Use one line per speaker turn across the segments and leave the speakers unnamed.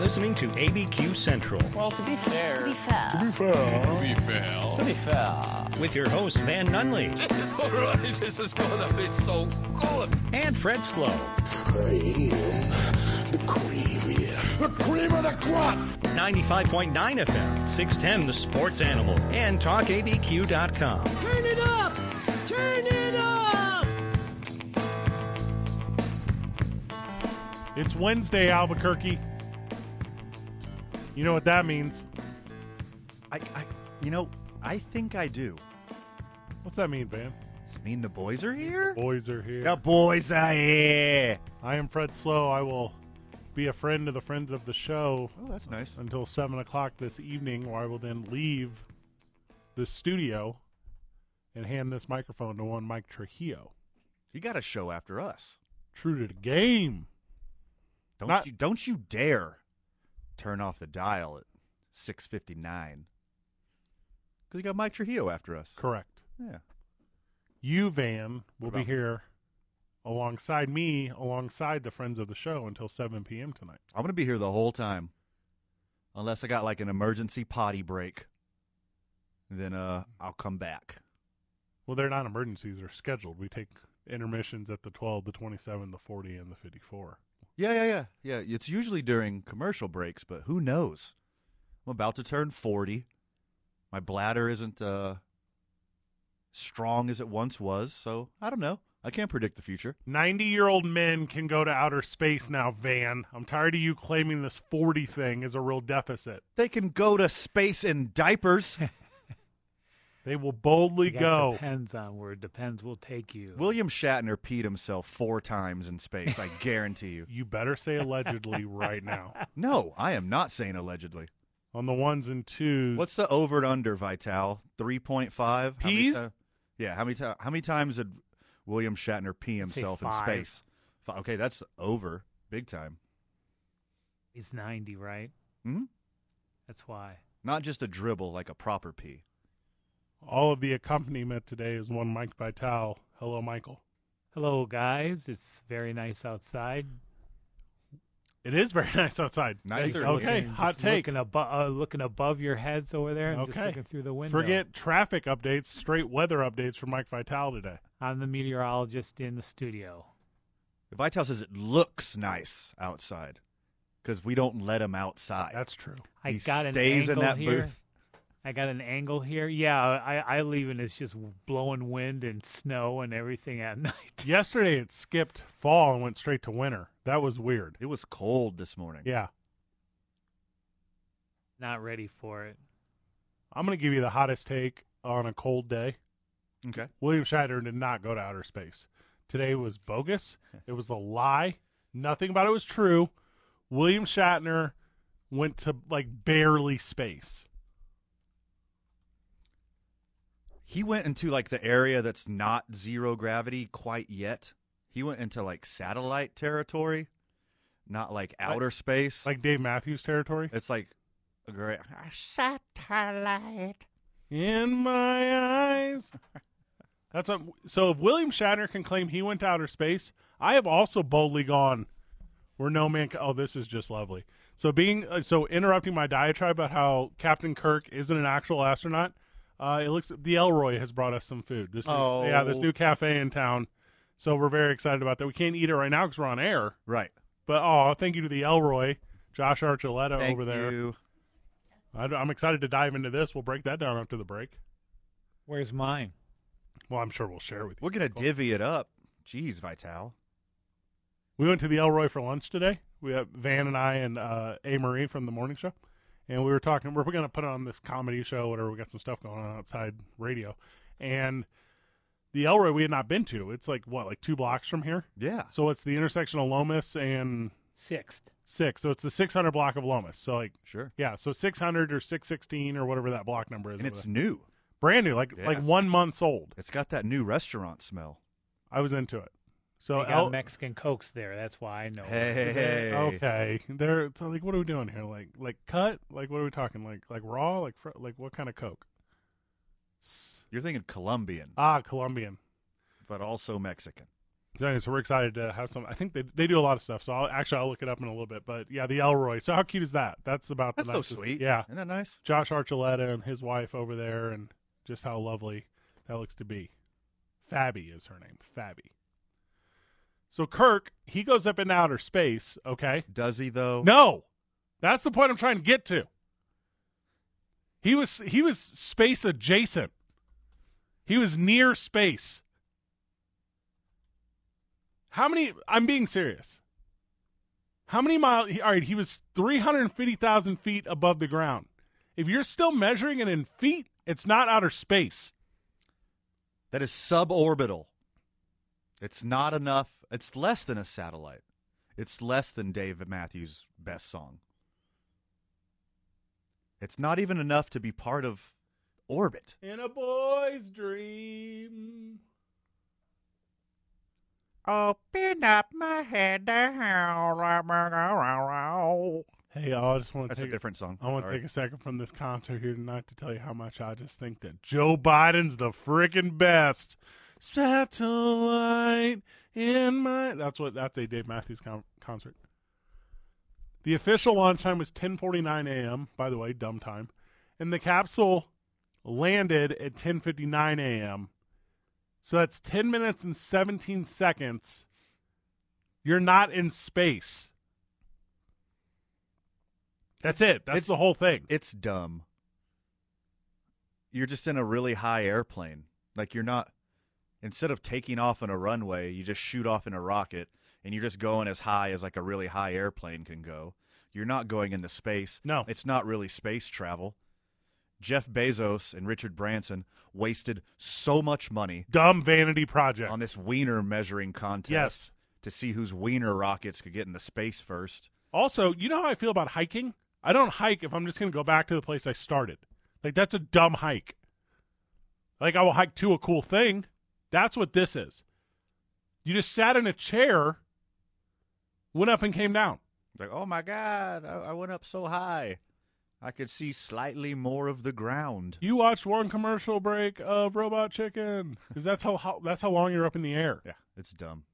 listening to ABQ Central
Well, to be fair.
To be fair.
be fair.
with your hosts Van Nunley
All right, this is gonna be so good.
and Fred Slow.
I am the cream, yeah. The cream of the crop!
95.9 FM, 610 The Sports Animal, and TalkABQ.com.
Turn it up! Turn it up!
It's Wednesday, Albuquerque. You know what that means.
I, I, you know, I think I do.
What's that mean, Van?
Does it mean the boys are here?
Boys are here.
The boys are here.
I am Fred Slow. I will be a friend to the friends of the show
Oh, that's nice.
until 7 o'clock this evening, where I will then leave the studio and hand this microphone to one Mike Trujillo.
You got a show after us.
True to the game.
Don't
Not-
you? Don't you dare turn off the dial at six fifty nine. Because you got Mike Trujillo after us.
Correct.
Yeah.
You, Van, will
What
be
about-
here alongside me, alongside the friends of the show until 7 p.m. tonight.
I'm gonna be here the whole time, unless I got like an emergency potty break. Then uh, I'll come back.
Well, they're not emergencies; they're scheduled. We take intermissions at the twelve, the twenty-seven, the forty, and the fifty-four.
Yeah, yeah, yeah. Yeah, it's usually during commercial breaks, but who knows? I'm about to turn 40. My bladder isn't uh strong as it once was, so I don't know. I can't predict the future.
Ninety-year-old men can go to outer space now, Van. I'm tired of you claiming this forty thing is a real deficit.
They can go to space in diapers.
They will boldly
That
go.
Depends on where it depends. We'll take you.
William Shatner peed himself 4 times in space, I guarantee you.
You better say allegedly right now.
No, I am not saying allegedly.
On the ones and twos.
What's the over and under, Vital? 3.5? How many
Peas?
ti- yeah, how many ti- how many times did William Shatner pee
Say
himself in
five.
space? Fi- Okay, that's over big time.
He's ninety, right?
hmm
That's why.
Not just a dribble, like a proper pee.
all of the accompaniment today is one Mike Vital. Hello, Michael.
Hello, guys. It's very nice outside.
It is very nice outside.
Nice.
Thanks.
Just
Certainly.
Okay,
looking-
hot
just
take.
Looking, abo- uh, looking above your heads over there and just
Okay.
looking through the window.
Forget traffic updates, straight weather updates from Mike Vital today.
I'm the meteorologist in the studio.
Vital says it looks nice outside because we don't let him outside.
That's true.
I
he
got an
stays in
angle
that
here.
booth.
I got an angle here. Yeah, I, I leave and it's just blowing wind and snow and everything at night.
Yesterday it skipped fall and went straight to winter. That was weird.
It was cold this morning.
Yeah.
Not ready for it.
I'm going to give you the hottest take on a cold day.
Okay.
William Shatner did not go to outer space. Today was bogus. It was a lie. Nothing about it was true. William Shatner went to like barely space.
He went into like the area that's not zero gravity quite yet. He went into like satellite territory, not like outer space.
Like Dave Matthews territory.
it's like a great.
In my eyes. That's what, so if William Shatner can claim he went to outer space, I have also boldly gone where no man ca- oh this is just lovely. So being uh, so interrupting my diatribe about how Captain Kirk isn't an actual astronaut, uh, it looks the Elroy has brought us some food. This new,
Oh.
yeah, this new cafe in town. So we're very excited about that. We can't eat it right now because we're on air.
Right.
But oh, thank you to the Elroy, Josh Archuleta
Thank
over there.
you.
I, I'm excited to dive into this. We'll break that down after the break.
Where's mine?
Well, I'm sure we'll share with you.
We're gonna divvy it up. Jeez, Vital.
We went to the Elroy for lunch today. We have Van and I and uh, A Marie from the morning show, and we were talking. We're going to put on this comedy show, whatever. We got some stuff going on outside radio, and the Elroy we had not been to. It's like what, like two blocks from here.
Yeah.
So it's the intersection of Lomas and
Sixth.
Six. So it's the 600 block of Lomas. So like,
Sure.
yeah. So 600 or 616 or whatever that block number is.
And
over
it's
there.
new.
brand new, like
Yeah.
like one month's old.
It's got that new restaurant smell.
I was into it. So
They got
Oh, El-
Mexican Cokes there. That's why I know.
Hey, hey, hey.
Okay, they're so, like, what are we doing here? Like, like cut? Like, what are we talking? Like, like raw? Like, fr- like what kind of Coke? S-
You're thinking Colombian,
Ah, Colombian.
but also Mexican.
Anyway, So we're excited to have some. I think they they do a lot of stuff. So I'll actually I'll look it up in a little bit. But yeah, the Elroy. So how cute is that? That's about
That's
the
so
nicest.
sweet.
Yeah,
Isn't that nice?
Josh Archuleta and his wife over there, and just how lovely that looks to be. Fabby is her name. Fabby. So Kirk, he goes up into outer space. Okay.
Does he though?
No, that's the point I'm trying to get to. He was he was space adjacent. He was near space. How many? I'm being serious. How many miles? All right, he was 350,000 feet above the ground. If you're still measuring it in feet, it's not outer space.
That is suborbital. It's not enough. It's less than a satellite. It's less than Dave Matthews' best song. It's not even enough to be part of orbit.
In a boy's dream.
Open up my head.
Hey, y'all, I just want to
That's
take
a different song.
I want to
Sorry.
take a second from this concert here tonight to tell you how much I just think that Joe Biden's the freaking best. Satellite in my that's what that's a Dave Matthews con- concert. The official launch time was 10:49 a.m. By the way, dumb time, and the capsule landed at 10:59 a.m. So that's 10 minutes and 17 seconds. You're not in space. That's it. That's
It's-
the whole thing.
It's dumb. You're just in a really high airplane. Like you're not instead of taking off on a runway, you just shoot off in a rocket and you're just going as high as like a really high airplane can go. You're not going into space.
No.
It's not really space travel. Jeff Bezos and Richard Branson wasted so much money
dumb vanity project.
on this wiener measuring contest
Yes.
to see whose wiener rockets could get into space first.
Also, you know how I feel about hiking? I don't hike if I'm just going to go back to the place I started. Like that's a dumb hike. Like I will hike to a cool thing. That's what this is. You just sat in a chair, went up and came down.
Like, oh my God, I, I went up so high. I could see slightly more of the ground.
You watched one commercial break of Robot Chicken because that's how, how that's how long you're up in the air.
Yeah, it's dumb.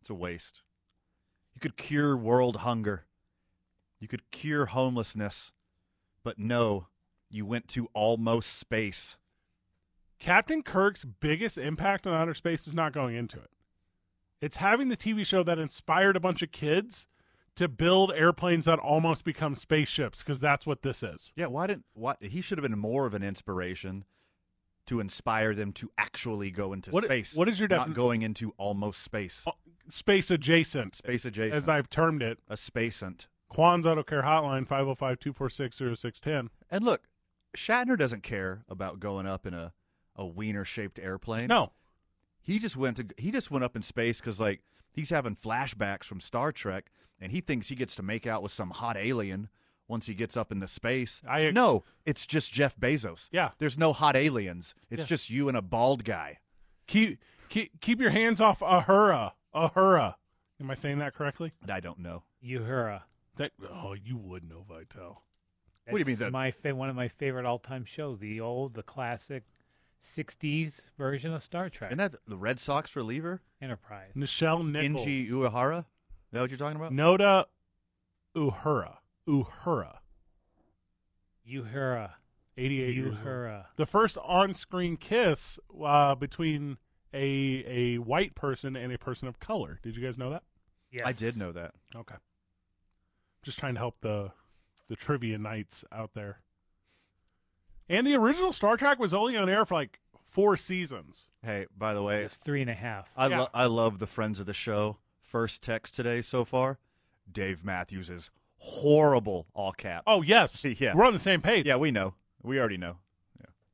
It's a waste. You could cure world hunger, you could cure homelessness, but no, you went to almost space.
Captain Kirk's biggest impact on outer space is not going into it. It's having the TV show that inspired a bunch of kids to build airplanes that almost become spaceships because that's what this is.
Yeah, why didn't why he should have been more of an inspiration to inspire them to actually go into
What-
space.
what is your
not
defini-
going into almost space?
Oh, Space adjacent,
Space adjacent.
as I've termed it.
a spacent.
Quan's Auto Care Hotline 505 246 0610.
And look, Shatner doesn't care about going up in a, a wiener shaped airplane.
No,
he just went to he just went up in space because like he's having flashbacks from Star Trek, and he thinks he gets to make out with some hot alien once he gets up into space.
I-
no, it's just Jeff Bezos.
Yeah.
there's no hot aliens. It's
Yeah.
just you and a bald guy.
keep, keep, keep your hands off Ahura. Ahura. Am I saying that correctly?
And I don't know.
Uhura.
That Oh, you would know Vital.
What do you mean
That's
that-
My fa- one of my favorite all-time shows, the old, the classic, '60s version of Star Trek.
Isn't that the Red Sox reliever
Enterprise.
Nichelle Nichols.
Kenji Uehara? Is that what you're talking about?
Noda Uhura. Uhura.
Uhura.
88 years old.
Uhura.
The first on-screen kiss uh, between a a white person and a person of color. Did you guys know that?
Yes.
I did know that.
Okay. Just trying to help the the trivia knights out there. And the original Star Trek was only on air for like four seasons.
Hey, by the way,
It's three and a half.
I
Yeah.
lo- I love the friends of the show. First text today so far, Dave Matthews is horrible. All caps.
Oh yes,
Yeah.
We're on the same page.
yeah, we know. We already know.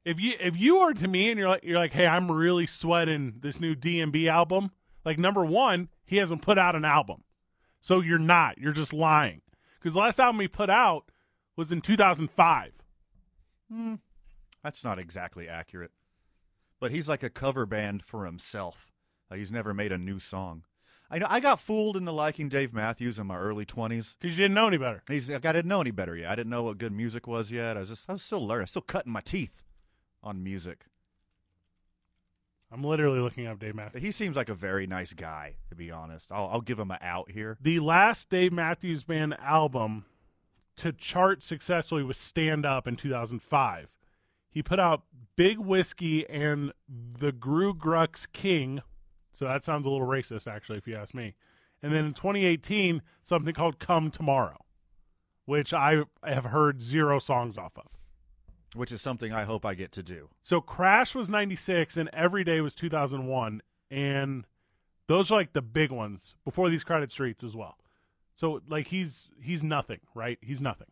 If you if you are to me and you're like you're like, hey, I'm really sweating this new DMB album. Like number one, he hasn't put out an album, so you're not. You're just lying because the last album he put out was in 2005.
That's not exactly accurate. But he's like a cover band for himself. Like he's never made a new song. I know I got fooled into liking Dave Matthews in my early 20s.
Because you didn't know any better.
He's like I didn't know any better yet. I didn't know what good music was yet. I was just I was still learning, still cutting my teeth on music.
I'm literally looking up Dave Matthews.
He seems like a very nice guy, to be honest. I'll, I'll give him an out here.
The last Dave Matthews Band album to chart successfully was Stand Up in 2005. He put out Big Whiskey and The Gru Grux King. So that sounds a little racist, actually, if you ask me. And then in 2018, something called Come Tomorrow, which I have heard zero songs off of.
which is something I hope I get to do.
So Crash was 96 and Every Day was 2001 and those are like the big ones before these crowded streets as well. So like he's he's nothing, right? He's nothing.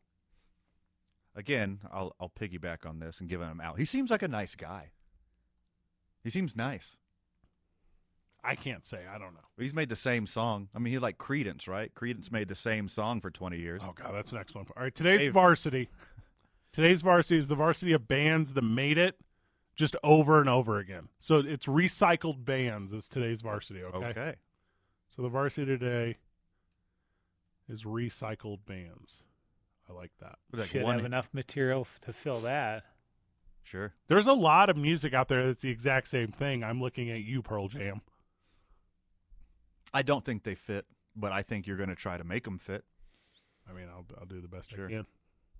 Again, I'll I'll piggyback on this and give him out. He seems like a nice guy. He seems nice.
I can't say. I don't know.
He's made the same song. I mean, he's like Credence, right? Credence made the same song for 20 years.
Oh god, that's an excellent. All right, today's
Dave.
varsity. Today's varsity is the varsity of bands that made it just over and over again. So it's recycled bands is today's varsity,
okay.
So the varsity today is recycled bands. I like that.
It was like
Should
one-
have enough material f- to fill that.
Sure.
There's a lot of music out there that's the exact same thing. I'm looking at you, Pearl Jam.
I don't think they fit, but I think you're going to try to make them fit.
I mean, I'll I'll do the best
Sure.
I can.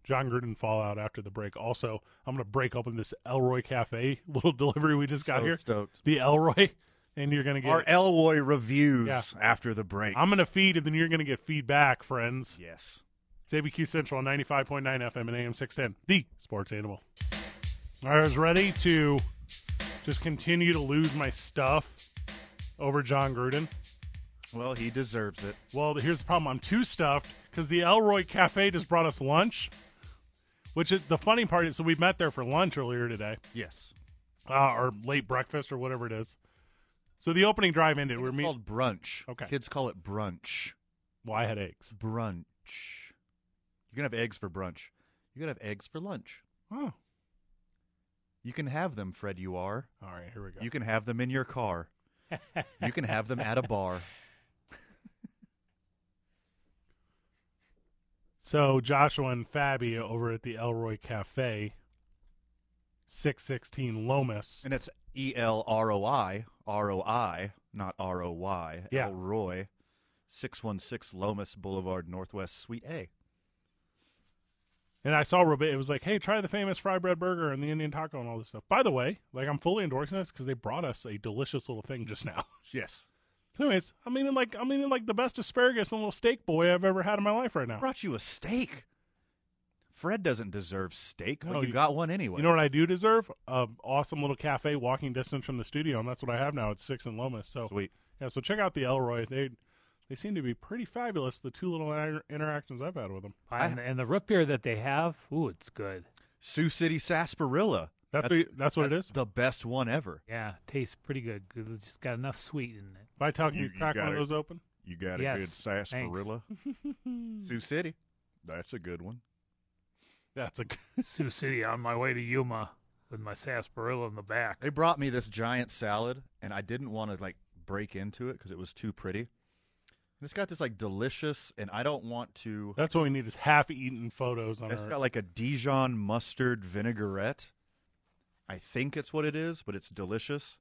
John Gruden Fallout after the break. Also, I'm gonna break open this Elroy Cafe little delivery we just got
So
here.
stoked.
The Elroy, and you're gonna get.
Our Elroy reviews
Yeah.
after the break.
I'm gonna feed, and then you're gonna get feedback, friends.
yes.
It's ABQ Central, 95.9 FM and AM 610, the sports animal. I was ready to just continue to lose my stuff over John Gruden.
Well, he deserves it.
Well, here's the problem. I'm too stuffed because the Elroy Cafe just brought us lunch, which is the funny part is so we met there for lunch earlier today,
Yes.
uh, or late breakfast or whatever it is. So the opening drive ended. We're
It's
meeting.
called brunch.
Okay.
Kids call it brunch.
Well, I had eggs.
Brunch. You're going to have eggs for brunch. You're going to have eggs for lunch.
Oh,
You can have them, Fred, you are.
all right. Here we go.
You can have them in your car. you can have them at a bar.
So Joshua and Fabi over at the Elroy Cafe, six sixteen Lomas.
And it's E L R O I, R O I, not R O Y.
Yeah.
Roy, 616 Lomas Boulevard, Northwest, Suite A.
And I saw Robit. It was like, hey, try the famous fry bread burger and the Indian taco and all this stuff. By the way, like I'm fully endorsing this because they brought us a delicious little thing just now.
Yes.
So anyways, I'm eating like I'm eating like the best asparagus and little steak boy I've ever had in my life right now.
Brought you a steak. Fred doesn't deserve steak, but
No,
you,
you-
got one anyway.
You know what I do deserve? A awesome little cafe walking distance from the studio, and that's what I have now. It's six in Lomas. So
Sweet.
yeah, so check out the Elroy. They they seem to be pretty fabulous. The two little inter- interactions I've had with them.
And, and the root beer that they have, ooh, it's good.
Sioux City Sarsaparilla.
That's, what, you- that's what it is.
The best one ever.
Yeah, tastes pretty good. Good- it's Just got enough sweet in it.
By talking, you,
You- you
crack one
got
of
it.
those open.
You got
Yes,
a good
thanks.
sarsaparilla.
Sioux City.
That's a good one.
That's a g-
Sioux City on my way to Yuma with my sarsaparilla in the back.
They brought me this giant salad, and I didn't want to like break into it because it was too pretty. And it's got this like delicious, and I don't want to.
that's what we need is half-eaten photos on
It's
our.
got like a Dijon mustard vinaigrette. I think it's what it is, but it's delicious.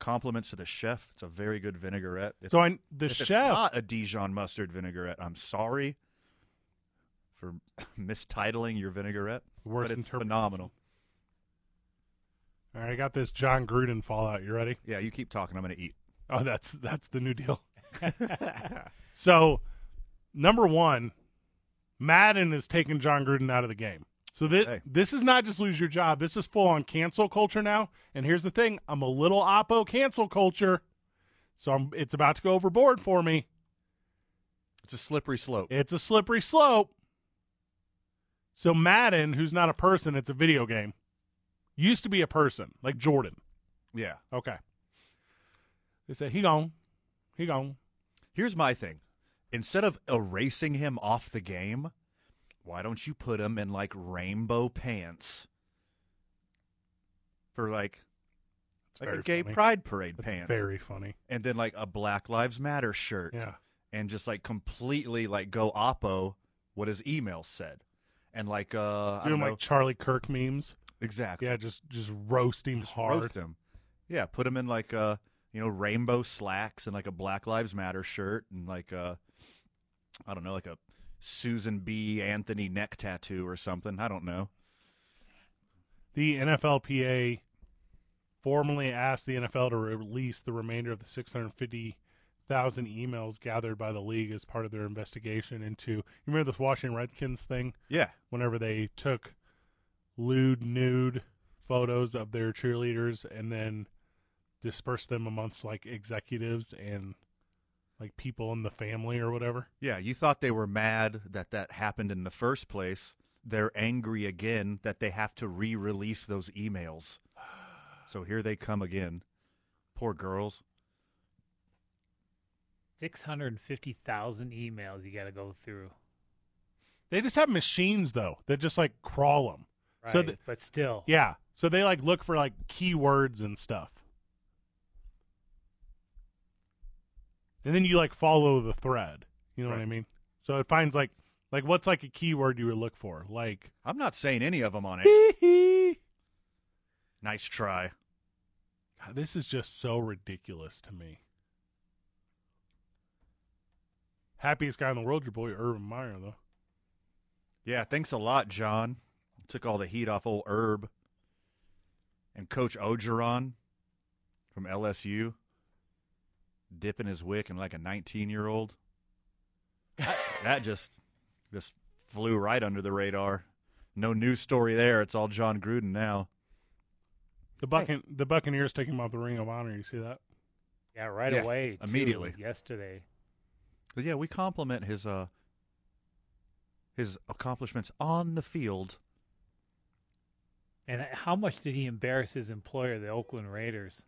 Compliments to the chef. It's a very good vinaigrette. If-
so I, the
if it's
chef.
not a Dijon mustard vinaigrette. I'm sorry for mistitling your vinaigrette,
Worst
but it's
interpretation.
phenomenal.
all right, I got this John Gruden fallout. You ready?
Yeah, you keep talking. I'm going to eat.
Oh, that's that's the new deal. so, number one, Madden is taking John Gruden out of the game. So this
Hey.
this is not just lose your job. This is full on cancel culture now. And here's the thing: I'm a little oppo cancel culture, so I'm, it's about to go overboard for me.
It's a slippery slope.
It's a slippery slope. So Madden, who's not a person, it's a video game. Used to be a person like Jordan.
yeah.
Okay. They say he gone, he gone.
Here's my thing. Instead of erasing him off the game, why don't you put him in like rainbow pants for like, like a
very
gay
funny.
pride parade pants
Very funny.
and then like a Black Lives Matter shirt
Yeah.
and just like completely like go oppo what his email said and like uh I
Doing
don't know
like Charlie Kirk memes.
exactly
Yeah, just just roast him
Just
hard.
roast him Yeah, put him in like uh, you know, rainbow slacks and like a Black Lives Matter shirt and like uh I don't know, like a Susan B. Anthony neck tattoo or something. I don't know.
The NFLPA formally asked the NFL to release the remainder of the 650,000 emails gathered by the league as part of their investigation into. You remember this Washington Redskins thing?
Yeah.
Whenever they took lewd, nude photos of their cheerleaders and then dispersed them amongst like executives and like people in the family or whatever.
Yeah, you thought they were mad that that happened in the first place. They're angry again that they have to re-release those emails. So here they come again. Poor girls.
Six hundred and fifty thousand emails you got to go through.
They just have machines though that just like crawl them.
Right,
So th-
but still,
Yeah. So they like look for like keywords and stuff. And then you like follow the thread. You know what I mean? So it finds like like what's like a keyword you would look for? Like
I'm not saying any of them on it.
God,
Nice try.
this is just so ridiculous to me. Happiest guy in the world, your boy Urban Meyer, though.
Yeah, thanks a lot, John. Took all the heat off old Herb and Coach Ogeron from LSU, dipping his wick in like a 19 year old. that just just flew right under the radar. No news story there. It's all John Gruden now.
The Buccan- the Buccaneers taking him off the Ring of Honor. You see that?
yeah, right
Yeah,
away, too,
immediately.
yesterday.
But yeah, we compliment his uh his accomplishments on the field.
And how much did he embarrass his employer, the Oakland Raiders?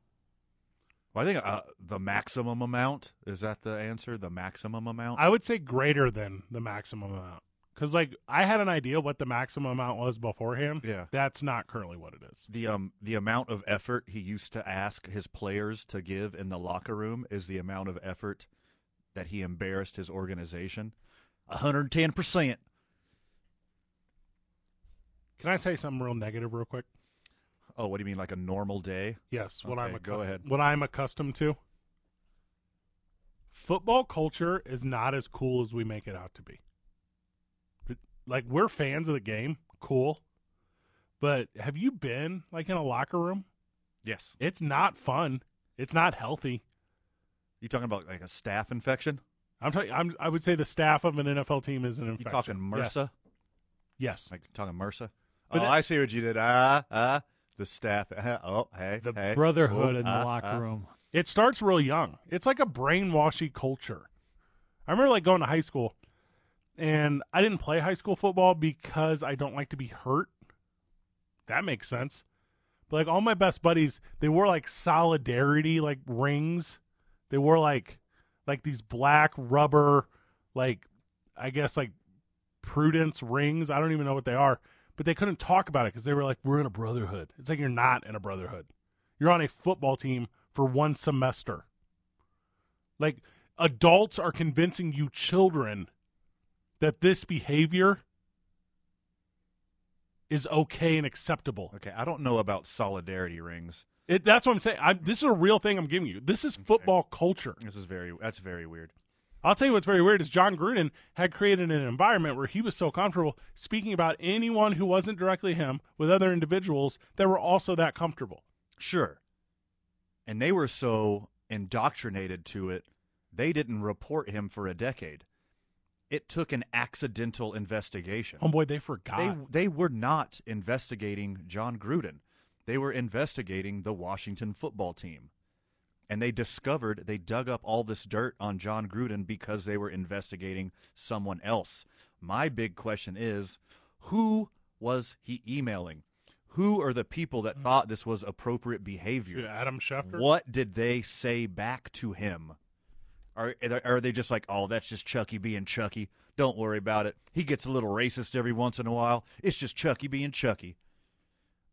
Well, I think uh, the maximum amount is that the answer. The maximum amount.
I would say greater than the maximum amount. Because, like, I had an idea what the maximum amount was beforehand.
Yeah.
That's not currently what it is.
the um the amount of effort he used to ask his players to give in the locker room is the amount of effort that he embarrassed his organization. 110%.
Can I say something real negative, real quick?
Oh, what do you mean like a normal day?
Yes. What
Okay,
I'm accus-
go ahead.
What I'm accustomed to. Football culture is not as cool as we make it out to be. Th- Like we're fans of the game, cool, but have you been like in a locker room?
Yes.
It's not fun. It's not healthy.
You talking about like a staff infection?
I'm talking. I'm, I would say the staff of an NFL team is an
You
infection.
talking MRSA?
Yes. Yes.
Like talking MRSA? oh,
But that-
I see what you did. Ah, ah. The staff. ah, oh, hey.
The
hey,
brotherhood
oh,
in the
ah,
locker
ah.
room.
It starts real young. It's like a brainwashy culture. I remember like going to high school and I didn't play high school football because I don't like to be hurt. That makes sense. But like all my best buddies, they wore like solidarity like rings. They wore like like these black rubber like I guess like prudence rings. I don't even know what they are, but they couldn't talk about it cuz they were like we're in a brotherhood. It's like you're not in a brotherhood. You're on a football team for one semester. Like adults are convincing you children that this behavior is okay and acceptable.
Okay, I don't know about solidarity rings.
It, that's what I'm saying. I'm, this is a real thing I'm giving you. This is football culture.
This is very that's very weird.
I'll tell you what's very weird is John Gruden had created an environment where he was so comfortable speaking about anyone who wasn't directly him with other individuals that were also that comfortable.
Sure. And they were so indoctrinated to it, they didn't report him for a decade. It took an accidental investigation.
Homeboy, they forgot.
They they were not investigating John Gruden. They were investigating the Washington football team. And they discovered they dug up all this dirt on John Gruden because they were investigating someone else. My big question is who was he emailing? Who are the people that thought this was appropriate behavior?
Mm. Yeah, Adam Schefter.
What did they say back to him? Are are they just like, oh, that's just Chucky being Chucky? Don't worry about it. He gets a little racist every once in a while. It's just Chucky being Chucky.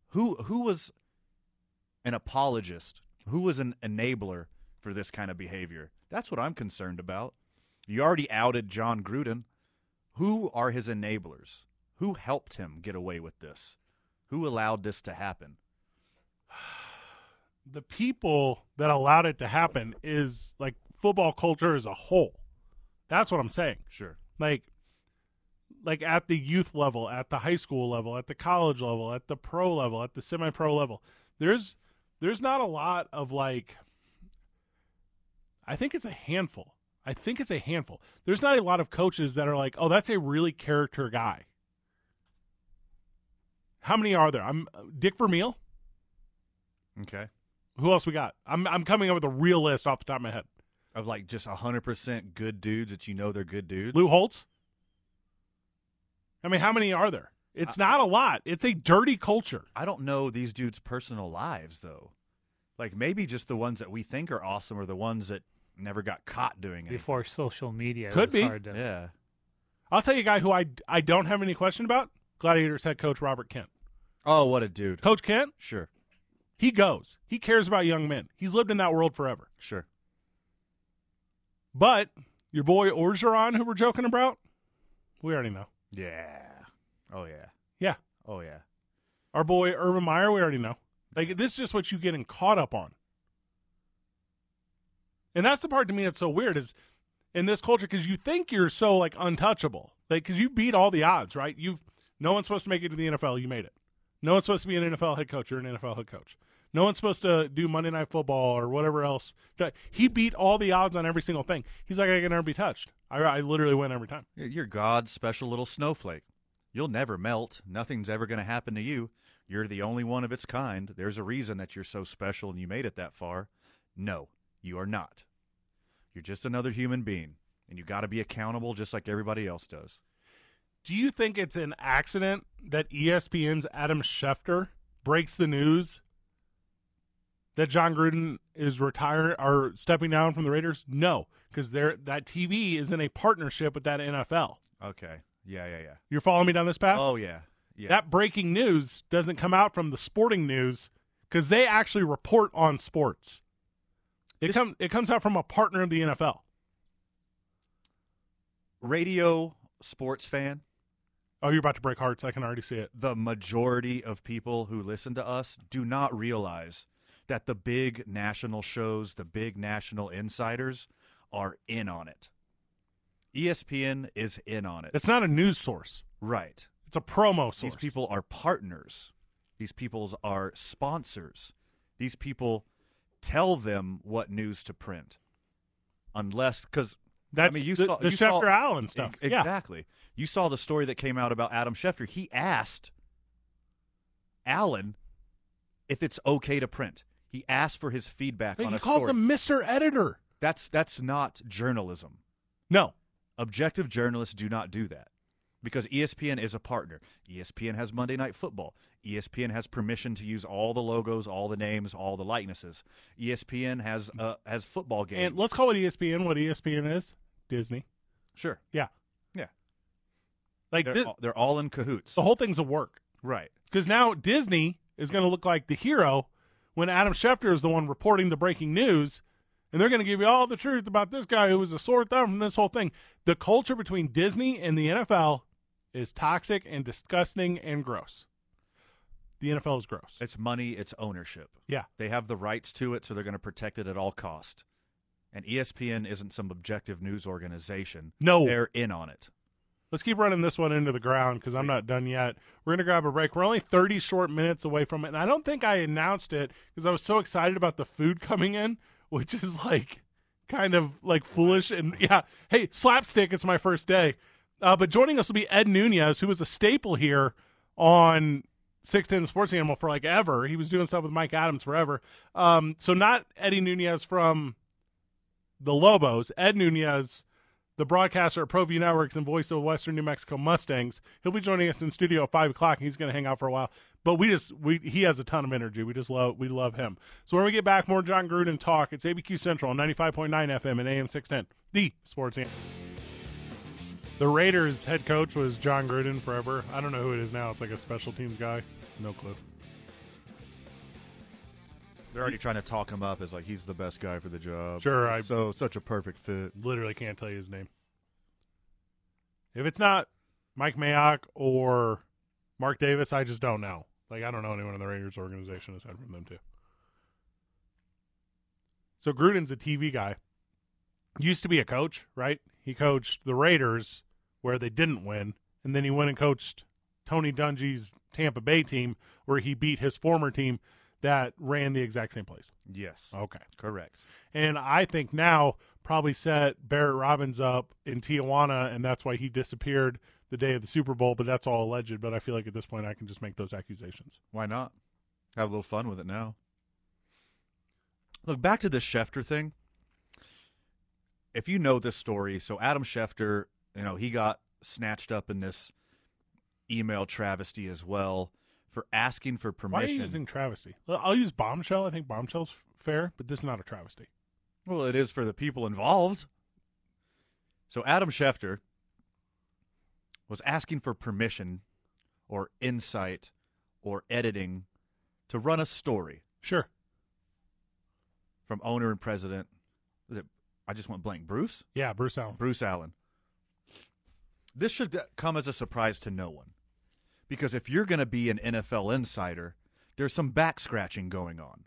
Who who was an apologist? Who was an enabler for this kind of behavior? That's what I'm concerned about. You already outed John Gruden. Who are his enablers? Who helped him get away with this? Who allowed this to happen?
the people that allowed it to happen is like football culture as a whole. That's what I'm saying.
Sure.
Like like at the youth level, at the high school level, at the college level, at the pro level, at the semi-pro level. There's there's not a lot of like I think it's a handful. I think it's a handful. There's not a lot of coaches that are like, "Oh, that's a really character guy." How many are there? I'm Dick Vermeil.
Okay.
Who else we got? I'm I'm coming up with a real list off the top of my head.
Of like just 100% good dudes that you know they're good dudes.
Lou Holtz. I mean, how many are there? It's not a lot. It's a dirty culture.
I don't know these dudes' personal lives though. Like maybe just the ones that we think are awesome are the ones that never got caught doing it.
before social media. it
Could
was
be.
hard to-
Yeah.
I'll tell you a guy who I I don't have any question about. Gladiators head coach Robert Kent.
Oh, what a dude.
Coach Kent,
Sure.
he goes. He cares about young men. He's lived in that world forever.
Sure.
But your boy Orgeron, who we're joking about, we already know.
Yeah. Oh yeah.
Yeah.
Oh yeah.
Our boy Urban Meyer, we already know. Like this is just what you getting caught up on. And that's the part to me that's so weird is in this culture because you think you're so like untouchable, like because you beat all the odds, right? You've no one's supposed to make it to the NFL, you made it. No one's supposed to be an NFL head coach, you're an NFL head coach. No one's supposed to do Monday Night Football or whatever else. He beat all the odds on every single thing. He's like, I can never be touched. I, I literally win every time.
You're, you're God's special little snowflake. You'll never melt. Nothing's ever going to happen to you. You're the only one of its kind. There's a reason that you're so special and you made it that far. No, you are not. You're just another human being, and you got to be accountable just like everybody else does.
Do you think it's an accident that E ESPN's Adam Schefter breaks the news that John Gruden is retiring or stepping down from the Raiders? No, because that TV is in a partnership with that NFL.
Okay. Yeah, yeah, yeah.
You're following me down this path?
Oh, yeah. Yeah.
That breaking news doesn't come out from the sporting news because they actually report on sports. It, come, it comes out from a partner of the NFL.
Radio sports fan,
Oh, you're about to break hearts. I can already see it.
the majority of people who listen to us do not realize that the big national shows, the big national insiders are in on it. E ESPN is in on it.
It's not a news source,
right.
it's a promo source.
These people are partners. These people are sponsors. These people tell them what news to print. Unless cuz
That's
I mean, you
the,
saw
the
you
Schefter
saw-
Allen stuff.
E-
Yeah.
Exactly. You saw the story that came out about Adam Schefter. He asked Allen if it's okay to print. He asked for his feedback
Like,
on
he
a
calls
story.
him Mr. Editor.
That's that's not journalism.
No.
Objective journalists do not do that because E ESPN is a partner. E ESPN has Monday Night Football. E ESPN has permission to use all the logos, all the names, all the likenesses. E ESPN has uh, has football games.
And let's call it E ESPN what ESPN is Disney.
sure,
Yeah.
Yeah.
Like, Oh.
they're
thi-
all, they're all in cahoots.
the whole thing's a work.
Right.
Because now Disney is going to look like the hero when Adam Schefter is the one reporting the breaking news. And they're going to give you all the truth about this guy who was a sore thumb from this whole thing. The culture between Disney and the NFL is toxic and disgusting and gross. The NFL is gross.
It's money. It's ownership.
yeah.
They have the rights to it, so they're going to protect it at all cost. And E ESPN isn't some objective news organization.
No.
they're in on it.
Let's keep running this one into the ground because I'm not done yet. We're going to grab a break. We're only 30 short minutes away from it. And I don't think I announced it because I was so excited about the food coming in, which is like kind of like foolish. And yeah, hey, slapstick, it's my first day. Uh, but joining us will be Ed Nunez, who was a staple here on 610 Sports Animal for like ever. He was doing stuff with Mike Adams forever. Um, so not Eddie Nunez from the Lobos, Ed Nunez the broadcaster at ProView Networks and voice of Western New Mexico Mustangs. He'll be joining us in studio at five o'clock. and He's going to hang out for a while, but we just we he has a ton of energy. We just love we love him. So when we get back, more John Gruden talk. It's ABQ Central ninety five point nine FM and AM six ten. The sports. Anthem. The Raiders head coach was John Gruden forever. I don't know who it is now. It's like a special teams guy. No clue.
They're already trying to talk him up as like he's the best guy for the job.
Sure, I-
so such a perfect fit.
Literally can't tell you his name. If it's not Mike Mayock or Mark Davis, I just don't know. Like I don't know anyone in the Raiders organization aside from them two. So Gruden's a TV guy. Used to be a coach, right? He coached the Raiders where they didn't win, and then he went and coached Tony Dungy's Tampa Bay team where he beat his former team that ran the exact same place.
Yes.
Okay.
Oh, Correct.
And I think now probably set Barrett Robbins up in Tijuana, and that's why he disappeared the day of the Super Bowl, but that's all alleged. But I feel like at this point I can just make those accusations.
Why not? Have a little fun with it now. Look, back to this Schefter thing. If you know this story, so Adam Schefter, you know, he got snatched up in this email travesty as well for asking for
Why are
permission.
you using travesty? Well, I'll use bombshell. I think bombshell's f- fair, but this is not a travesty.
Well, it is for the people involved. So Adam Schefter was asking for permission or insight or editing to run a story
Sure.
from owner and president. Was it, I just went blank. Bruce?
Yeah, Bruce Allen.
Bruce Allen. This should come as a surprise to no one. Because if you're going to be an NFL insider, there's some back scratching going on.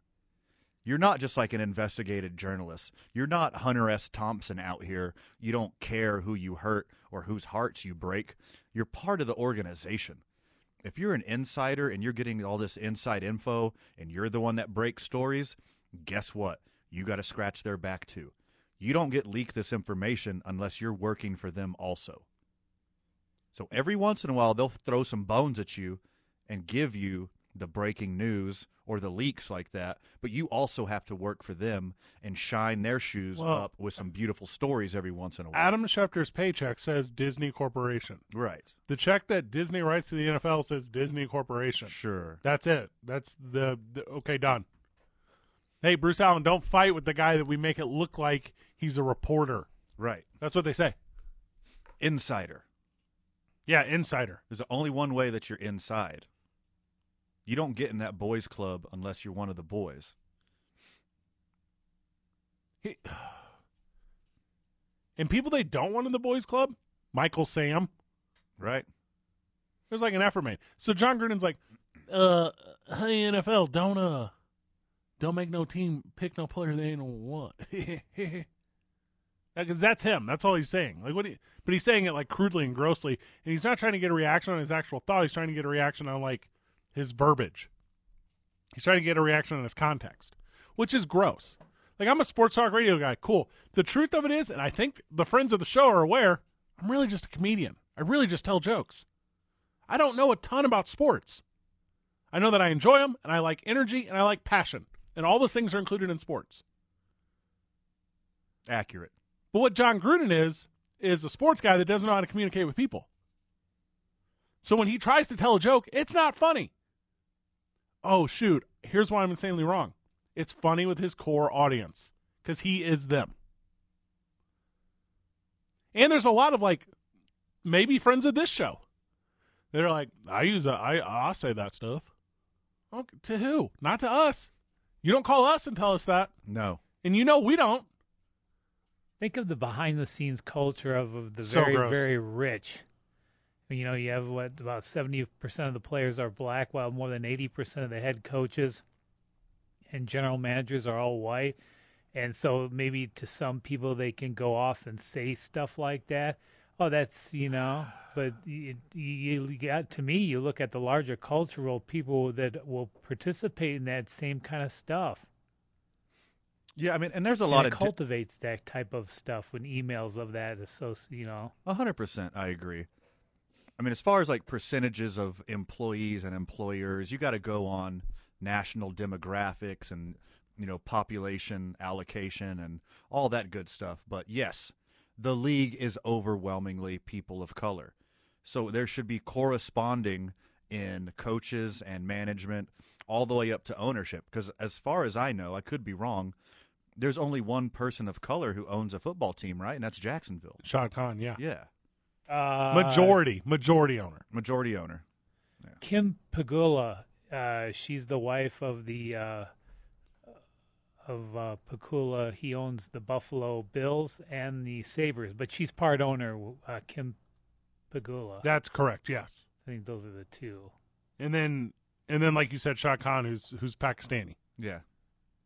You're not just like an investigative journalist. You're not Hunter S. Thompson out here. You don't care who you hurt or whose hearts you break. You're part of the organization. If you're an insider and you're getting all this inside info and you're the one that breaks stories, guess what? You got to scratch their back too. You don't get leaked this information unless you're working for them also. So every once in a while, they'll throw some bones at you and give you the breaking news or the leaks like that. But you also have to work for them and shine their shoes
Well-
up with some beautiful stories every once in a while.
Adam Schefter's paycheck says Disney Corporation.
right.
The check that Disney writes to the NFL says Disney Corporation.
Sure.
That's it. That's the, the okay done. Hey, Bruce Allen, don't fight with the guy that we make it look like he's a reporter.
Right.
That's what they say.
Insider.
Yeah, insider.
There's only one way that you're inside. You don't get in that boys' club unless you're one of the boys.
He, and people they don't want in the boys' club, Michael Sam.
Right.
There's like an effort made. So John Gruden's like, uh, hey NFL, don't uh, don't make no team pick no player they don't want. Because that's him. That's all he's saying. Like what? He, but he's saying it like crudely and grossly, and he's not trying to get a reaction on his actual thought. He's trying to get a reaction on like his verbiage. He's trying to get a reaction on his context, which is gross. Like I'm a sports talk radio guy. Cool. The truth of it is, and I think the friends of the show are aware. I'm really just a comedian. I really just tell jokes. I don't know a ton about sports. I know that I enjoy them and I like energy and I like passion. And all those things are included in sports.
Accurate.
But what John Gruden is, is a sports guy that doesn't know how to communicate with people. So when he tries to tell a joke, it's not funny. Oh, shoot. Here's why I'm insanely wrong it's funny with his core audience because he is them. And there's a lot of like maybe friends of this show. They're like, I use that. I I say that stuff. Okay, to who? Not to us. You don't call us and tell us that,
No.
and you know we don't.
Think of the behind the scenes culture of, of the
So
very,
gross.
very rich. You know, you have what about 70% of the players are black, while more than 80% of the head coaches and general managers are all white. And so maybe to some people, they can go off and say stuff like that. Oh, that's, you know, but you, you you got to me, you look at the larger cultural people that will participate in that same kind of stuff.
Yeah, I mean, and there's a
And
lot
it
of di-
cultivates that type of stuff when emails of that associ you know
A hundred percent, I agree. I mean, as far as like percentages of employees and employers, you got to go on national demographics and you know population allocation and all that good stuff. But yes, the league is overwhelmingly people of color, so there should be corresponding in coaches and management all the way up to ownership. Because as far as I know, I could be wrong. There's only one person of color who owns a football team, right? And that's Jacksonville.
Shah Khan, yeah.
Yeah.
uh,
majority, majority owner.
Majority owner.
kim pagula uh, she's the wife of the uh, of uh, pagula he owns the buffalo bills and the sabres but she's part owner uh, kim pagula
That's correct. Yes,
i think those are the two
and then and then like you said, Shah Khan, who's who's Pakistani.
Yeah.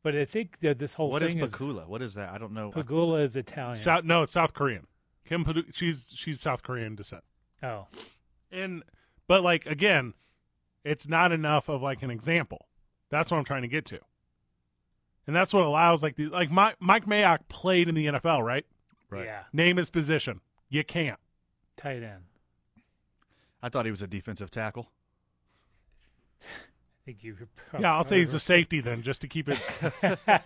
But I think that this whole
What is
thing
Pakula? What is that? I don't know.
is Pagula is Italian.
South, no, it's South Korean. Kim, Padu- she's she's South Korean descent.
oh,
And but like again, it's not enough of like an example. That's what I'm trying to get to. And that's what allows like these like Mike, Mike Mayock played in the NFL, right?
Right.
yeah,
Name his position. You can't.
tight end.
I thought he was a defensive tackle.
Oh, I think you.
Yeah, I'll say he's a safety then, just to keep it. but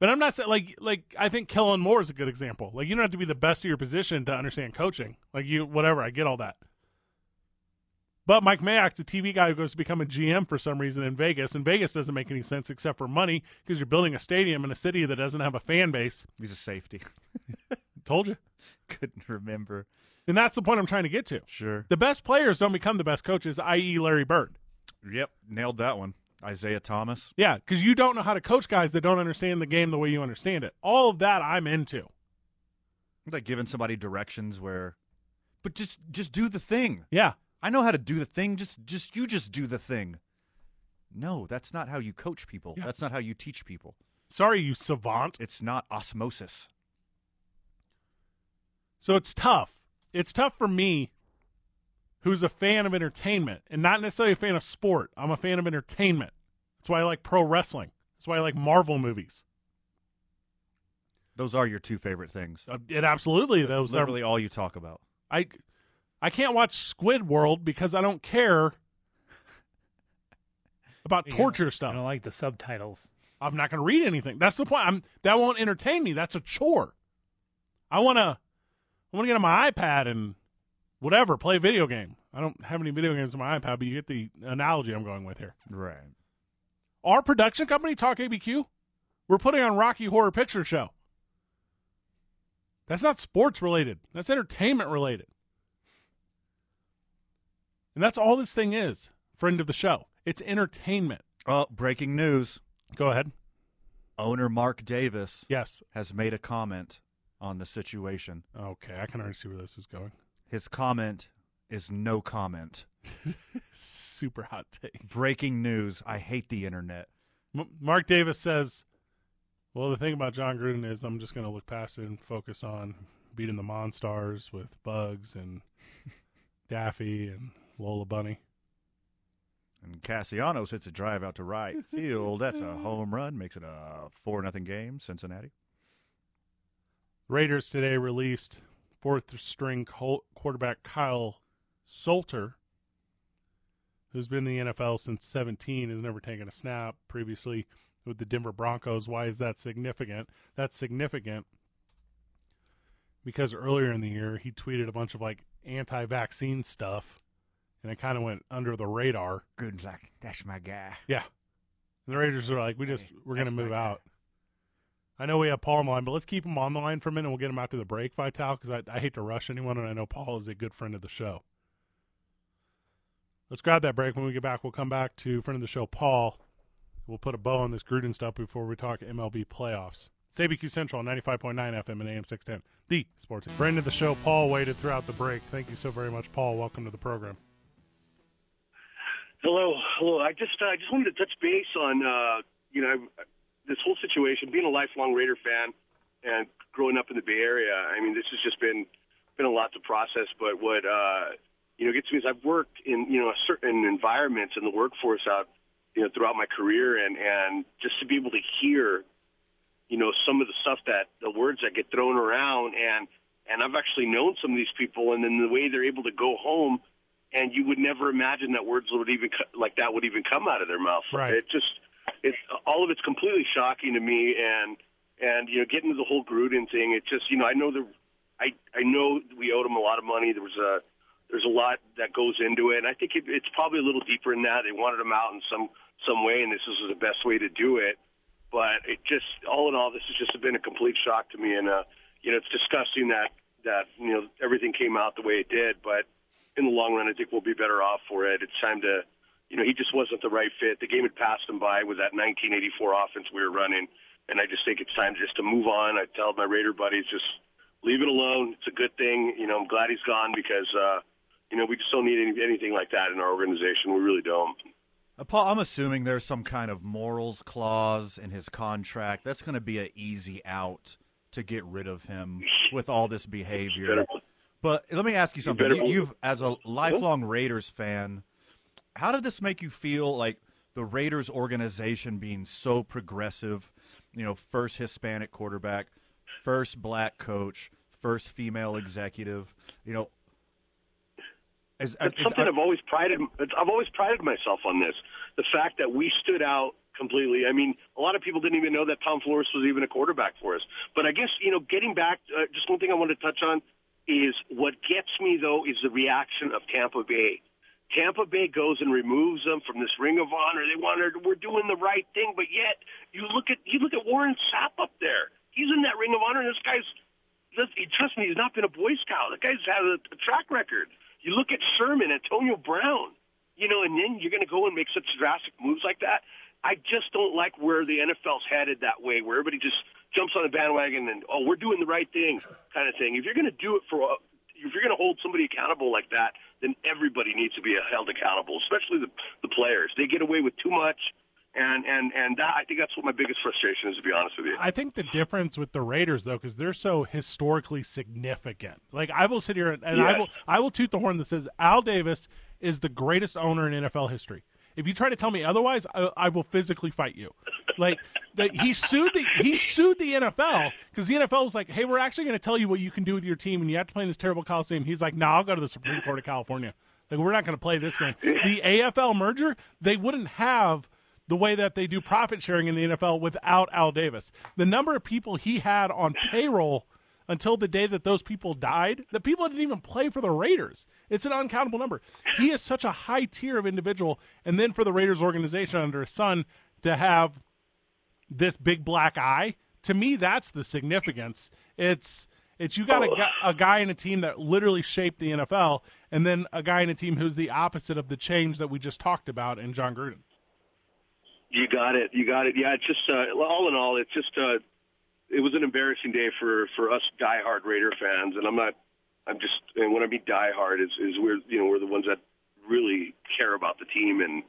I'm not saying like like I think Kellen Moore is a good example. Like you don't have to be the best of your position to understand coaching. Like you, whatever. I get all that. But Mike Mayock's a TV guy who goes to become a GM for some reason in Vegas, and Vegas doesn't make any sense except for money because you're building a stadium in a city that doesn't have a fan base.
He's a safety.
Told you,
Couldn't remember.
and that's the point I'm trying to get to.
Sure.
The best players don't become the best coaches, i.e., Larry Bird.
Yep. Nailed that one. Isaiah Thomas.
Yeah, because you don't know how to coach guys that don't understand the game the way you understand it. All of that I'm into.
Like giving somebody directions where, but just just do the thing.
Yeah,
I know how to do the thing. Just just you just do the thing. No, that's not how you coach people.
Yeah.
That's not how you teach people.
sorry, you savant.
It's not osmosis.
So it's tough. It's tough for me, who's a fan of entertainment and not necessarily a fan of sport. I'm a fan of entertainment. That's why I like pro wrestling. That's why I like Marvel movies.
Those are your two favorite things.
Uh, It absolutely those are-
Literally all you talk about.
I I can't watch Squid World because I don't care about
You
torture
I
stuff.
don't like the subtitles.
I'm not going to read anything. That's the point. I'm that won't entertain me. That's a chore. I want to I want to get on my iPad and whatever, play a video game. I don't have any video games on my iPad, but you get the analogy I'm going with here.
Right.
Our production company, Talk ABQ, we're putting on Rocky Horror Picture Show. That's not sports related. That's entertainment related. And that's all this thing is, friend of the show. It's entertainment.
Oh, breaking news.
Go ahead.
Owner Mark Davis
Yes.
has made a comment on the situation.
Okay, I can already see where this is going.
His comment is no comment.
super hot take.
Breaking news. I hate the internet.
M- Mark Davis says, "Well, the thing about John Gruden is I'm just going to look past it and focus on beating the Monstars with Bugs and Daffy and Lola Bunny."
And Cassianos hits a drive out to right field. That's a home run. Makes it a 4 nothing game, Cincinnati.
Raiders today released fourth string col- quarterback Kyle Solter, who's been in the NFL since 17, has never taken a snap previously with the Denver Broncos. Why is that significant? That's significant because earlier in the year he tweeted a bunch of like anti vaccine stuff and it kind of went under the radar.
Good luck. That's my guy.
Yeah. And the Raiders are like, we just
Hey,
we're gonna
that's my
move
guy.
out. I know we have Paul on the line, but let's keep him on the line for a minute. We'll get him out to the break, Vital, because I, I hate to rush anyone, and I know Paul is a good friend of the show. Let's grab that break. When we get back, we'll come back to friend of the show, Paul. We'll put a bow on this Gruden stuff before we talk MLB playoffs. It's ABQ Central, 95.9 FM and AM 610, the sports. Friend of the show, Paul, waited throughout the break. Thank you so very much, Paul. Welcome to the program.
Hello, hello. I just uh, I just wanted to touch base on uh, you know this whole situation. Being a lifelong Raider fan and growing up in the Bay Area, I mean, this has just been been a lot to process. But what uh, you know gets me is I've worked in you know certain environments in the workforce out you know throughout my career, and and just to be able to hear you know some of the stuff that the words that get thrown around and and I've actually known some of these people and then the way they're able to go home and you would never imagine that words would even co- like that would even come out of their mouth
Right.
it just it's all of it's completely shocking to me and and you know getting to the whole Gruden thing it just you know I know the I I know we owed him a lot of money there was a there's a lot that goes into it and I think it, it's probably a little deeper than that they wanted him out in some some way and this is the best way to do it but it just all in all this has just been a complete shock to me and uh you know it's disgusting that that you know everything came out the way it did but in the long run i think we'll be better off for it it's time to you know he just wasn't the right fit the game had passed him by with that 1984 offense we were running and i just think it's time just to move on i tell my raider buddies just leave it alone it's a good thing you know i'm glad he's gone because uh you know we just don't need any, anything like that in our organization we really don't
Uh, Paul, I'm assuming there's some kind of morals clause in his contract. That's going to be an easy out to get rid of him with all this behavior. But let me ask you something.
better
You,
believe-
you've, as a lifelong Raiders fan, how did this make you feel like the Raiders organization being so progressive? You know, first Hispanic quarterback, first black coach, first female executive. You know, is,
That's something I've always prided. I've always prided myself on this: the fact that we stood out completely. I mean, a lot of people didn't even know that Tom Flores was even a quarterback for us. But I guess you know, getting back, uh, just one thing I wanted to touch on is what gets me though is the reaction of Tampa Bay. Tampa Bay goes and removes them from this Ring of Honor. They wanted we're doing the right thing, but yet you look at you look at Warren Sapp up there. He's in that Ring of Honor, and this guy's this, he, trust me, he's not been a Boy Scout. The guy's had a, a track record. You look at Sherman, Antonio Brown, you know, and then you're going to go and make such drastic moves like that. I just don't like where the NFL's headed that way, where everybody just jumps on the bandwagon and oh, we're doing the right thing, kind of thing. If you're going to do it for, a- if you're going to hold somebody accountable like that, then everybody needs to be held accountable, especially the the players. They get away with too much, and and and that I think that's what my biggest frustration is, to be honest with you.
I think the difference with the Raiders though, because they're so historically significant. Like I will sit here and, and I
Yes.
will I will toot the horn that says Al Davis is the greatest owner in NFL history. If you try to tell me otherwise, I, I will physically fight you. Like that, he sued the he sued the NFL because the NFL was like, "Hey, we're actually going to tell you what you can do with your team, and you have to play in this terrible coliseum." He's like, "No, I'll go to the Supreme Court of California. Like, we're not going to play this game." The AFL merger, they wouldn't have the way that they do profit sharing in the NFL without Al Davis. The number of people he had on payroll until the day that those people died, the people didn't even play for the Raiders. It's an uncountable number. He is such a high tier of individual, and then for the Raiders organization under his son to have this big black eye, to me, that's the significance. It's it's you got a, gu- a guy in a team that literally shaped the NFL, and then a guy in a team who's the opposite of the change that we just talked about in John Gruden.
You got it. You got it. Yeah, it's just uh, all in all, it's just uh, it was an embarrassing day for for us diehard Raider fans, and I'm not. I'm just, and when I mean diehard, is is we're you know we're the ones that really care about the team and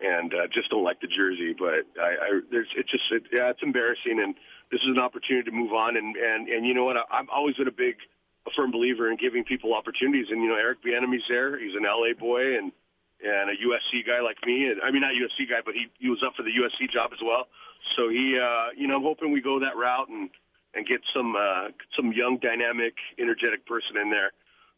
and uh, just don't like the jersey. But I, I there's it's just it, yeah, it's embarrassing, and this is an opportunity to move on. And and and you know what? I, I've always been a big, a firm believer in giving people opportunities. And you know, Eric Bieniemy's there. He's an LA boy, and and a USC guy like me. And I mean, not USC guy, but he he was up for the USC job as well. So he, uh, you know, I'm hoping we go that route and and get some uh, some young, dynamic, energetic person in there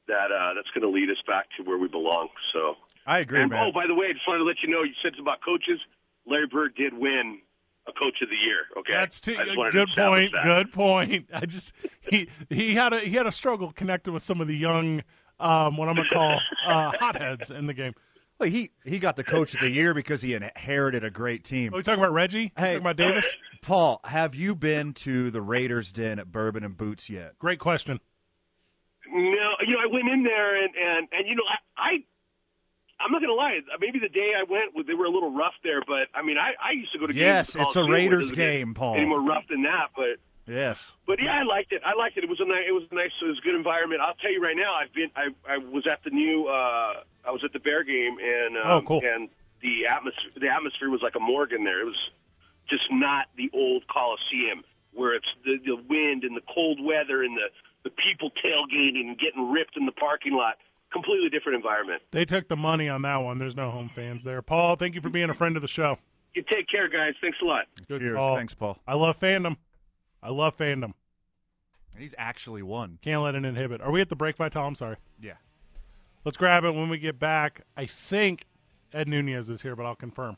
that uh, that's going to lead us back to where we belong. So
I agree,
and,
man.
Oh, by the way, I just wanted to let you know. You said it's about coaches. Larry Bird did win a Coach of the Year. Okay,
That's too,
I just wanted to
good
establish
point.
that.
Good point. I just he he had a he had a struggle connecting with some of the young um, what I'm gonna call uh, hotheads in the game.
Well, he he got the coach of the year because he inherited a great team.
Are we talking about Reggie?
Hey,
Oh, talking about Davis?
Paul, have you been to the Raiders den at Bourbon and Boots yet?
Great question.
No, you know, I went in there and and and you know, I, I I'm not gonna lie. uh, Maybe the day I went, they were a little rough there, but I mean, I I used to go to
Yes,
games. at the
it's a
Coliseum where it
Raiders
doesn't get
game, Paul.
Any more rough than that, but
Yes.
but yeah, I liked it. I liked it. It was a nice. It was a nice. It was a good environment. I'll tell you right now. I've been. I I was at the new. uh I was at the Bear game and um,
Oh, cool.
and the atmosphere the atmosphere was like a Morgan there. It was just not the old Coliseum where it's the the wind and the cold weather and the the people tailgating and getting ripped in the parking lot. Completely different environment.
They took the money on that one. There's no home fans there. Paul, thank you for being a friend of the show.
You take care, guys. Thanks a lot.
Cheers.
call.
Thanks, Paul.
I love fandom. I love fandom.
He's actually won.
Can't let it inhibit. Are we at the break, Vital? I'm sorry.
Yeah.
Let's grab it when we get back. I think Ed Nunez is here, but I'll confirm.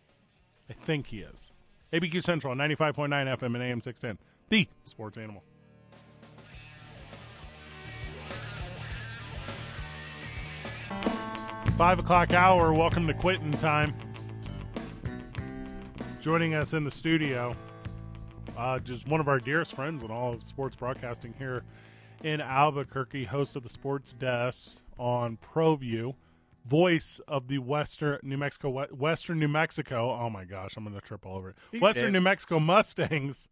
I think he is. ABQ Central, 95.9 FM and AM 610. The sports animal. Five o'clock hour. Welcome to quitting time. Joining us in the studio, uh, just one of our dearest friends in all of sports broadcasting here in Albuquerque, host of the Sports Desk on ProView, voice of the Western New Mexico we- Western New Mexico. Oh my gosh, I'm going to trip all over
You
it. Western
did.
New Mexico Mustangs.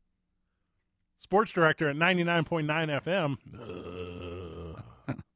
Sports director at 99.9 FM.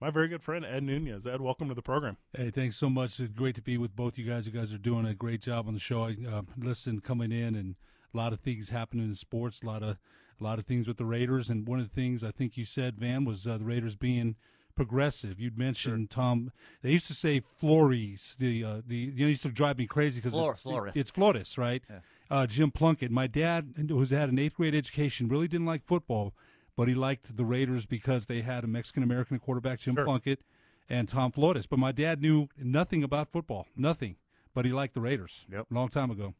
My very good friend Ed Nunez. Ed, welcome to the program.
Hey, thanks so much. It's great to be with both you guys. You guys are doing a great job on the show. I uh, listened coming in, and a lot of things happening in sports. A lot of a lot of things with the Raiders. And one of the things I think you said, Van, was uh, the Raiders being progressive. You'd mentioned Tom. They used to say Flores. The uh, the you know used to drive me crazy because
Flor-
it's,
Flores.
it's Flores, right? Uh, Jim Plunkett. My dad, who's had an eighth grade education, really didn't like football, but he liked the Raiders because they had a Mexican American quarterback, Jim Plunkett, and Tom Flores. But my dad knew nothing about football, nothing. But he liked the Raiders. Yep. long time ago.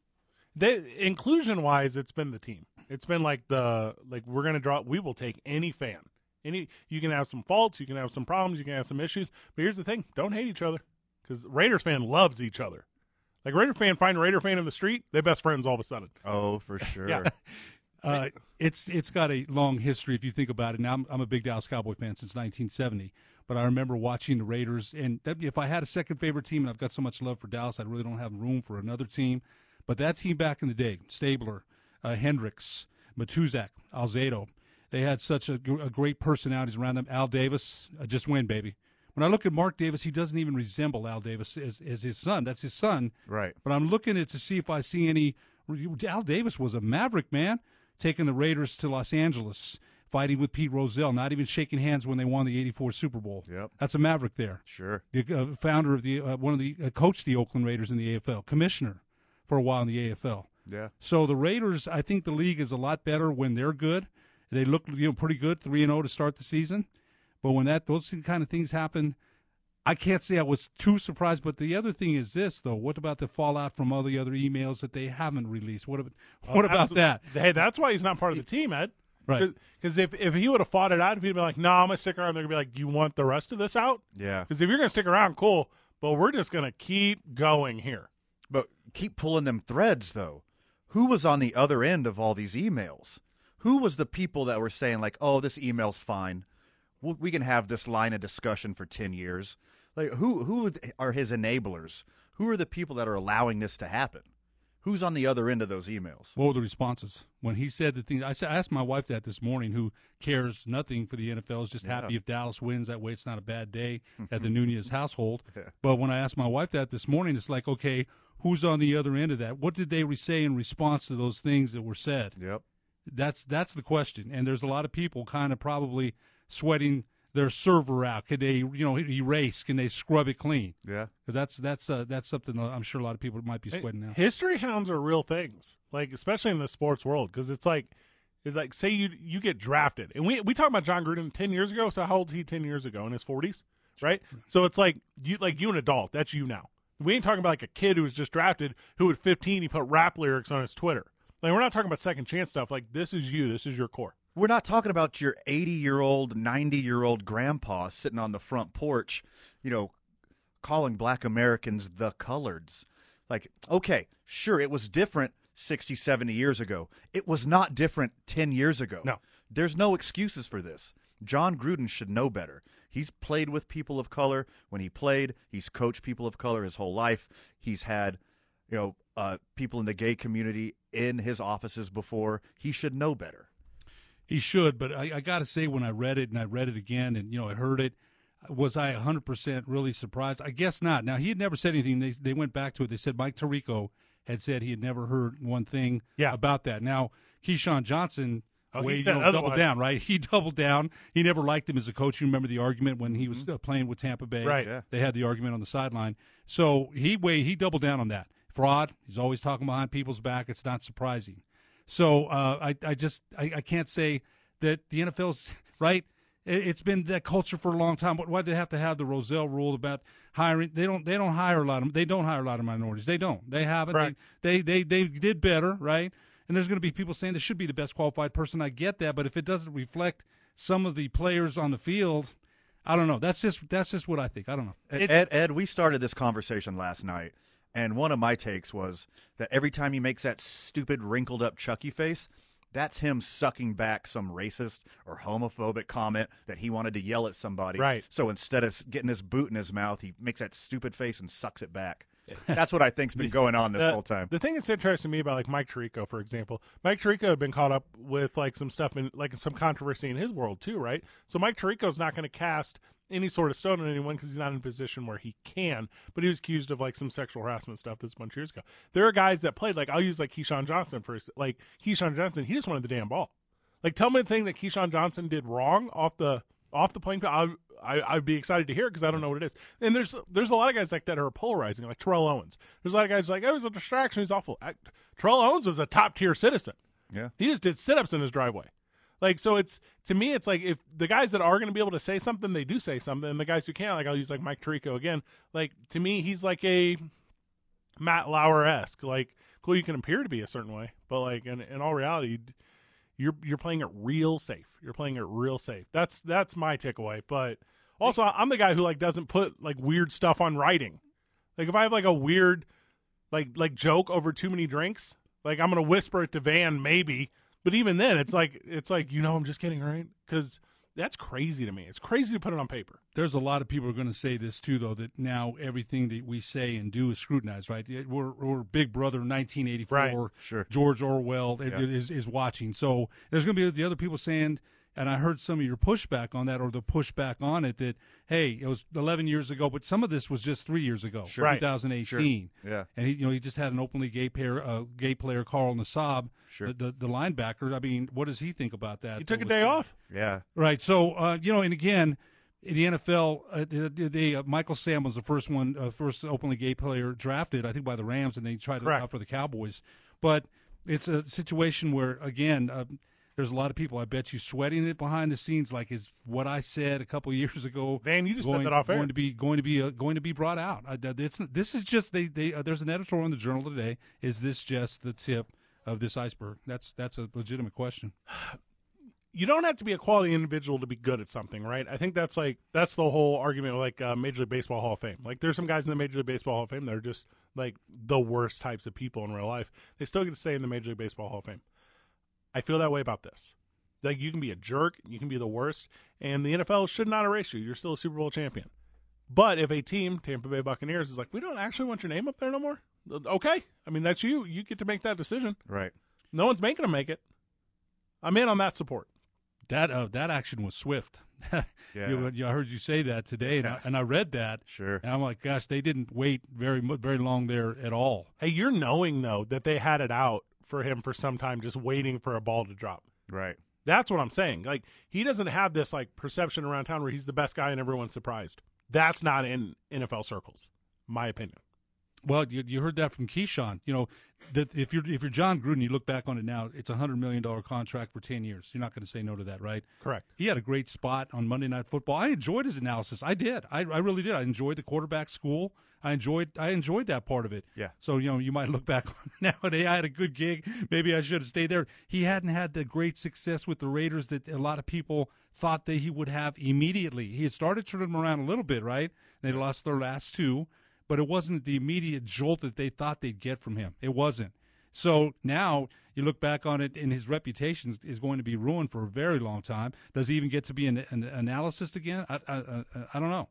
They, inclusion wise, it's been the team. It's been like the like we're gonna draw. We will take any fan. Any you can have some faults, you can have some problems, you can have some issues. But here's the thing: don't hate each other because Raiders fan loves each other. Like Raider fan find a Raider fan in the street, they're best friends all of a sudden.
Oh, for sure.
Yeah.
Uh, it's it's got a long history if you think about it. Now I'm, I'm a big Dallas Cowboy fan since 1970, but I remember watching the Raiders. And that, if I had a second favorite team, and I've got so much love for Dallas, I really don't have room for another team. But that team back in the day, Stabler, uh, Hendricks, Matuzak, Alzado, they had such a, gr- a great personalities around them. Al Davis, uh, just win, baby. When I look at Mark Davis, he doesn't even resemble Al Davis as, as his son. That's his son.
Right.
But I'm looking at to see if I see any. Al Davis was a maverick, man, taking the Raiders to Los Angeles, fighting with Pete Rozelle, not even shaking hands when they won the '84 Super Bowl. Yep. That's a maverick there.
Sure.
The uh, founder of the uh, one of the uh, coached the Oakland Raiders in the AFL, commissioner for a while in the AFL.
Yeah.
So the Raiders, I think the league is a lot better when they're good. They look you know pretty good, three and zero to start the season, but when that those kind of things happen, I can't say I was too surprised. But the other thing is this though: what about the fallout from all the other emails that they haven't released? What about what about
Absolutely.
that?
Hey, that's why he's not part of the team, Ed.
Right.
Because if, if he would have fought it out, if he'd be like, "No, nah, I'm gonna stick around," they're gonna be like, "You want the rest of this out?"
Yeah.
Because if you're gonna stick around, cool. But we're just gonna keep going here.
But keep pulling them threads, though. Who was on the other end of all these emails? Who was the people that were saying, like, oh, this email's fine. W- We can have this line of discussion for 10 years? Like, who, who are his enablers? Who are the people that are allowing this to happen? Who's on the other end of those emails?
What were the responses when he said the things? I said I asked my wife that this morning, who cares nothing for the NFL, is just
Yeah.
happy if Dallas wins. That way, it's not a bad day at the Nunez household. But when I asked my wife that this morning, it's like, okay, who's on the other end of that? What did they re- say in response to those things that were said?
Yep.
That's that's the question. And there's a lot of people kind of probably sweating their server out. Can they, you know, erase? Can they scrub it clean?
Yeah.
Because that's that's uh, that's something I'm sure a lot of people might be sweating now.
History hounds are real things, like especially in the sports world, because it's like it's like say you you get drafted, and we we talk about John Gruden ten years ago. So how old is he ten years ago? In his forties, right? So it's like you like you an adult. That's you now. We ain't talking about like a kid who was just drafted who at fifteen he put rap lyrics on his Twitter. Like we're not talking about second chance stuff. Like this is you. This is your core.
We're not talking about your 80 year old, 90 year old grandpa sitting on the front porch, you know, calling black Americans the coloreds. Like, okay, sure, it was different 60, 70 years ago. It was not different 10 years ago. No. There's no excuses for this. John Gruden should know better. He's played with people of color when he played, he's coached people of color his whole life. He's had, you know, uh, people in the gay community in his offices before. He should know better.
He should, but I, I got to say, when I read it and I read it again, and you know, I heard it, was I 100% really surprised? I guess not. Now he had never said anything. They they went back to it. They said Mike Tirico had said he had never heard one thing about that. Now Keyshawn Johnson.
Oh, he
way, you
said
know, doubled
otherwise.
down, right? He doubled down. He never liked him as a coach. You remember the argument when he was uh, playing with Tampa Bay,
Mm-hmm. Right. Yeah.
They had the argument on the sideline. So he way he doubled down on that fraud. He's always talking behind people's back. It's not surprising. So uh, I I just I, I can't say that the NFL's right. It, it's been that culture for a long time. But why do they have to have the Roselle rule about hiring? They don't they don't hire a lot of they don't hire a lot of minorities. They don't. They haven't.
Right.
They, they they they did better, right? And there's going to be people saying this should be the best qualified person. I get that, but if it doesn't reflect some of the players on the field, I don't know. That's just that's just what I think. I don't know.
Ed, E-, Ed, Ed, we started this conversation last night, and one of my takes was that every time he makes that stupid wrinkled up Chucky face, that's him sucking back some racist or homophobic comment that he wanted to yell at somebody.
Right.
So instead of s- getting his boot in his mouth, he makes that stupid face and sucks it back. That's what I think's been going on this
the-
whole time.
Uh, The thing that's interesting to me about like Mike Tirico, for example, Mike Tirico had been caught up with like some stuff in like some controversy in his world too, right? So Mike Tirico's not going to cast any sort of stone on anyone because he's not in a position where he can. But he was accused of like some sexual harassment stuff this bunch of years ago. There are guys that played like I'll use like Keyshawn Johnson first. Like Keyshawn Johnson, he just wanted the damn ball. Like tell me the thing that Keyshawn Johnson did wrong off the off the playing field. I, I I'd be excited to hear it because I don't know what it is. And there's there's a lot of guys like that who are polarizing, like Terrell Owens. There's a lot of guys like, oh, he's a distraction. He's awful. I, Terrell Owens was a top tier citizen.
Yeah.
He just did sit ups in his driveway. Like so, it's to me, it's like if the guys that are going to be able to say something, they do say something, and the guys who can't, like I'll use like Mike Tirico again. Like to me, he's like a Matt Lauer esque. Like cool, you can appear to be a certain way, but like in, in all reality, you're you're playing it real safe. You're playing it real safe. That's that's my takeaway. But also, I'm the guy who like doesn't put like weird stuff on writing. Like if I have like a weird like like joke over too many drinks, like I'm gonna whisper it to Van maybe. But even then, it's like it's like you know I'm just kidding, right? Because that's crazy to me. It's crazy to put it on paper.
There's a lot of people who are going to say this too, though, that now everything that we say and do is scrutinized, right? It- We're, we're Big Brother 1984.
Sure.
George Orwell it-
Yeah.
it is, is watching. So there's going to be the other people saying, and I heard some of your pushback on that or the pushback on it that, hey, it was 11 years ago, but some of this was just three years ago,
Sure. Right.
2018.
Sure. Yeah.
And he, you know, he just had an openly gay player, uh, gay player, Carl Nassab,
Sure.
the, the, the linebacker. I mean, what does he think about that?
He took a
Was-
day off.
Yeah.
Right. So uh, you know, and again, in the NFL, uh, they, they, uh, Michael Sam was the first one, uh, first openly gay player drafted, I think, by the Rams, and they tried to out for the Cowboys. But it's a situation where, again, uh, there's a lot of people. I bet you sweating it behind the scenes, like is what I said a couple years ago.
Van, you just said
going,
that off air.
Going to be going to be uh, going to be brought out. I, that- it's, this is just they. they uh, there's an editorial in the Journal today. Is this just the tip of this iceberg? That's that's a legitimate question.
you don't have to be a quality individual to be good at something, right? I think that's like that's the whole argument, like uh, Major League Baseball Hall of Fame. Like, there's some guys in the Major League Baseball Hall of Fame that are just like the worst types of people in real life. They still get to stay in the Major League Baseball Hall of Fame. I feel that way about this. Like, you can be a jerk, you can be the worst, and the NFL should not erase you. You're still a Super Bowl champion. But if a team, Tampa Bay Buccaneers, is like, we don't actually want your name up there no more, okay. I mean, that's you. You get to make that decision.
Right.
No one's making them make it. I'm in on that support.
That uh, that action was swift. you, you- I heard you say that today, and, I, and I read that.
Sure.
And I'm like, gosh, they didn't wait very mu- very long there at all.
Hey, you're knowing though that they had it out for him for some time, just waiting for a ball to drop.
Right.
That's what I'm saying. Like he doesn't have this like perception around town where he's the best guy and everyone's surprised. That's not in NFL circles, my opinion.
Well, you, you heard that from Keyshawn. You know that if you're if you're John Gruden, you look back on it now. It's a hundred million dollar contract for ten years. You're not going to say no to that, right?
Correct.
He had a great spot on Monday Night Football. I enjoyed his analysis. I did. I, I really did. I enjoyed the quarterback school. I enjoyed I enjoyed that part of it.
Yeah.
So you know you might look back on it now and hey, I had a good gig. Maybe I should have stayed there. He hadn't had the great success with the Raiders that a lot of people thought that he would have immediately. He had started turning them around a little bit, right? They lost their last two, but it wasn't the immediate jolt that they thought they'd get from him. It wasn't. So now you look back on it, and his reputation is- is going to be ruined for a very long time. Does he even get to be an, an analyst again? I, I, I, I don't know.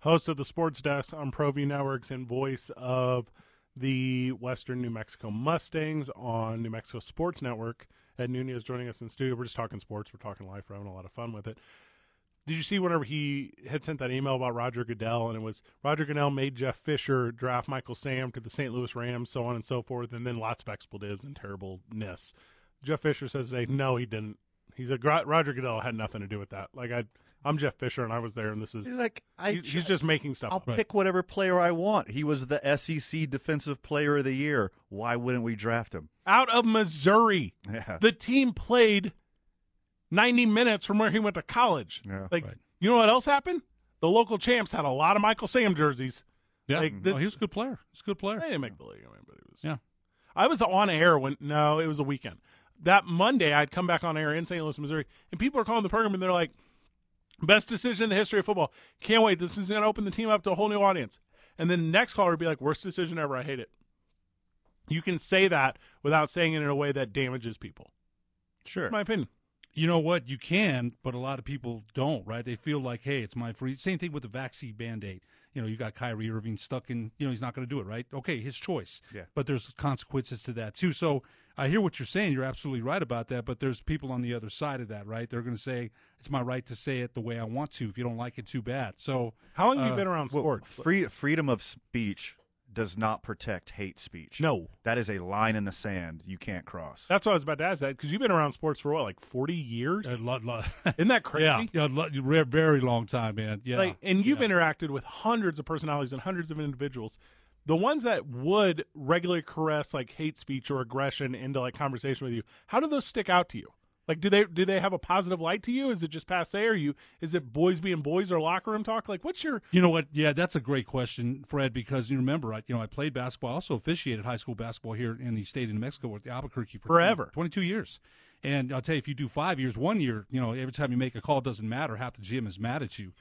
Host of the Sports Desk on ProView Networks and voice of the Western New Mexico Mustangs on New Mexico Sports Network. Ed Nunez joining us in studio. We're just talking sports. We're talking life. We're having a lot of fun with it. Did you see whenever he had sent that email about Roger Goodell and it was Roger Goodell made Jeff Fisher draft Michael Sam to the St. Louis Rams, so on and so forth, and then lots of expletives and terribleness. Jeff Fisher says today, no, he didn't. He's a Roger Goodell had nothing to do with that. Like I, I'm Jeff Fisher and I was there, and this is
He's like, I
he- he's just making stuff.
I'll
up.
pick whatever player I want. He was the SEC Defensive Player of the Year. Why wouldn't we draft him?
out of Missouri.
Yeah.
The team played 90 minutes from where he went to college.
Yeah.
Like, you know what else happened? The local champs had a lot of Michael Sam jerseys.
Yeah,
Like,
oh, he was a good player. He's a good player.
They didn't make the league, I mean, but it was.
Yeah.
I was on air when no, it was a weekend. That Monday, I'd come back on air in St. Louis, Missouri, and people are calling the program and they're like, "Best decision in the history of football." Can't wait. This is going to open the team up to a whole new audience. And then the next caller would be like, "Worst decision ever. I hate it." You can say that without saying it in a way that damages people.
Sure.
That's my opinion.
you know what you can but a lot of people don't right they feel like hey it's my free same thing with the vaccine band-aid you know, you got Kyrie Irving stuck in, you know, he's not going to do it, right? Okay, his choice.
Yeah.
But there's consequences to that too. So I hear what you're saying. You're absolutely right about that. But there's people on the other side of that, right? They're going to say it's my right to say it the way I want to. If you don't like it, too bad. So uh,
Well, free, freedom of speech does not protect hate speech.
No,
that is a line in the sand you can't cross.
That's what I was about to ask that because you've been around sports for what, like forty years? Isn't that crazy?
Yeah, yeah, lo- re- very long time, man. Yeah,
Like, and you've interacted with hundreds of personalities and hundreds of individuals. The ones that would regularly caress like hate speech or aggression into like conversation with you, how do those stick out to you? Like, do they do they have a positive light to you? Is it just passe? Or you is it boys being boys or locker room talk? Like, what's your
You know what? Yeah, that's a great question, Fred. Because you remember, I you know I played basketball. I also officiated high school basketball here in the state of New Mexico with Albuquerque for
Forever.
twenty two years. And I'll tell you, if you do five years, one year, you know, every time you make a call, it doesn't matter. Half the gym is mad at you.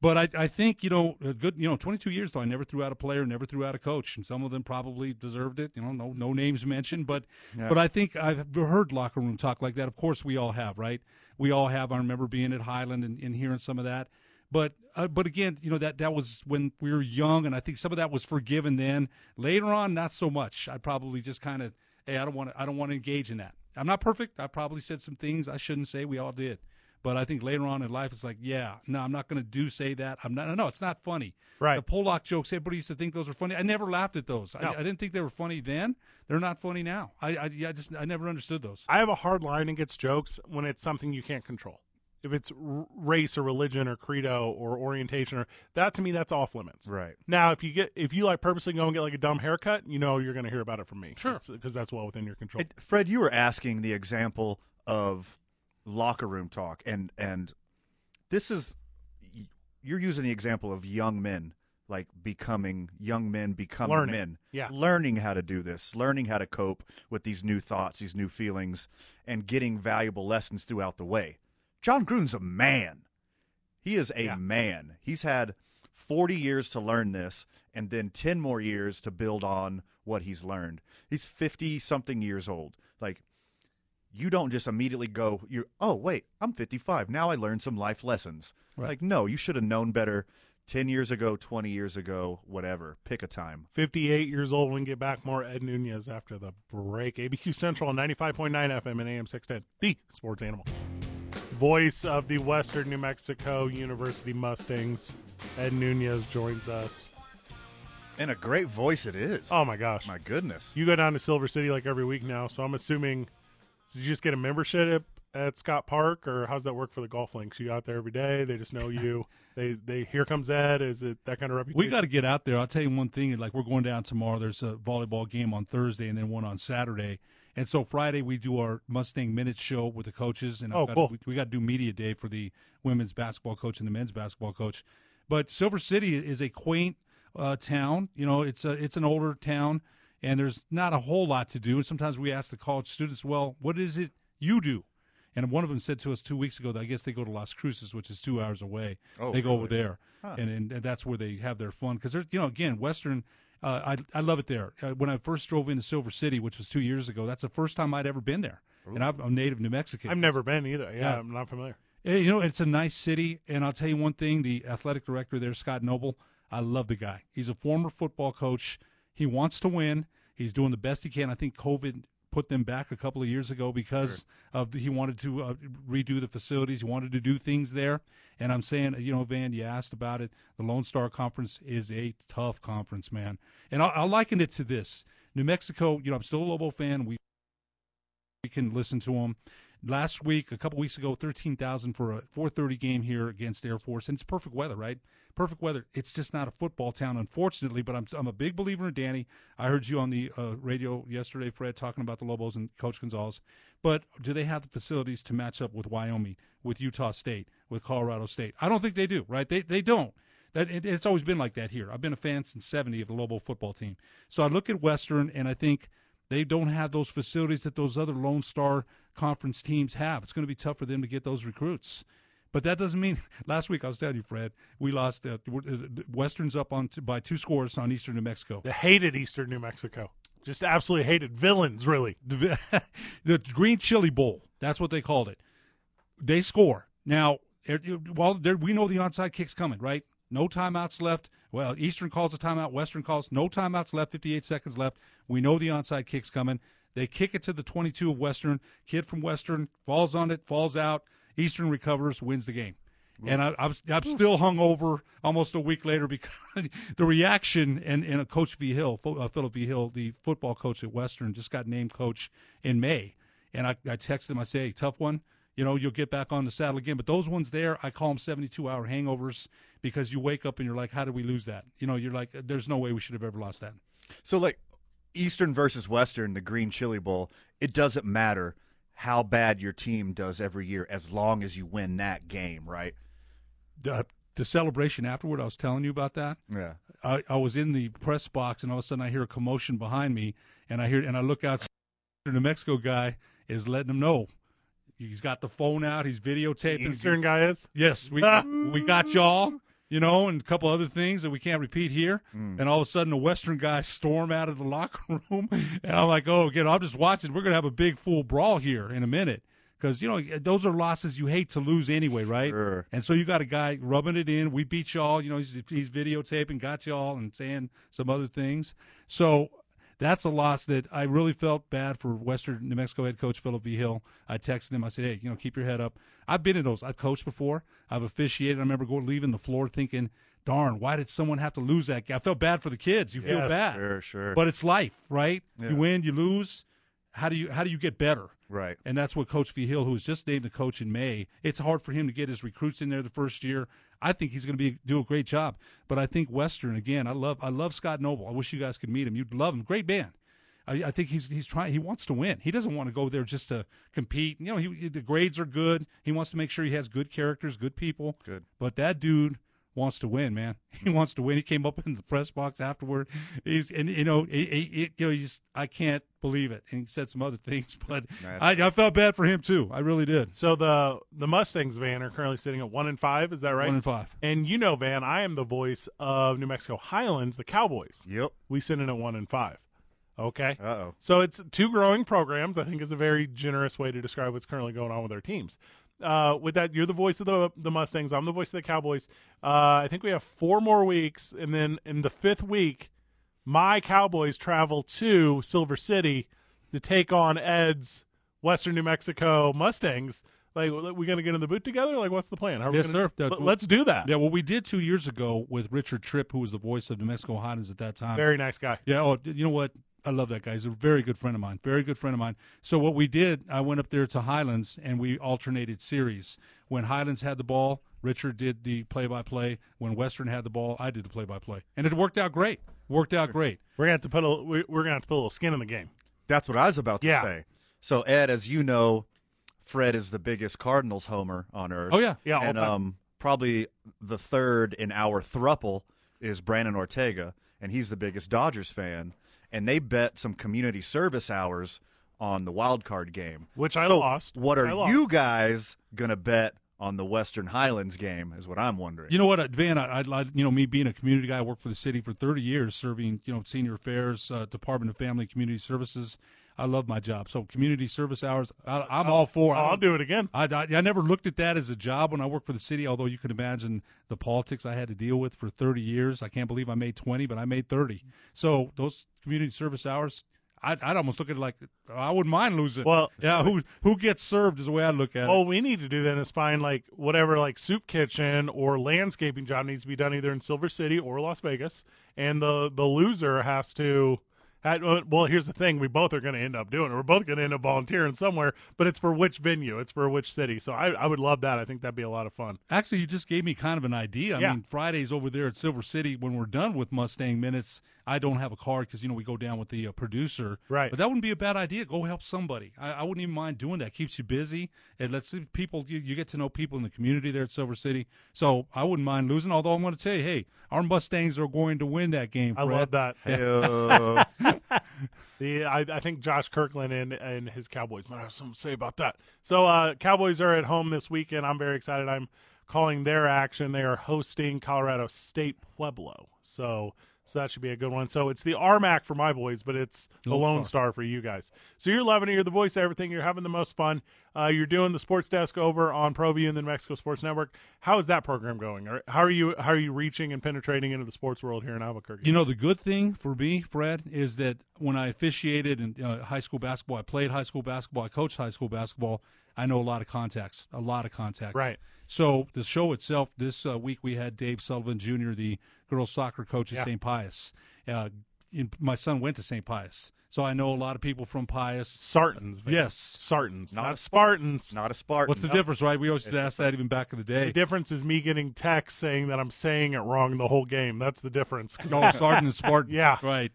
but I, I think you know, a good, you know, twenty two years though. I never threw out a player, never threw out a coach, and some of them probably deserved it. You know, no no names mentioned, but
Yeah.
but I think I've heard locker room talk like that. Of course, we all have, right? We all have. I remember being at Highland and, and hearing some of that. But uh, but again, you know that that was when we were young, and I think some of that was forgiven then. Later on, not so much. I probably just kind of, hey, I don't want to, I don't want to engage in that. I'm not perfect. I probably said some things I shouldn't say. We all did. But I think later on in life, it's like, yeah, no, I'm not going to do say that. I'm not. No, it's not funny. Right. The Pollock jokes. Everybody used to think those were funny. I never laughed at those.
No.
I, I didn't think they were funny then. They're not funny now. I, I, yeah, I just, I never understood those.
I have a hard line against jokes when it's something you can't control. If it's r- race or religion or credo or orientation or that to me that's off limits.
Right.
Now, if you get if you like purposely go and get like a dumb haircut, you know you're going to hear about it from me. Sure, because that's well within your control.
Fred, you were asking the example of locker room talk, and and this is you're using the example of young men like becoming young men becoming
Learning.
men
Yeah.
learning how to do this learning how to cope with these new thoughts these new feelings and getting valuable lessons throughout the way john gruden's a man he is a man he's had 40 years to learn this and then 10 more years to build on what he's learned he's 50 something years old like you don't just immediately go you oh wait i'm 55 now i learned some life lessons
Right.
like no you should have known better 10 years ago 20 years ago whatever pick a time
58 years old when we get back more Ed Nunez after the break. ABQ Central on 95.9 FM and AM 610. The sports animal. Voice of the Western New Mexico University Mustangs. Ed Nunez joins us.
And a great voice it is.
Oh my gosh.
My goodness.
You go down to Silver City like every week now, so I'm assuming did you just get a membership at Scott Park or how's that work for the golf links? You out there every day, they just know you. they they here comes Ed, is it that kind of reputation?
We got to get out there. I'll tell you one thing. Like we're going down tomorrow. There's a volleyball game on Thursday, and then one on Saturday. And so Friday we do our Mustang Minute show with the coaches, and I've
Oh,
got-
cool.
we, we got to do media day for the women's basketball coach and the men's basketball coach. But Silver City is a quaint uh, town. You know, it's a it's an older town, and there's not a whole lot to do. And sometimes we ask the college students, "Well, what is it you do?" And one of them said to us two weeks ago that I guess they go to Las Cruces, which is two hours away.
Oh,
they go over
really?
there,
Huh.
and, and and that's where they have their fun because there's you know again Western. Uh, I I love it there. Uh, when I first drove into Silver City, which was two years ago, that's the first time I'd ever been there. And I'm, I'm native New Mexican.
I've never been either. Yeah,
Yeah.
I'm not familiar.
Eh, You know, it's a nice city, and I'll tell you one thing: the athletic director there, Scott Noble, I love the guy. He's a former football coach. He wants to win. He's doing the best he can. I think COVID put them back a couple of years ago because of the, he wanted to uh, redo the facilities. He wanted to do things there, and I'm saying, you know, Van, you asked about it. The Lone Star Conference is a tough conference, man, and I'll, I'll liken it to this: New Mexico. You know, I'm still a Lobo fan. We we can listen to them. Last week, a couple weeks ago, thirteen thousand for a four thirty game here against Air Force, and it's perfect weather, right? Perfect weather. It's just not a football town, unfortunately. But I'm I'm a big believer in Danny. I heard you on the uh, radio yesterday, Fred, talking about the Lobos and Coach Gonzalez. But do they have the facilities to match up with Wyoming, with Utah State, with Colorado State? I don't think they do, right? They they don't. That it, it's always been like that here. I've been a fan since '70 of the Lobo football team. So I look at Western, and I think they don't have those facilities that those other Lone Star Conference teams have. It's going to be tough for them to get those recruits. But that doesn't mean. Last week I was telling you, Fred, we lost. Uh, we're- uh, Western's up on by two scores on Eastern New Mexico.
They hated Eastern New Mexico. Just absolutely hated villains, really.
the, the Green Chili Bowl. That's what they called it. They score now. er- er, Well, there, we know the onside kick's coming, right? No timeouts left. Well, Eastern calls a timeout. Western calls no timeouts left. 58 seconds left. We know the onside kick's coming. They kick it to the 22 of Western. Kid from Western falls on it, falls out. Eastern recovers, wins the game. And I, I'm, I'm still hung over almost a week later because the reaction and, and a coach V Hill, Ph- uh, Philip V Hill, the football coach at Western, just got named coach in May. And I, I texted him, I say, hey, tough one. You know, you'll get back on the saddle again. But those ones there, I call them 72 hour hangovers because you wake up and you're like, how did we lose that? You know, you're like, there's no way we should have ever lost that.
So like Eastern versus Western, the Green Chili Bowl, it doesn't matter how bad your team does every year as long as you win that game, right?
The, the celebration afterward, I was telling you about that.
Yeah.
I, I was in the press box and all of a sudden I hear a commotion behind me and I hear and I look out the New Mexico guy is letting him know. He's got the phone out, he's videotaping.
Eastern guy is?
Yes, we we got y'all, you know, and a couple other things that we can't repeat here. And all of a sudden the Western guy storm out of the locker room and I'm like, "Oh, again, I'm just watching. We're going to have a big full brawl here in a minute." Because you know those are losses you hate to lose anyway, right? And so you got a guy rubbing it in. We beat y'all. You know he's he's videotaping, got y'all, and saying some other things. So that's a loss that I really felt bad for Western New Mexico head coach Philip V. Hill. I texted him. I said, "Hey, you know, keep your head up. I've been in those. I've coached before. I've officiated. I remember going leaving the floor thinking, darn, why did someone have to lose that? game? I felt bad for the kids. You feel
Yes.
bad,
Sure, sure.
But it's life, right?
Yeah.
You win, you lose. How do you how do you get better?
Right.
And that's what Coach V Hill, who was just named the coach in May, it's hard for him to get his recruits in there the first year. I think he's going to be do a great job. But I think Western again. I love I love Scott Noble. I wish you guys could meet him. You'd love him. Great man. I, I think he's he's trying. He wants to win. He doesn't want to go there just to compete. You know, he, the grades are good. He wants to make sure he has good characters, good people.
Good.
But that dude wants to win, man. He wants to win. He came up in the press box afterward. He's and you know, he, he, he- you know, he's I can't believe it. And he said some other things, but I, I felt bad for him too. I really did.
So the the Mustangs, Van, are currently sitting at one and five. Is that right?
One and five.
And you know, Van, I am the voice of New Mexico Highlands, the Cowboys.
Yep.
We sit in at one and five. Okay.
Uh oh.
So it's two growing programs. I think is a very generous way to describe what's currently going on with our teams. Uh, with that, you're the voice of the the Mustangs. I'm the voice of the Cowboys. Uh, I think we have four more weeks, and then in the fifth week, my Cowboys travel to Silver City to take on Ed's Western New Mexico Mustangs. Like, we gonna get in the boot together? Like, what's the plan? How are we
yes,
gonna-
sir. That's
Let-
what-
let's do that.
Yeah, what we did two years ago with Richard Tripp, who was the voice of New Mexico Highlands at that time.
Very nice guy.
Yeah. Oh, you know what? I love that guy. He's a very good friend of mine. Very good friend of mine. So what we did, I went up there to Highlands and we alternated series. When Highlands had the ball, Richard did the play-by-play. When Western had the ball, I did the play-by-play, and it worked out great. Worked out great.
We're gonna have to put a we- we're gonna have to put a little skin in the game.
That's what I was about to
Yeah.
say. So Ed, as you know, Fred is the biggest Cardinals homer on earth.
Oh, yeah.
Yeah, all
And
time.
um, probably the third in our thruple is Brandon Ortega, and he's the biggest Dodgers fan. And they bet some community service hours on the wild card game,
Which I
So
lost.
What
Which
are
I lost.
you guys gonna bet on the Western Highlands game? Is what I'm wondering.
You know what, Uh, Van? I, I, you know, me being a community guy, I worked for the city for 30 years, serving you know senior affairs, uh, Department of Family and Community Services. I love my job. So community service hours, I, I'm all for. I
I'll
don't-
do it again.
I, I, I never looked at that as a job when I worked for the city, although you can imagine the politics I had to deal with for 30 years. I can't believe I made 20, but I made 30. So those community service hours, I'd, I'd almost look at it like I wouldn't mind losing.
Well-
yeah, who who gets served is the way I look at it.
All Oh, we need to do then is find like whatever like soup kitchen or landscaping job needs to be done either in Silver City or Las Vegas, and the the loser has to. ha- uh, Well, here's the thing: we both are going to end up doing it. We're both going to end up volunteering somewhere, but it's for which venue, it's for which city. So I, I would love that. I think that'd be a lot of fun.
Actually, you just gave me kind of an idea. I
Yeah.
mean, Fridays over there at Silver City, when we're done with Mustang Minutes, I don't have a card because, you know, we go down with the uh, producer.
Right.
But that wouldn't be a bad idea. Go help somebody. I, I wouldn't even mind doing that. Keeps you busy. It lets the people, you, you get to know people in the community there at Silver City. So I wouldn't mind losing. Although I'm going to tell you, hey, our Mustangs are going to win that game.
I
Fred.
love that.
Heyo.
The I, I think Josh Kirkland and and his Cowboys might have something to say about that. So uh, Cowboys are at home this weekend. I'm very excited. I'm calling their action. They are hosting Colorado State Pueblo. So So that should be a good one. So it's the Armac for my boys, but it's the
Lone
Lone Star for you guys. So you're loving it. You're the voice of everything. You're having the most fun. Uh, you're doing the sports desk over on ProView and the New Mexico Sports Network. How is that program going? Or How are you? How are you reaching and penetrating into the sports world here in Albuquerque?
You know, the good thing for me, Fred, is that when I officiated in uh, high school basketball, I played high school basketball, I coached high school basketball. I know a lot of contacts, a lot of contacts.
Right.
So the show itself, this uh, week we had Dave Sullivan Jr., the girls soccer coach at
Yeah.
St. Pius. Uh, in, my son went to St. Pius, so I know a lot of people from Pius.
Sartans, man.
yes,
Sartans, not, Spartans.
Not a Spartan.
What's the difference, right? We always used to ask that even back in the day.
The difference is me getting text saying that I'm saying it wrong the whole game. That's the difference.
Oh, Sarden and Spartan.
Yeah.
Right.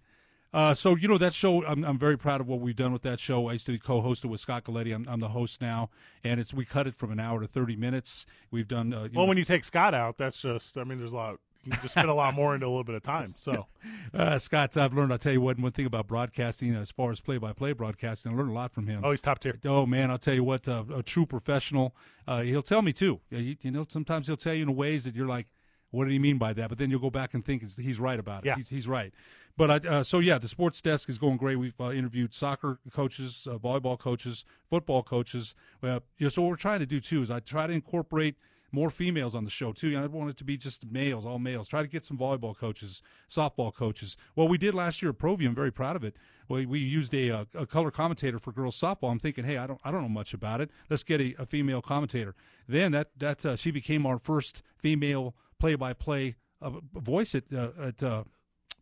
Uh, so, you know, that show, I'm, I'm very proud of what we've done with that show. I used to co host it with Scott Galletti. I'm, I'm the host now. And it's we cut it from an hour to 30 minutes. We've done. Uh, you
Well,
know,
when you take Scott out, that's just. I mean, there's a lot. You just spend a lot more into a little bit of time. So
uh, Scott, I've learned, I'll tell you what, one thing about broadcasting, as far as play by play broadcasting, I learned a lot from him.
Oh, he's top tier.
Oh man, I'll tell you what, uh, a true professional. Uh, he'll tell me too. Yeah, You, you know, sometimes he'll tell you in ways that you're like, "What did he mean by that?" But then you'll go back and think it's, he's right about it.
Yeah.
He's, he's right. But I, uh, so yeah, the sports desk is going great. We've uh, interviewed soccer coaches, uh, volleyball coaches, football coaches. Uh, you know, so what we're trying to do too is I try to incorporate more females on the show too. I don't want it to be just males, all males. Try to get some volleyball coaches, softball coaches. Well, we did last year at Provi. I'm very proud of it. We, we used a, uh, a color commentator for girls softball. I'm thinking, hey, I don't I don't know much about it. Let's get a, a female commentator. Then that that uh, she became our first female play by play voice at uh, at. Uh,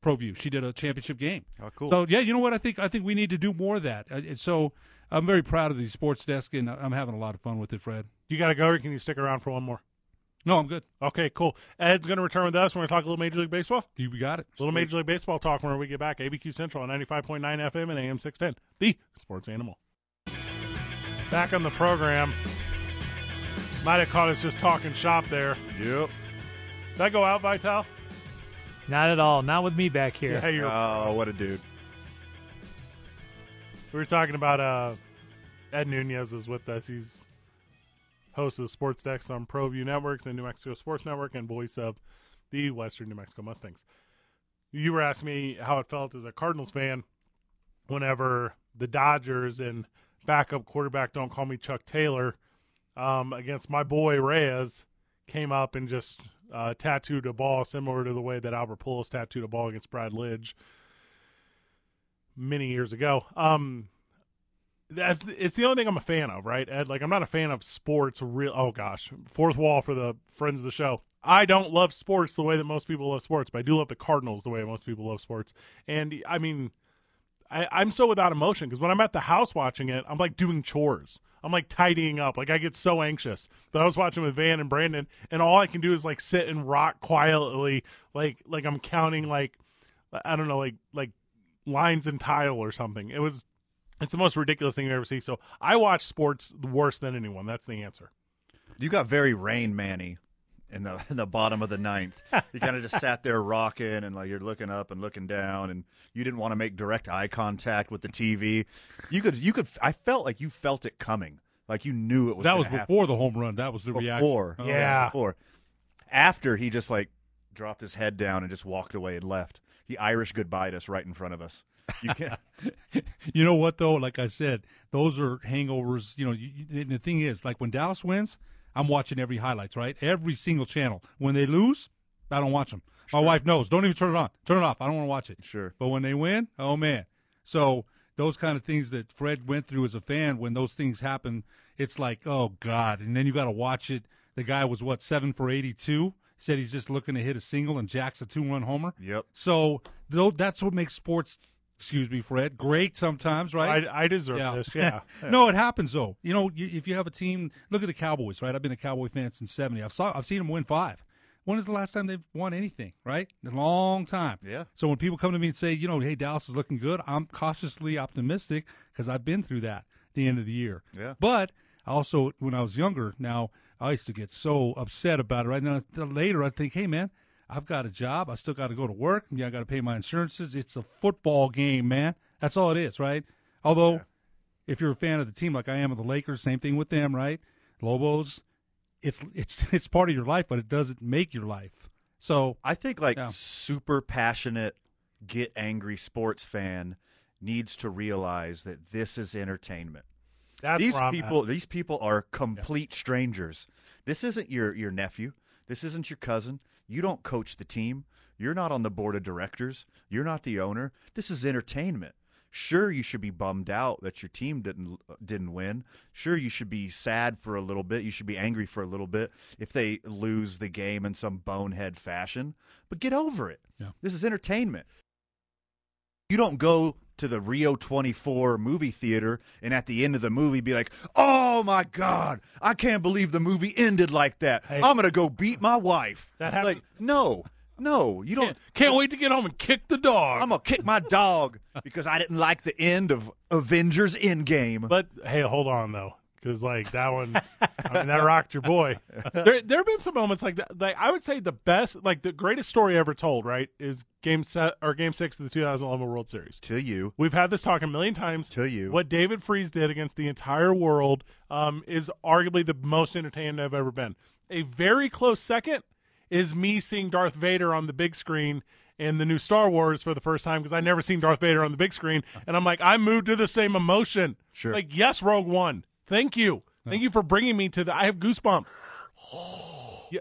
Proview. She did a championship game.
Oh, cool.
So yeah, you know what? I think I think we need to do more of that. Uh, and so I'm very proud of the sports desk, and I'm having a lot of fun with it, Fred.
you got to go, or can you stick around for one more?
No, I'm good.
Okay, cool. Ed's going to return with us. We're going to talk a little Major League Baseball.
You got it.
Little Major League Baseball talk when we get back. ABQ Central on 95.9 FM and AM 610. The Sports Animal. Back on the program. Might have caught us just talking shop there.
Yep.
Did I go out, Vital?
Not at all. Not with me back here.
Yeah, you're,
Oh, what a dude.
we were talking about uh, Ed Nunez is with us. He's host of the Sports Decks on ProView Network, the New Mexico Sports Network, and voice of the Western New Mexico Mustangs. You were asking me how it felt as a Cardinals fan whenever the Dodgers and backup quarterback, don't call me Chuck Taylor, um, against my boy Reyes, came up and just uh, tattooed a ball similar to the way that Albert Pujols tattooed a ball against Brad Lidge many years ago. Um, that's it's the only thing I'm a fan of, right? Ed, like I'm not a fan of sports. Real, oh gosh, fourth wall for the friends of the show. I don't love sports the way that most people love sports, but I do love the Cardinals the way most people love sports. And I mean, I, I'm so without emotion because when I'm at the house watching it, I'm like doing chores. I'm like tidying up. Like I get so anxious. But I was watching with Van and Brandon, and all I can do is like sit and rock quietly, like like I'm counting like I don't know, like like lines and tile or something. It was it's the most ridiculous thing you ever see. So I watch sports worse than anyone. That's the answer.
You got very rain manny in the in the bottom of the ninth. You kind of just sat there rocking and like you're looking up and looking down and you didn't want to make direct eye contact with the TV. You could you could I felt like you felt it coming. Like you knew it was
that was
gonna happen.
before the home run. That was the
before.
reaction. Oh,
Yeah.
Before. After he just like dropped his head down and just walked away and left. He Irish goodbye us right in front of us. You can't
You know what though? Like I said, those are hangovers. You know, you, you- the thing is, like when Dallas wins, I'm watching every highlights, right? Every single channel. When they lose, I don't watch them. My wife knows. Don't even turn it on. Turn it off. I don't want to watch it.
Sure.
But when they win, oh man. So those kind of things that Fred went through as a fan, when those things happen, it's like, oh God. And then you got to watch it. The guy was what seven for eighty-two. Said he's just looking to hit a single and jacks a two-run homer.
Yep.
So though that's what makes sports, excuse me, Fred, great sometimes, right?
I, I deserve this. Yeah.
no, it happens though. You know, you, if you have a team, look at the Cowboys, right? I've been a Cowboy fan since '70. I've saw, I've seen them win five. When is the last time they've won anything? Right, a long time.
Yeah.
So when people come to me and say, you know, hey, Dallas is looking good, I'm cautiously optimistic because I've been through that. At the end of the year.
Yeah.
But I also, when I was younger, now I used to get so upset about it. Right now, later I think, hey man, I've got a job. I still got to go to work. Yeah, I got to pay my insurances. It's a football game, man. That's all it is, right? Although, if you're a fan of the team, like I am of the Lakers, same thing with them, right? Lobos, it's it's it's part of your life, but it doesn't make your life. So
I think like
yeah.
super passionate, get angry sports fan needs to realize that this is entertainment.
That's
these
where I'm at.
people these people are complete strangers. This isn't your your nephew. This isn't your cousin. You don't coach the team. You're not on the board of directors. You're not the owner. This is entertainment. Sure, you should be bummed out that your team didn't didn't win. Sure, you should be sad for a little bit. You should be angry for a little bit if they lose the game in some bonehead fashion. But get over it.
Yeah.
This is entertainment. You don't go to the Rio 24 movie theater and at the end of the movie be like, "Oh my god, I can't believe the movie ended like that. I'm going to go beat my wife."
That happened-
Like, no. No, you don't
Can't wait to get home and kick the dog.
I'm going to kick my dog because I didn't like the end of Avengers Endgame.
But hey, hold on though, because like that one, I mean, that rocked your boy. There, there have been some moments like that. Like I would say the best, like the greatest story ever told, right, is game set or game six of the 2011 World Series.
to you,
We've had this talk a million times.
to you.
What David Freeze did against the entire world um, is arguably the most entertaining I've ever been. A very close second is me seeing Darth Vader on the big screen in the new Star Wars for the first time because I never seen Darth Vader on the big screen, and I'm like, I moved to the same emotion.
Sure.
Like, yes, Rogue One. Thank you. Thank you for bringing me to the. I have goosebumps. Yeah.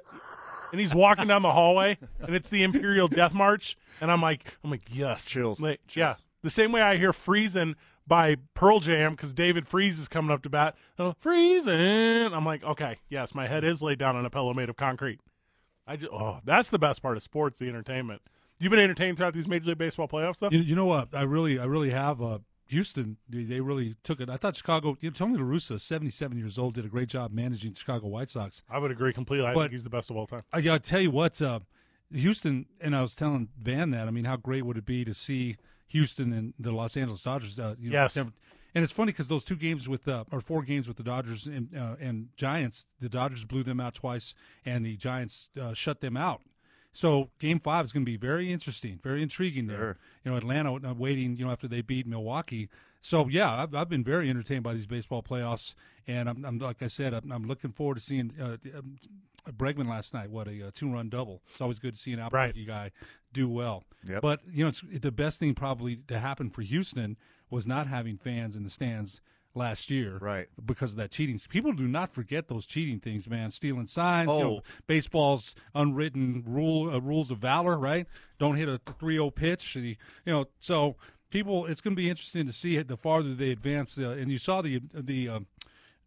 And he's walking down the hallway, and it's the Imperial Death March, and I'm like, I'm like, yes,
Chills.
Like, yeah. The same way I hear "Freezing" by Pearl Jam because David Freeze is coming up to bat. And I'm, Freezing. I'm like, okay, yes, my head is laid down on a pillow made of concrete. I just, oh, that's the best part of sports, the entertainment. You've been entertained throughout these Major League Baseball playoffs, though.
You, you know what? I really, I really have. Uh, Houston, they- they really took it. I thought Chicago. You know, Tony La Russa, seventy-seven years old, did a great job managing the Chicago White Sox.
I would agree completely. I think
But-
he's the best of all time.
I gotta tell you what, uh, Houston, and I was telling Van that. I mean, how great would it be to see Houston and the Los Angeles Dodgers? Uh, you know,
Yes.
Denver- and it's funny because those two games with, uh, or four games with the Dodgers and, uh, and Giants, the Dodgers blew them out twice, and the Giants uh, shut them out. So Game Five is going to be very interesting, very intriguing. There, you know, Atlanta uh, waiting, you know, after they beat Milwaukee. So yeah, I've, I've been very entertained by these baseball playoffs, and I'm, I'm like I said, I'm, I'm looking forward to seeing uh, um, Bregman last night. What a uh, two-run double! It's always good to see an Albuquerque
Right.
guy do well.
Yep.
But you know, it's the best thing probably to happen for Houston was not having fans in the stands last year,
Right.
Because of that cheating, people do not forget those cheating things, man. Stealing signs, you know,
Oh.
baseball's unwritten rule uh, rules of valor, right? Don't hit a 3-0 pitch, the- you know. So people, it's going to be interesting to see it the farther they advance. Uh, and you saw the the. Um,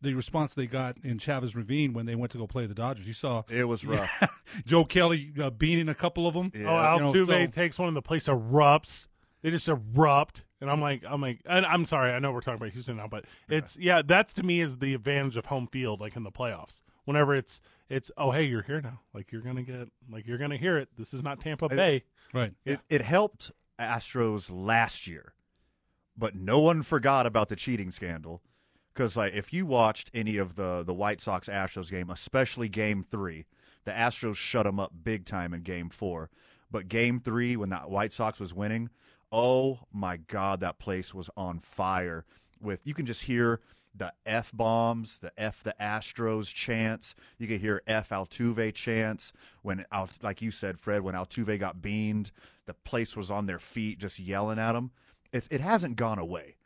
the response they got in Chavez Ravine when they went to go play the Dodgers. You saw
It was rough.
Joe Kelly uh, beating a couple of them.
Oh,
You know,
Altuve
so-
takes one, and the place erupts. They just erupt, and
Mm.
I'm like, I'm like, and I'm sorry. I know we're talking about Houston now, but it's yeah. That's to me is the advantage of home field, like in the playoffs. Whenever it's it's oh hey you're here now, like you're gonna get like you're gonna hear it. This is not Tampa Bay.
Right.
It, it helped Astros last year, but no one forgot about the cheating scandal. Because like, if you watched any of the the White Sox Astros game, especially Game Three, the Astros shut them up big time in Game Four. But Game Three, when that White Sox was winning, oh my God, that place was on fire. With you can just hear the f bombs, the f the Astros chants. You could hear f Altuve chants when Al, like you said, Fred, when Altuve got beamed, the place was on their feet just yelling at him. It, it hasn't gone away.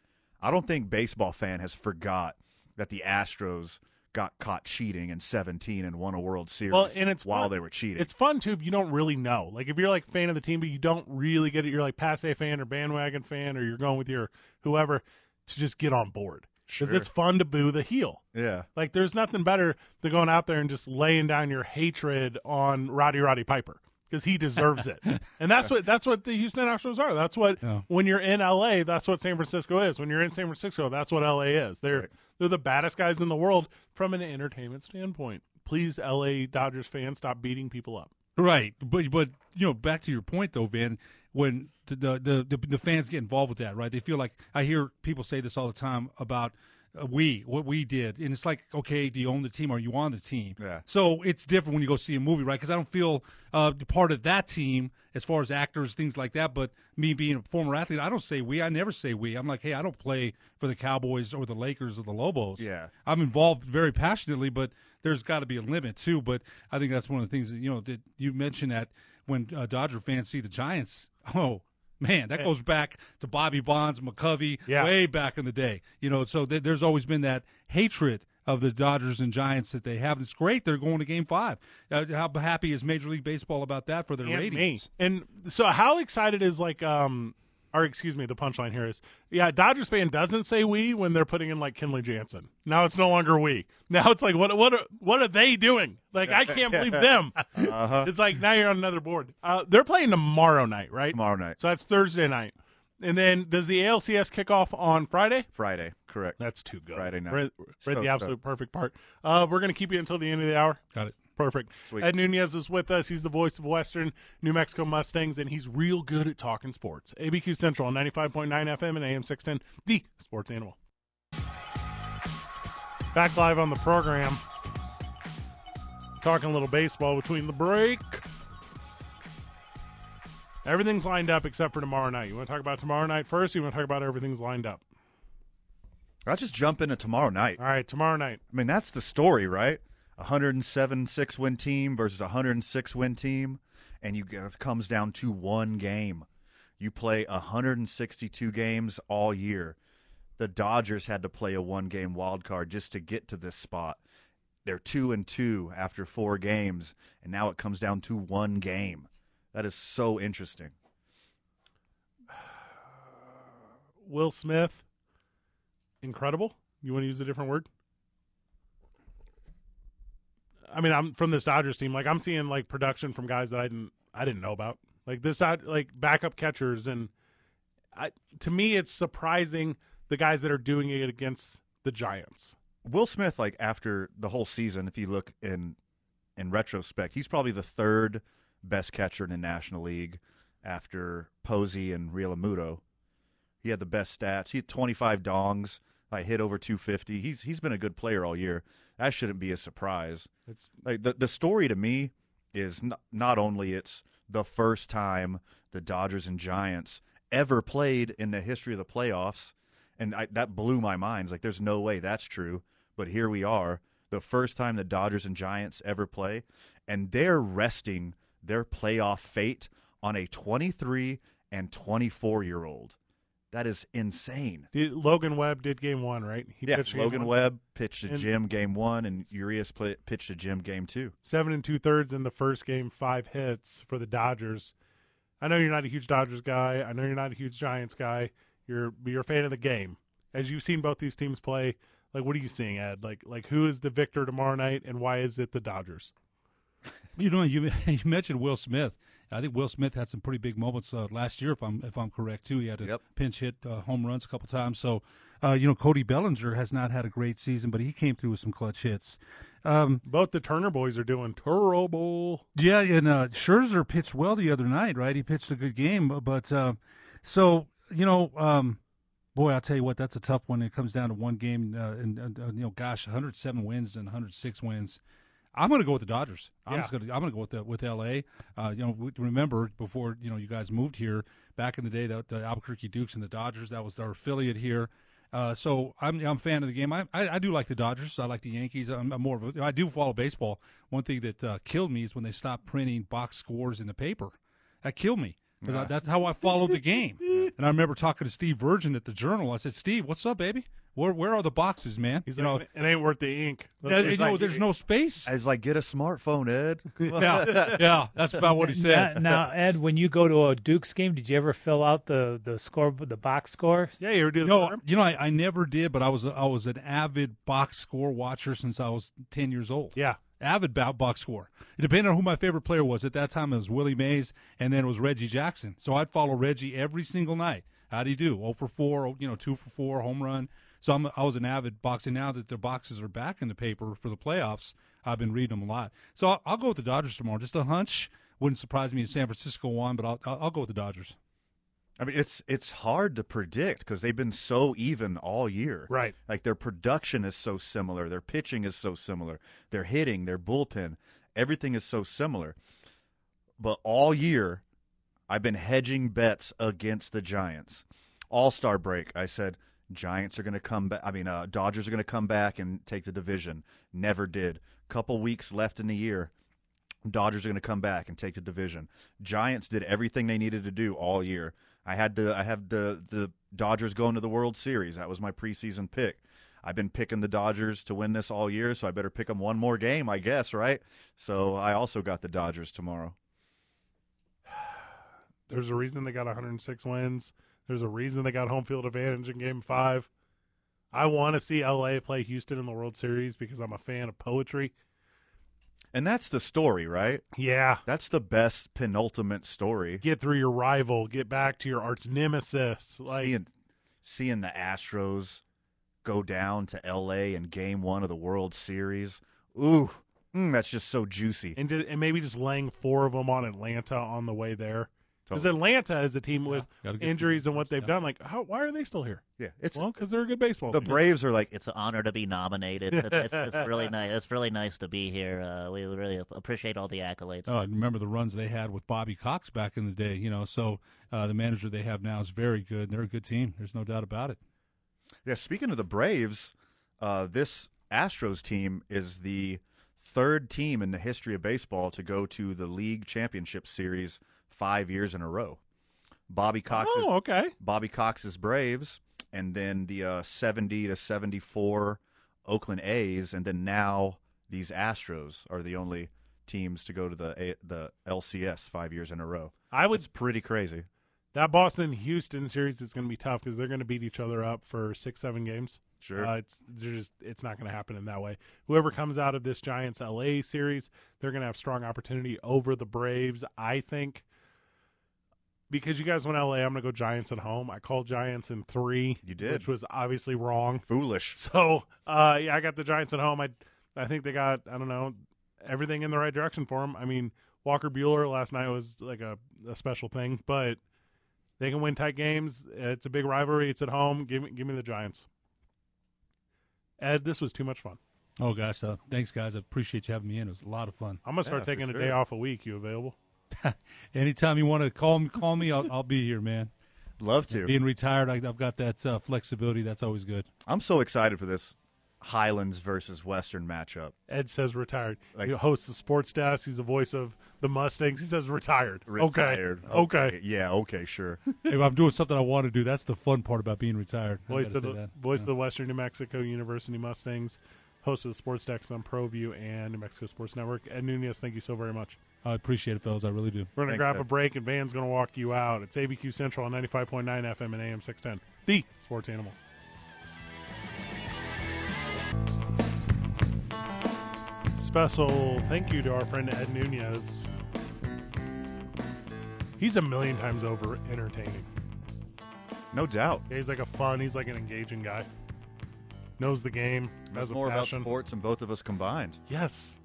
I don't think baseball fan has forgot that the Astros got caught cheating in 17 and won a World Series
Well, and it's
while
fun-
they were cheating.
It's fun too if you don't really know. Like if you're like fan of the team, but you don't really get it. You're like passe fan or bandwagon fan, or you're going with your whoever to just get on board because
Sure.
it's fun to boo the heel.
yeah.
Like there's nothing better than going out there and just laying down your hatred on Roddy Roddy Piper because he deserves it. and that's what that's what the Houston Astros are. That's what
Yeah.
when you're in LA, that's what San Francisco is. When you're in San Francisco, that's what LA is. They're they're the baddest guys in the world from an entertainment standpoint. Please, LA Dodgers fans, stop beating people up.
Right, but but you know, back to your point though, Van. When the the, the the fans get involved with that, right? They feel like I hear people say this all the time about uh, we what we did, and it's like, okay, do you own the team? Are you on the team?
Yeah.
So it's different when you go see a movie, right? Because I don't feel uh, part of that team as far as actors, things like that. But me being a former athlete, I don't say we. I never say we. I'm like, hey, I don't play for the Cowboys or the Lakers or the Lobos.
Yeah.
I'm involved very passionately, but there's got to be a limit too. But I think that's one of the things that you know that you mentioned that when uh, Dodger fans see the Giants. Oh man, that
Yeah.
goes back to Bobby Bonds, McCovey, way back in the day. You know, so th- there's always been that hatred of the Dodgers and Giants that they have. And it's great they're going to Game Five. Uh, how happy is Major League Baseball about that for their
And
ratings?
me. And so, how excited is like, um, or excuse me, the punchline here is, yeah, Dodgers fan doesn't say we when they're putting in like Kenley Jansen. Now it's no longer we. Now it's like, what, what, are, what are they doing? Like, I can't believe them.
Uh-huh.
It's like now you're on another board. Uh, they're playing tomorrow night, right?
Tomorrow night.
So that's Thursday night. And then does the ALCS kick off on Friday?
Friday, correct.
That's too good.
Friday night.
Read, read
So-
the absolute perfect part. Uh, we're going to keep you until the end of the hour.
Got it.
Perfect.
Sweet.
Ed Nunez is with us. He's the voice of Western New Mexico Mustangs, and he's real good at talking sports. ABQ Central, 95.9 FM and AM 610, the sports animal. Back live on the program. Talking a little baseball between the break. Everything's lined up except for tomorrow night. You want to talk about tomorrow night first? Or you want to talk about everything's lined up?
I'll just jump into tomorrow night.
All right, tomorrow night.
I mean, that's the story, right? 107 six win team versus 106 win team, and you it comes down to one game. You play 162 games all year. The Dodgers had to play a one game wild card just to get to this spot. They're two and two after four games, and now it comes down to one game. That is so interesting.
Will Smith, incredible. You want to use a different word? I mean, I'm from this Dodgers team. Like, I'm seeing like production from guys that I didn't, I didn't know about. Like this, Dod- like backup catchers, and I, to me, it's surprising the guys that are doing it against the Giants.
Will Smith, like after the whole season, if you look in in retrospect, he's probably the third best catcher in the National League after Posey and Realmuto. He had the best stats. He had 25 dongs. I hit over 250. He's he's been a good player all year. That shouldn't be a surprise.
It's
Like the the story to me is not, not only it's the first time the Dodgers and Giants ever played in the history of the playoffs, and I, that blew my mind. It's like there's no way that's true, but here we are, the first time the Dodgers and Giants ever play, and they're resting their playoff fate on a 23 and 24 year old. That is insane.
Did- Logan Webb did game one, right? He
yeah,
pitched game
Logan
one.
Webb pitched to
And-
Jim game one, and Urias play, pitched to Jim game two.
seven and two thirds in the first game, five hits for the Dodgers. I know you're not a huge Dodgers guy. I know you're not a huge Giants guy. You're but you're a fan of the game. As you've seen both these teams play, like what are you seeing, Ed? Like like who is the victor tomorrow night, and why is it the Dodgers?
You know, you you mentioned Will Smith. I think Will Smith had some pretty big moments uh, last year, if I'm if I'm correct too. He had a pinch hit, uh, home runs a couple times. So, uh, you know, Cody Bellinger has not had a great season, but he came through with some clutch hits. Um,
Both the Turner boys are doing terrible.
yeah, and uh, Scherzer pitched well the other night, right? He pitched a good game, but uh, so you know, um, boy, I'll tell you what, that's a tough one. It comes down to one game, uh, and uh, you know, gosh, 107 wins and 106 wins. I'm going to go with the Dodgers. I'm
Yeah.
just going to I'm going to go with the, with L.A. Uh, you know, we, remember before you know you guys moved here back in the day that the Albuquerque Dukes and the Dodgers that was our affiliate here. Uh, so I'm I'm a fan of the game. I, I I do like the Dodgers. I like the Yankees. I'm, I'm more of a, I do follow baseball. One thing that uh, killed me is when they stopped printing box scores in the paper. That killed me because
Ah.
that's how I followed the game. and I remember talking to Steve Virgin at the Journal. I said, Steve, what's up, baby? Where where are the boxes, man?
He's
you
like,
know,
it ain't worth the ink.
Yeah, you know, there's no space.
I was like, get a smartphone, Ed.
yeah, yeah, that's about what he said.
Now, now, Ed, when you go to a Duke's game, did you ever fill out the the score the box score?
Yeah, you were doing
No, you know, I, I never did, but I was a, I was an avid box score watcher since I was ten years old.
Yeah.
avid bo- box score. It depended on who my favorite player was at that time. It was Willie Mays, and then it was Reggie Jackson. So I'd follow Reggie every single night. How do you do? Oh for four, oh, you know, two for four, home run. So I'm, I was an avid boxer. Now that their boxes are back in the paper for the playoffs, I've been reading them a lot. So I'll, I'll go with the Dodgers tomorrow. Just a hunch. Wouldn't surprise me if San Francisco won, but I'll, I'll, I'll go with the Dodgers.
I mean, it's it's hard to predict because they've been so even all year.
Right.
Like their production is so similar, their pitching is so similar, their hitting, their bullpen, everything is so similar. But all year, I've been hedging bets against the Giants. All Star break, I said Giants are going to come back. I mean, uh, Dodgers are going to come back and take the division. Never did. Couple weeks left in the year, Dodgers are going to come back and take the division. Giants did everything they needed to do all year. I had the I have the the Dodgers going to the World Series. That was my preseason pick. I've been picking the Dodgers to win this all year, so I better pick them one more game, I guess, right? So I also got the Dodgers tomorrow.
There's a reason they got 106 wins. There's a reason they got home field advantage in Game Five. I want to see LA play Houston in the World Series because I'm a fan of poetry.
And that's the story, right?
Yeah.
That's the best penultimate story.
Get through your rival. Get back to your arch nemesis. Like
seeing, seeing the Astros go down to LA in game 1 of the World Series. Ooh, mm, that's just so juicy.
and ju- and maybe just laying four of them on Atlanta on the way there. Because Atlanta is a team with
gotta get through
injuries
the
and what
first
they've
step.
done. Like, how, why are they still here?
Yeah, it's
Well, because they're a good baseball
the
team.
Braves are like it's an honor to
be nominated. It's, it's, it's really nice. It's really nice to be here. Uh, we really ap- appreciate all the accolades.
Oh, I remember the runs they had with Bobby Cox back in the day. You know, so uh, the manager they have now is very good. and They're a good team. There's no doubt about it.
Yeah, speaking of the Braves, uh, this Astros team is the third team in the history of baseball to go to the league championship series five years in a row. Bobby Cox's
Oh, okay.
Bobby Cox's Braves, and then the uh, seventy to seventy four Oakland A's, and then now these Astros are the only teams to go to the A- the LCS five years in a row.
I would
Pretty crazy.
that Boston Houston series is going to be tough because they're going to beat each other up for six seven games.
Sure.
uh, it's they're just it's not going to happen in that way. Whoever comes out of this Giants LA series, they're going to have strong opportunity over the Braves. I think because you guys went LA, I'm going to go Giants at home. I called Giants in three.
You did.
which was obviously wrong.
Foolish.
So uh, yeah, I got the Giants at home. I I think they got I don't know everything in the right direction for them. I mean Walker Bueller last night was like a, a special thing, but they can win tight games. It's a big rivalry. It's at home. Give me give me the Giants. Ed, this was too much fun.
Oh gosh, uh, thanks guys. I appreciate you having me in. It was a lot of fun.
I'm gonna start taking a day off a week. You available?
Anytime you want to call me, call me. I'll, I'll be here, man.
Love to.
Being retired, I, I've got that uh, flexibility. That's always good.
I'm so excited for this Highlands versus Western matchup.
Ed says retired.
Like-
he hosts the sports desk. He's the voice of the Mustangs. He says retired.
Retired.
Okay. Okay.
Yeah. Okay. Sure.
if I'm doing something I want to do, that's the fun part about being retired. I
Voice
gotta
of
say
the
that.
voice of the Western New Mexico University Mustangs, host of the Sports Decks on ProView and New Mexico Sports Network. Ed Nunez, thank you so very much.
I appreciate it, fellas. I really do.
We're gonna
Thanks,
grab
Ed.
a break, and Van's gonna walk you out. It's ABQ Central on ninety five point nine FM and AM six ten. The Sports Animal. Special thank you to our friend Ed Nunez. He's a million times over entertaining.
No doubt.
Yeah, he's like a fun. He's like an engaging guy. Knows the game.
Knows
has a
more about
passion.
sports than both of us combined.
Yes.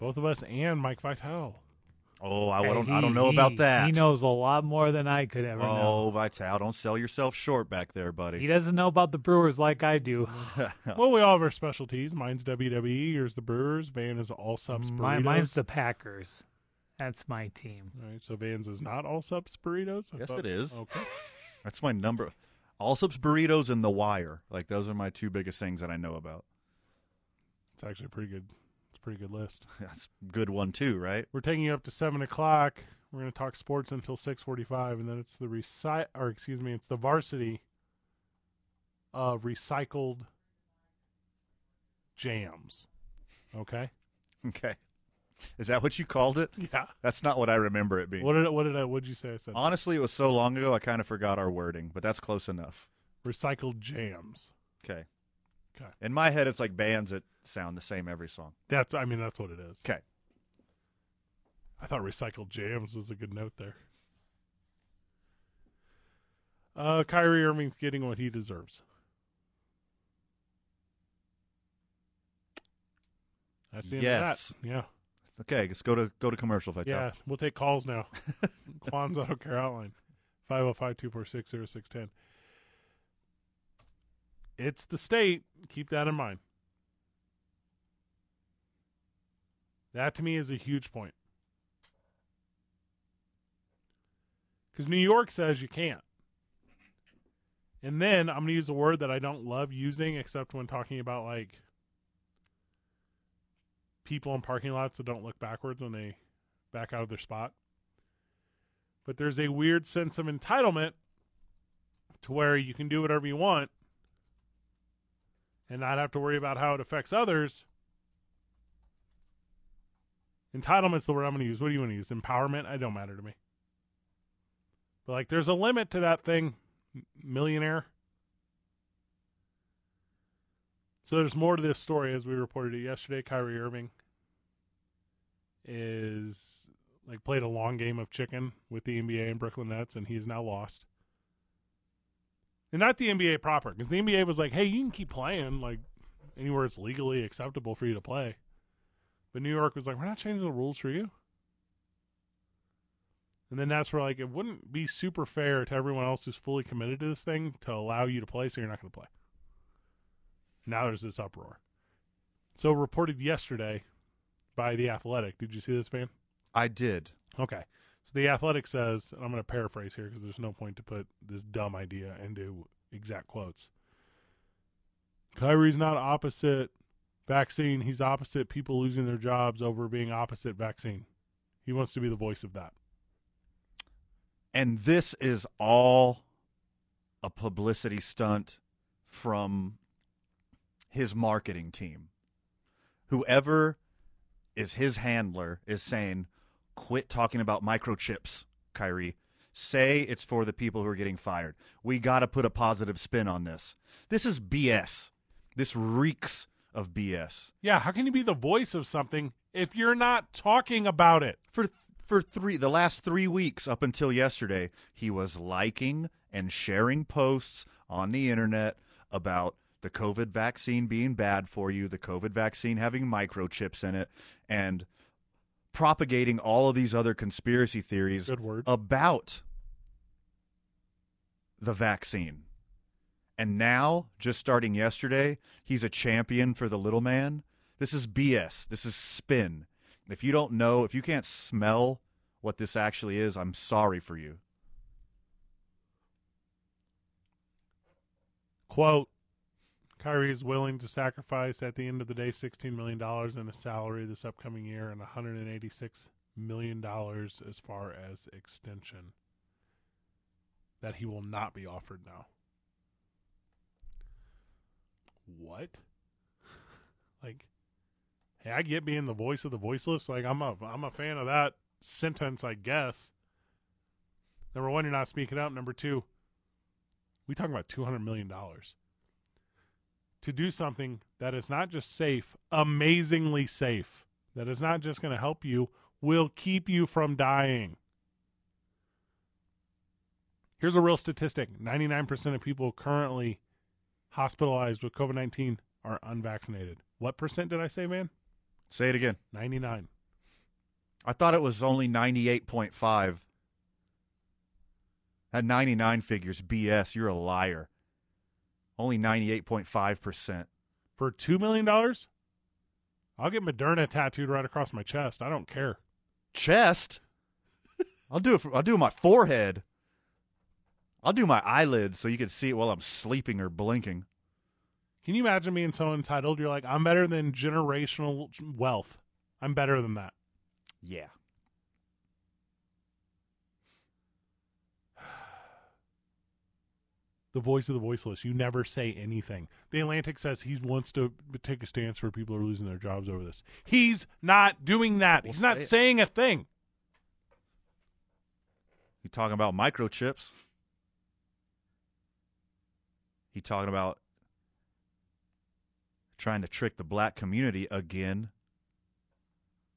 Both of us and Mike Vitale.
Oh, I
Hey,
don't.
he-
I don't know
he-
about that.
He knows a lot more than I could ever know.
oh, Vitale, don't sell yourself short back there, buddy.
He doesn't know about the Brewers like I do.
well, we all have our specialties. Mine's WWE. Yours the Brewers. Van is all subs.
My,
burritos.
mine's the Packers. That's my team.
All right, so Vans is not all subs burritos. I
Yes,
thought-
it is.
Okay.
That's my number. Allsup's burritos and the wire. Like those are my two biggest things that I know about.
It's actually a pretty good. It's a pretty good list.
That's a good one too, right?
We're taking you up to seven o'clock. We're going to talk sports until six forty-five, and then it's the recy or excuse me, it's the varsity of recycled jams. Okay.
Okay. Is that what you called it?
Yeah.
That's not what I remember it being.
What did I- what did I what did you say? I said
Honestly, it was so long ago I kind of forgot our wording, but that's close enough.
recycled jams.
Okay.
'Kay.
In my head, it's like bands that sound the same every song.
That's I mean that's what it is.
Okay.
I thought recycled jams was a good note there. Uh, Kyrie Irving's getting what he deserves. That's the end
Yes.
of that. Yeah.
Okay, let's go to go to commercial. If I
Yeah, we'll take calls now. Quan's Auto Care oh Outline, 505-246-0610. It's the state. Keep that in mind. That to me is a huge point. Because New York says you can't. And then I'm going to use a word that I don't love using except when talking about like people in parking lots that don't look backwards when they back out of their spot. But there's a weird sense of entitlement to where you can do whatever you want and not have to worry about how it affects others. Entitlement's the word I'm going to use. What do you want to use? Empowerment? It don't matter to me. But like, there's a limit to that thing, m- millionaire. So there's more to this story as we reported it yesterday. Kyrie Irving is like played a long game of chicken with the NBA and Brooklyn Nets, and he is now lost. And not the NBA proper, because the NBA was like, "Hey, you can keep playing like anywhere it's legally acceptable for you to play," but New York was like, "We're not changing the rules for you." And then that's where like it wouldn't be super fair to everyone else who's fully committed to this thing to allow you to play, so you're not going to play. Now there's this uproar. So reported yesterday by the Athletic. Did you see this, Van?
I did.
Okay. So the Athletic says, and I'm going to paraphrase here because there's no point to put this dumb idea into exact quotes. Kyrie's not opposite vaccine. He's opposite people losing their jobs over being opposite vaccine. He wants to be the voice of that.
And this is all a publicity stunt from his marketing team. Whoever is his handler is saying, quit talking about microchips, Kyrie. Say it's for the people who are getting fired. We got to put a positive spin on this. This is BS. This reeks of BS.
Yeah, how can you be the voice of something if you're not talking about it?
For for three the last three weeks up until yesterday, he was liking and sharing posts on the internet about the COVID vaccine being bad for you, the COVID vaccine having microchips in it, and propagating all of these other conspiracy theories about the vaccine. And now, just starting yesterday, he's a champion for the little man. This is BS. This is spin. If you don't know, if you can't smell what this actually is, I'm sorry for you.
Quote Kyrie is willing to sacrifice at the end of the day $16 million in his salary this upcoming year and $186 million as far as extension that he will not be offered now. What? like, hey, I get being the voice of the voiceless. Like, I'm a, I'm a fan of that sentence, I guess. Number one, you're not speaking up. Number two, we talking about $200 million to do something that is not just safe, amazingly safe, that is not just going to help you, will keep you from dying. Here's a real statistic 99% of people currently hospitalized with COVID 19 are unvaccinated. What percent did I say, man?
Say it again.
99.
I thought it was only 98.5. That 99 figure's BS. You're a liar. Only 98.5%.
For $2 million? I'll get Moderna tattooed right across my chest. I don't care.
Chest? I'll do it for, I'll do my forehead. I'll do my eyelids so you can see it while I'm sleeping or blinking.
Can you imagine being so entitled? You're like, I'm better than generational wealth. I'm better than that.
Yeah.
the voice of the voiceless. You never say anything. The Atlantic says he wants to take a stance for people who are losing their jobs over this. He's not doing that. He's not
say it.
saying a thing.
He talking about microchips. He talking about trying to trick the black community again,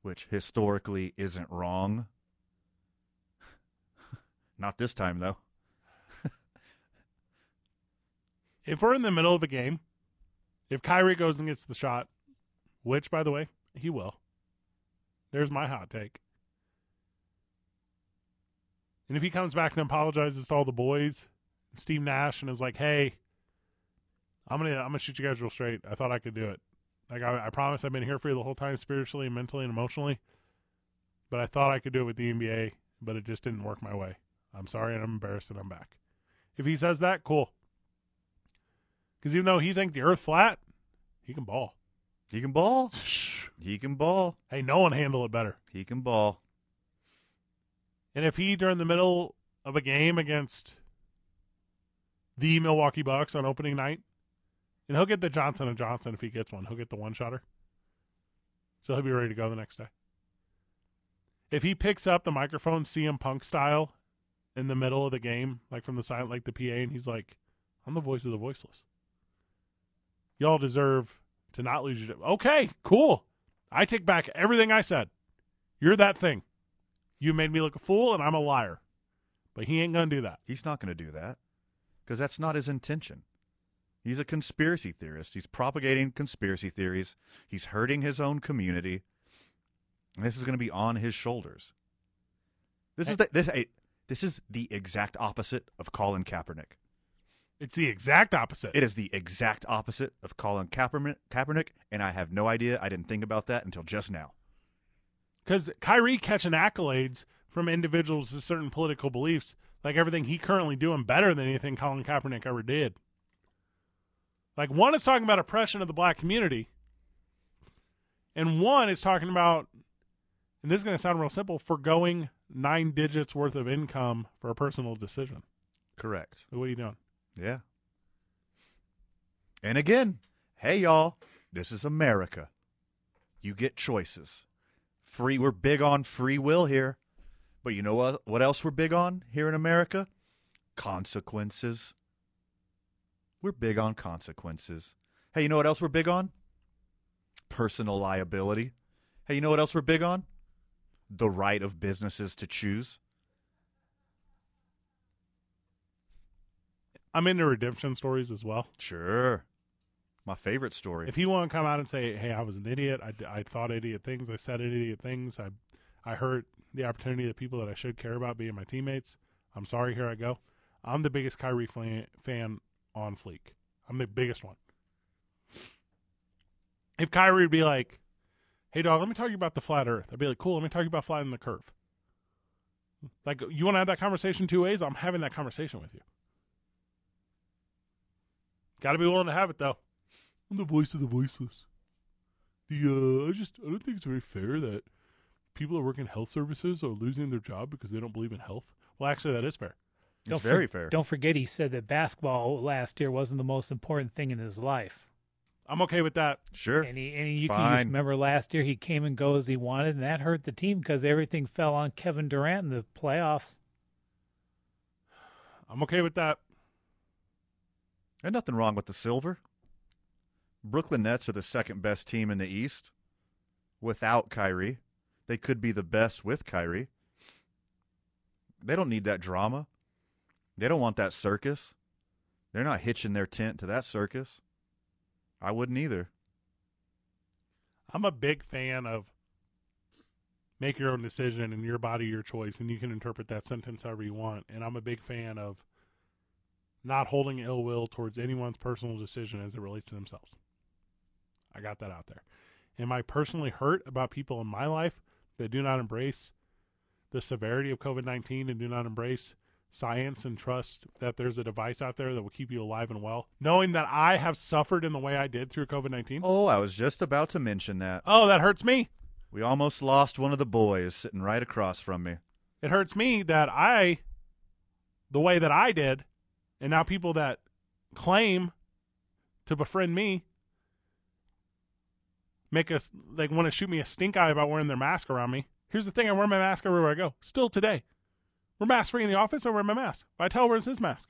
which historically isn't wrong. Not this time though.
If we're in the middle of a game, if Kyrie goes and gets the shot, which, by the way, he will, there's my hot take. And if he comes back and apologizes to all the boys, Steve Nash, and is like, "Hey, I'm gonna I'm gonna shoot you guys real straight. I thought I could do it. Like I, I promise, I've been here for you the whole time, spiritually, and mentally, and emotionally. But I thought I could do it with the NBA, but it just didn't work my way. I'm sorry, and I'm embarrassed, and I'm back. If he says that, cool. Because even though he think the Earth flat, he can ball.
He can ball. He can ball.
Hey, no one handle it better.
He can ball.
And if he during the middle of a game against the Milwaukee Bucks on opening night, and he'll get the Johnson and Johnson if he gets one. He'll get the one shotter. So he'll be ready to go the next day. If he picks up the microphone CM Punk style in the middle of the game, like from the silent like the PA, and he's like, I'm the voice of the voiceless. Y'all deserve to not lose your Okay, cool. I take back everything I said. You're that thing. You made me look a fool and I'm a liar. But he ain't going to do that.
He's not going to do that because that's not his intention. He's a conspiracy theorist. He's propagating conspiracy theories. He's hurting his own community. And this is going to be on his shoulders. This is the, this hey, this is the exact opposite of Colin Kaepernick.
It's the exact opposite.
It is the exact opposite of Colin Kaepernick, Kaepernick, and I have no idea. I didn't think about that until just now.
Because Kyrie catching accolades from individuals with certain political beliefs, like everything he currently doing better than anything Colin Kaepernick ever did. Like one is talking about oppression of the black community, and one is talking about, and this is going to sound real simple, forgoing nine digits worth of income for a personal decision.
Correct.
What are you doing?
Yeah. And again, hey y'all, this is America. You get choices. Free we're big on free will here. But you know what what else we're big on here in America? Consequences. We're big on consequences. Hey, you know what else we're big on? Personal liability. Hey, you know what else we're big on? The right of businesses to choose.
I'm into redemption stories as well.
Sure. My favorite story.
If you want to come out and say, "Hey, I was an idiot. I, d- I thought idiot things. I said idiot things. I I hurt the opportunity of people that I should care about being my teammates. I'm sorry. Here I go. I'm the biggest Kyrie fan, fan on Fleek. I'm the biggest one. If Kyrie would be like, "Hey, dog, let me talk to you about the flat Earth," I'd be like, "Cool. Let me talk to you about flattening the curve." Like, you want to have that conversation two ways? I'm having that conversation with you. Got to be willing to have it though.
I'm the voice of the voiceless. The uh, I just I don't think it's very fair that people that work in health services are losing their job because they don't believe in health.
Well, actually, that is fair.
Don't for- Don't forget, he said that basketball last year wasn't the most important thing in his life.
I'm okay with that.
Sure.
And, he, and you can just remember last year he came and go as he wanted, and that hurt the team because everything fell on Kevin Durant in the playoffs.
I'm okay with that.
There's nothing wrong with the silver. Brooklyn Nets are the second best team in the East without Kyrie. They could be the best with Kyrie. They don't need that drama. They don't want that circus. They're not hitching their tent to that circus. I wouldn't either.
I'm a big fan of make your own decision and your body your choice, and you can interpret that sentence however you want. And I'm a big fan of not holding ill will towards anyone's personal decision as it relates to themselves. I got that out there. Am I personally hurt about people in my life that do not embrace the severity of COVID 19 and do not embrace science and trust that there's a device out there that will keep you alive and well? Knowing that I have suffered in the way I did through COVID 19?
Oh, I was just about to mention that.
Oh, that hurts me.
We almost lost one of the boys sitting right across from me.
It hurts me that I, the way that I did, and now people that claim to befriend me make us like want to shoot me a stink eye about wearing their mask around me. Here's the thing: I wear my mask everywhere I go. Still today, we're mask free in the office. I wear my mask. Vital wears his mask.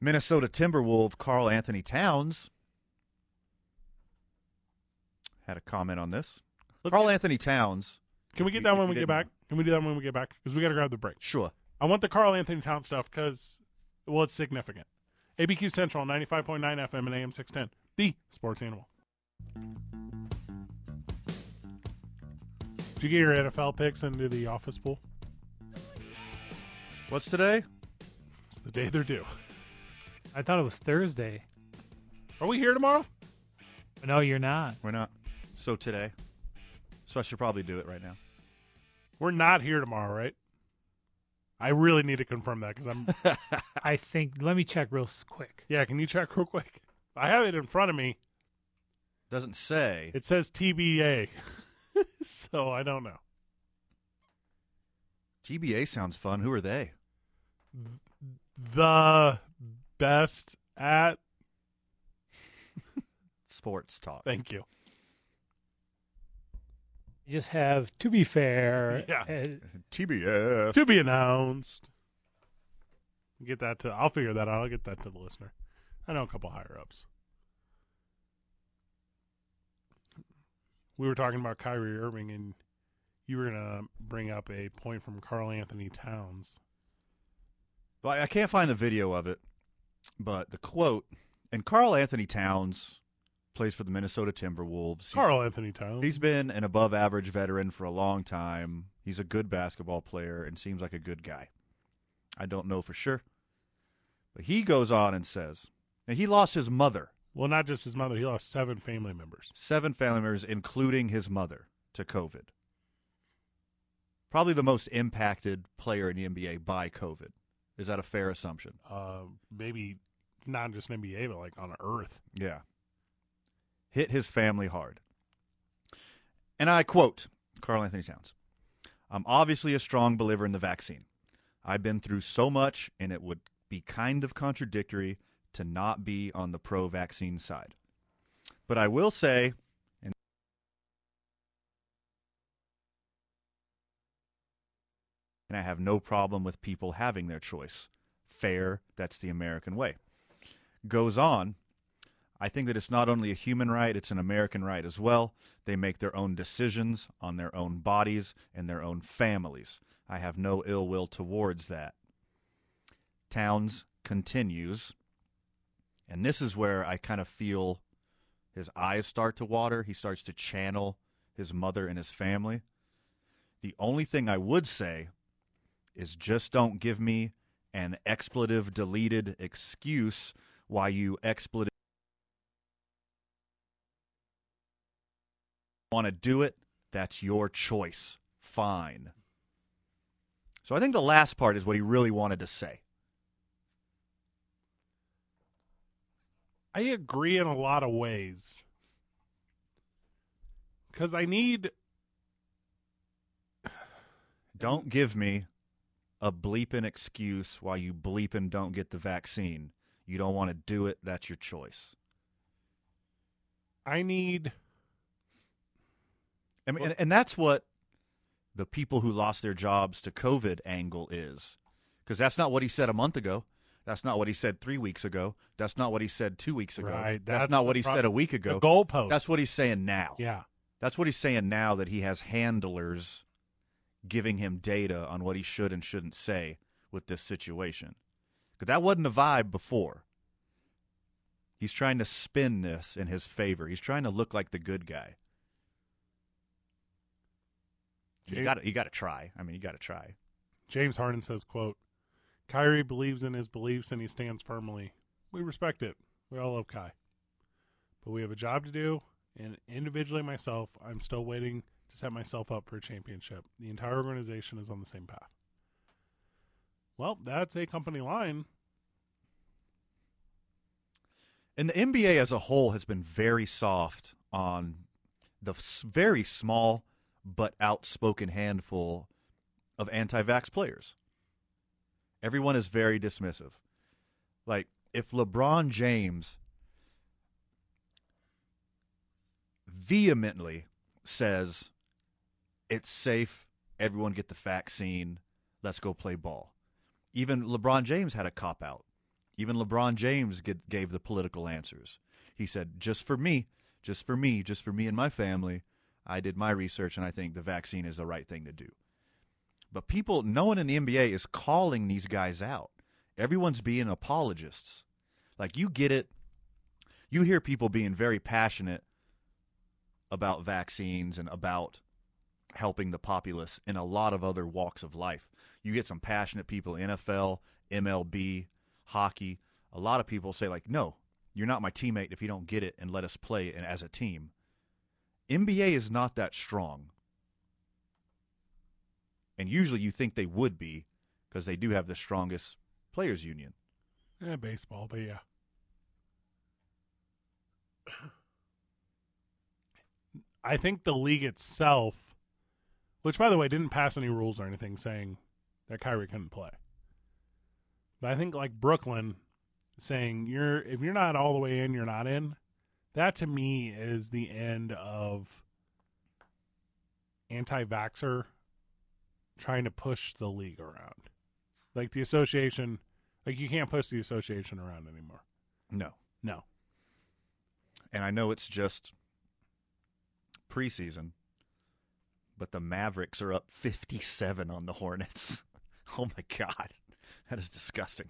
Minnesota Timberwolf Carl Anthony Towns had a comment on this. Carl Anthony Towns.
Can we get that when we get back? Can we do that when we get back? Because we got to grab the break.
Sure.
I want the Carl Anthony Town stuff because, well, it's significant. ABQ Central, 95.9 FM and AM 610, the sports animal. Did you get your NFL picks into the office pool?
What's today?
It's the day they're due.
I thought it was Thursday.
Are we here tomorrow?
No, you're not.
We're not. So today. So I should probably do it right now.
We're not here tomorrow, right? I really need to confirm that because I'm.
I think. Let me check real s- quick.
yeah, can you check real quick? I have it in front of me.
Doesn't say.
It says TBA. so I don't know.
TBA sounds fun. Who are they?
The best at
Sports talk.
Thank you.
You just have to be fair. eh,
Yeah.
TBF.
to be announced. Get that to. I'll figure that out. I'll get that to the listener. I know a couple higher ups. We were talking about Kyrie Irving, and you were gonna bring up a point from Carl Anthony Towns.
Well, I I can't find the video of it, but the quote and Carl Anthony Towns plays for the Minnesota Timberwolves. He-
Carl Anthony Towns.
He's been an above average veteran for a long time. He's a good basketball player and seems like a good guy. I don't know for sure. But he goes on and says, and he lost his mother,
well, not just his mother. He lost seven family members.
seven family members, including his mother, to COVID. Probably the most impacted player in the NBA by COVID. Is that a fair assumption?
Uh, maybe not just in NBA, but like on Earth.
Yeah. Hit his family hard. And I quote Carl Anthony Towns I'm obviously a strong believer in the vaccine. I've been through so much, and it would be kind of contradictory to not be on the pro vaccine side. But I will say, and and I have no problem with people having their choice. Fair, that's the American way. Goes on, I think that it's not only a human right, it's an American right as well. They make their own decisions on their own bodies and their own families. I have no ill will towards that. Towns continues, and this is where I kind of feel his eyes start to water. He starts to channel his mother and his family. The only thing I would say is just don't give me an expletive deleted excuse why you expletive. want to do it, that's your choice. Fine. So I think the last part is what he really wanted to say.
I agree in a lot of ways. Because I need
Don't give me a bleeping excuse why you bleep and don't get the vaccine. You don't want to do it, that's your choice.
I need
I mean, and, and that's what the people who lost their jobs to COVID angle is. Because that's not what he said a month ago. That's not what he said three weeks ago. That's not what he said two weeks ago.
Right,
That's,
that's
not
the
what he
prob-
said a week
the
ago.
goalpost.
That's what he's saying now.
Yeah.
That's what he's saying now that he has handlers giving him data on what he should and shouldn't say with this situation. Because that wasn't the vibe before. He's trying to spin this in his favor. He's trying to look like the good guy. You
James-
got you got to try. I mean, you got to try.
James Harden says, quote, Kyrie believes in his beliefs and he stands firmly. We respect it. We all love Kai. But we have a job to do, and individually myself, I'm still waiting to set myself up for a championship. The entire organization is on the same path. Well, that's a company line.
And the NBA as a whole has been very soft on the s- very small but outspoken handful of anti-vax players. Everyone is very dismissive. Like if LeBron James vehemently says it's safe, everyone get the vaccine, let's go play ball. Even LeBron James had a cop out. Even LeBron James get, gave the political answers. He said, just for me, just for me, just for me and my family, I did my research and I think the vaccine is the right thing to do. But people, no one in the NBA is calling these guys out. Everyone's being apologists. Like, you get it. You hear people being very passionate about vaccines and about helping the populace in a lot of other walks of life. You get some passionate people, NFL, MLB, hockey. A lot of people say, like, no, you're not my teammate if you don't get it and let us play and as a team. NBA is not that strong. And usually you think they would be because they do have the strongest players union.
Eh, baseball, but yeah. I think the league itself, which by the way didn't pass any rules or anything saying that Kyrie couldn't play, but I think like Brooklyn saying you're if you're not all the way in, you're not in. That to me is the end of anti-vaxer trying to push the league around. Like the association, like you can't push the association around anymore.
No.
No.
And I know it's just preseason, but the Mavericks are up 57 on the Hornets. Oh my God. That is disgusting.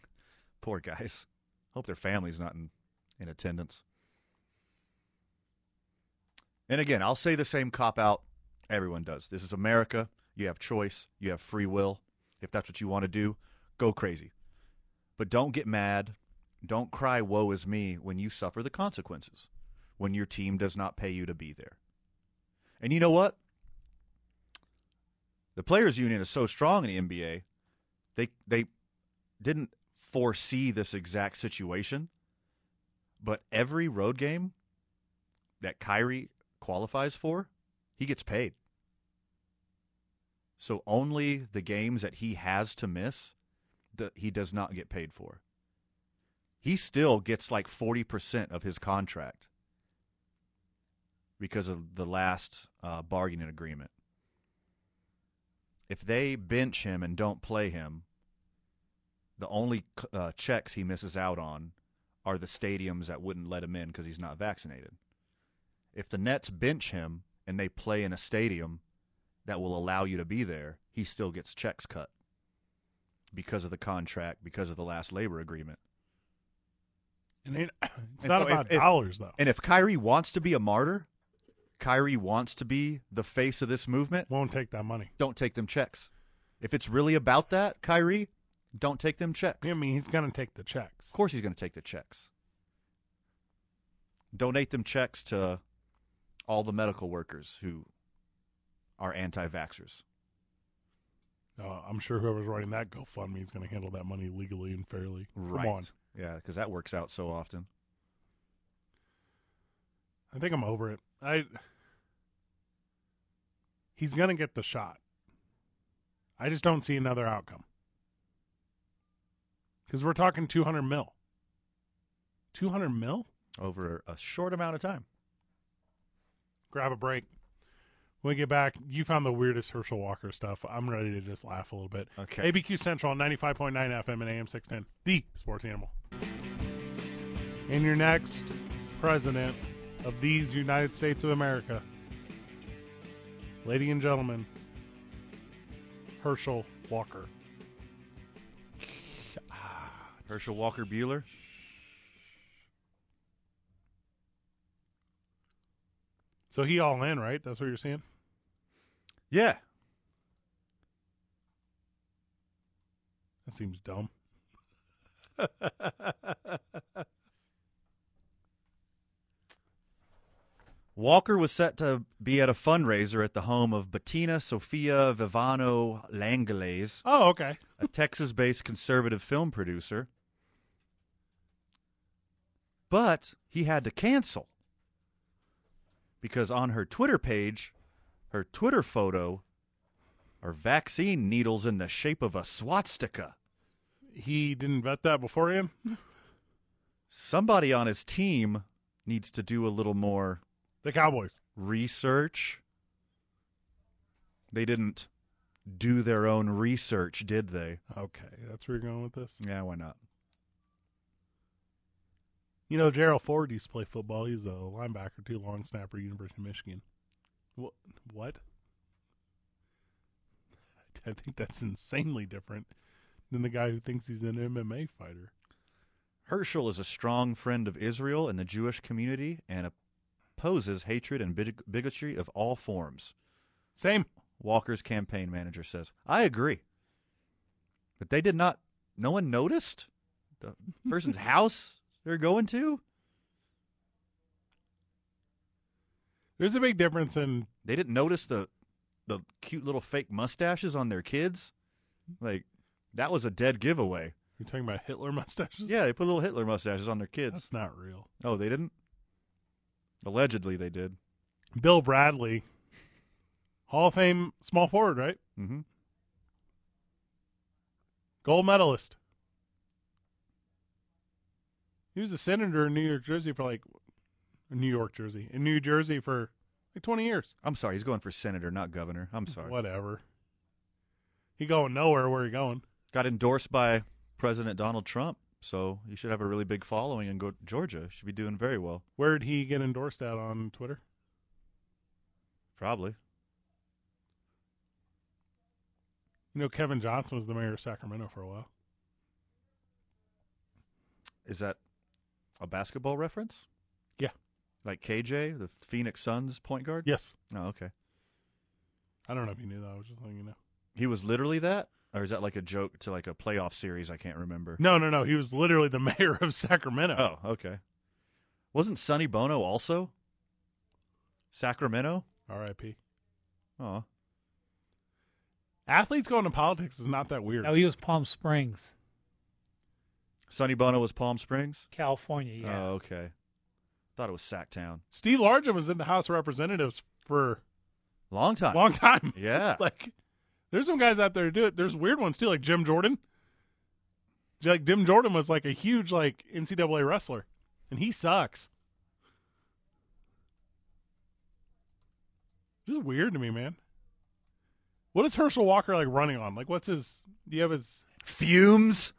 Poor guys. Hope their family's not in, in attendance. And again, I'll say the same cop out everyone does. This is America. You have choice, you have free will. If that's what you want to do, go crazy. But don't get mad. Don't cry, woe is me, when you suffer the consequences, when your team does not pay you to be there. And you know what? The players' union is so strong in the NBA, they they didn't foresee this exact situation. But every road game that Kyrie qualifies for, he gets paid. So only the games that he has to miss that he does not get paid for. He still gets like 40% of his contract because of the last uh, bargaining agreement. If they bench him and don't play him, the only uh, checks he misses out on are the stadiums that wouldn't let him in because he's not vaccinated. If the Nets bench him and they play in a stadium that will allow you to be there, he still gets checks cut because of the contract, because of the last labor agreement.
And it, it's
And
not
so if-
about
if-
dollars though.
And if Kyrie wants to be a martyr, Kyrie wants to be the face of this movement,
won't take that money.
Don't take them checks. If it's really about that, Kyrie, don't take them checks. I
mean, he's going to take the checks.
Of course he's going to take the checks. Donate them checks to all the medical workers who are anti-vaxxers.
Uh, I'm sure whoever's running that GoFundMe is going to handle that money legally and fairly.
Right.
Come on.
Yeah, because that works out so often.
I think I'm over it. I He's going to get the shot. I just don't see another outcome. Cuz we're talking 200 mil. 200 mil?
Over a short amount of time.
Grab a break. When we get back, you found the weirdest Herschel Walker stuff. I'm ready to just laugh a little bit.
Okay.
ABQ Central, 95.9 FM and AM 610. The sports animal. And your next president of these United States of America, ladies and gentlemen, Herschel Walker.
Herschel Walker Bueller.
So he all in, right? That's what you're seeing?
Yeah.
That seems dumb.
Walker was set to be at a fundraiser at the home of Bettina Sofia Vivano Langles.
Oh, okay.
a Texas based conservative film producer. But he had to cancel because on her Twitter page, her Twitter photo are vaccine needles in the shape of a swastika.
He didn't vet that beforehand?
Somebody on his team needs to do a little more
The Cowboys.
research. They didn't do their own research, did they?
Okay, that's where you're going with this?
Yeah, why not?
You know, Gerald Ford used to play football. He's a linebacker, too, long snapper, University of Michigan. What? What? I think that's insanely different than the guy who thinks he's an MMA fighter.
Herschel is a strong friend of Israel and the Jewish community and opposes hatred and big- bigotry of all forms.
Same.
Walker's campaign manager says, I agree. But they did not, no one noticed the person's house they're going to.
There's a big difference in
They didn't notice the, the cute little fake mustaches on their kids. Like, that was a dead giveaway.
you're talking about Hitler mustaches.
Yeah, they put little Hitler mustaches on their kids.
That's not real.
Oh, they didn't? Allegedly, they did.
Bill Bradley, Hall of Fame small forward, right?
Mm-hmm.
Gold medalist. He was a senator in New York, Jersey for like New York, Jersey, in New Jersey for like twenty years.
I'm sorry, he's going for senator, not governor. I'm sorry.
Whatever. He going nowhere. Where he going?
Got endorsed by President Donald Trump, so he should have a really big following in go- Georgia. Should be doing very well,
Where did he get endorsed at on Twitter?
probably.
You know, Kevin Johnson was the mayor of Sacramento for a while.
Is that a basketball reference?
Yeah.
Like KJ, the Phoenix Suns point guard?
Yes.
Oh, okay.
I don't know if you knew that. I was just letting you know.
He was literally that? Or is that like a joke to like a playoff series? I can't remember.
No, no, no. He was literally the mayor of Sacramento.
Oh, okay. Wasn't Sonny Bono also? Sacramento?
R.I.P.
Oh.
Athletes going to politics is not that weird.
No, he was Palm Springs,
Sonny Bono was Palm Springs?
California. Yeah.
Oh, okay. Thought it was Sacktown.
Steve Largent was in the House of Representatives for
Long
a
time.
long time.
Yeah.
like, there's some guys out there who do it. There's weird ones too, like Jim Jordan. Like Jim Jordan was like a huge like NCAA wrestler, and he sucks. Just weird to me, man. What is Herschel Walker like running on? Like, what's his? Do you have his?
Fumes.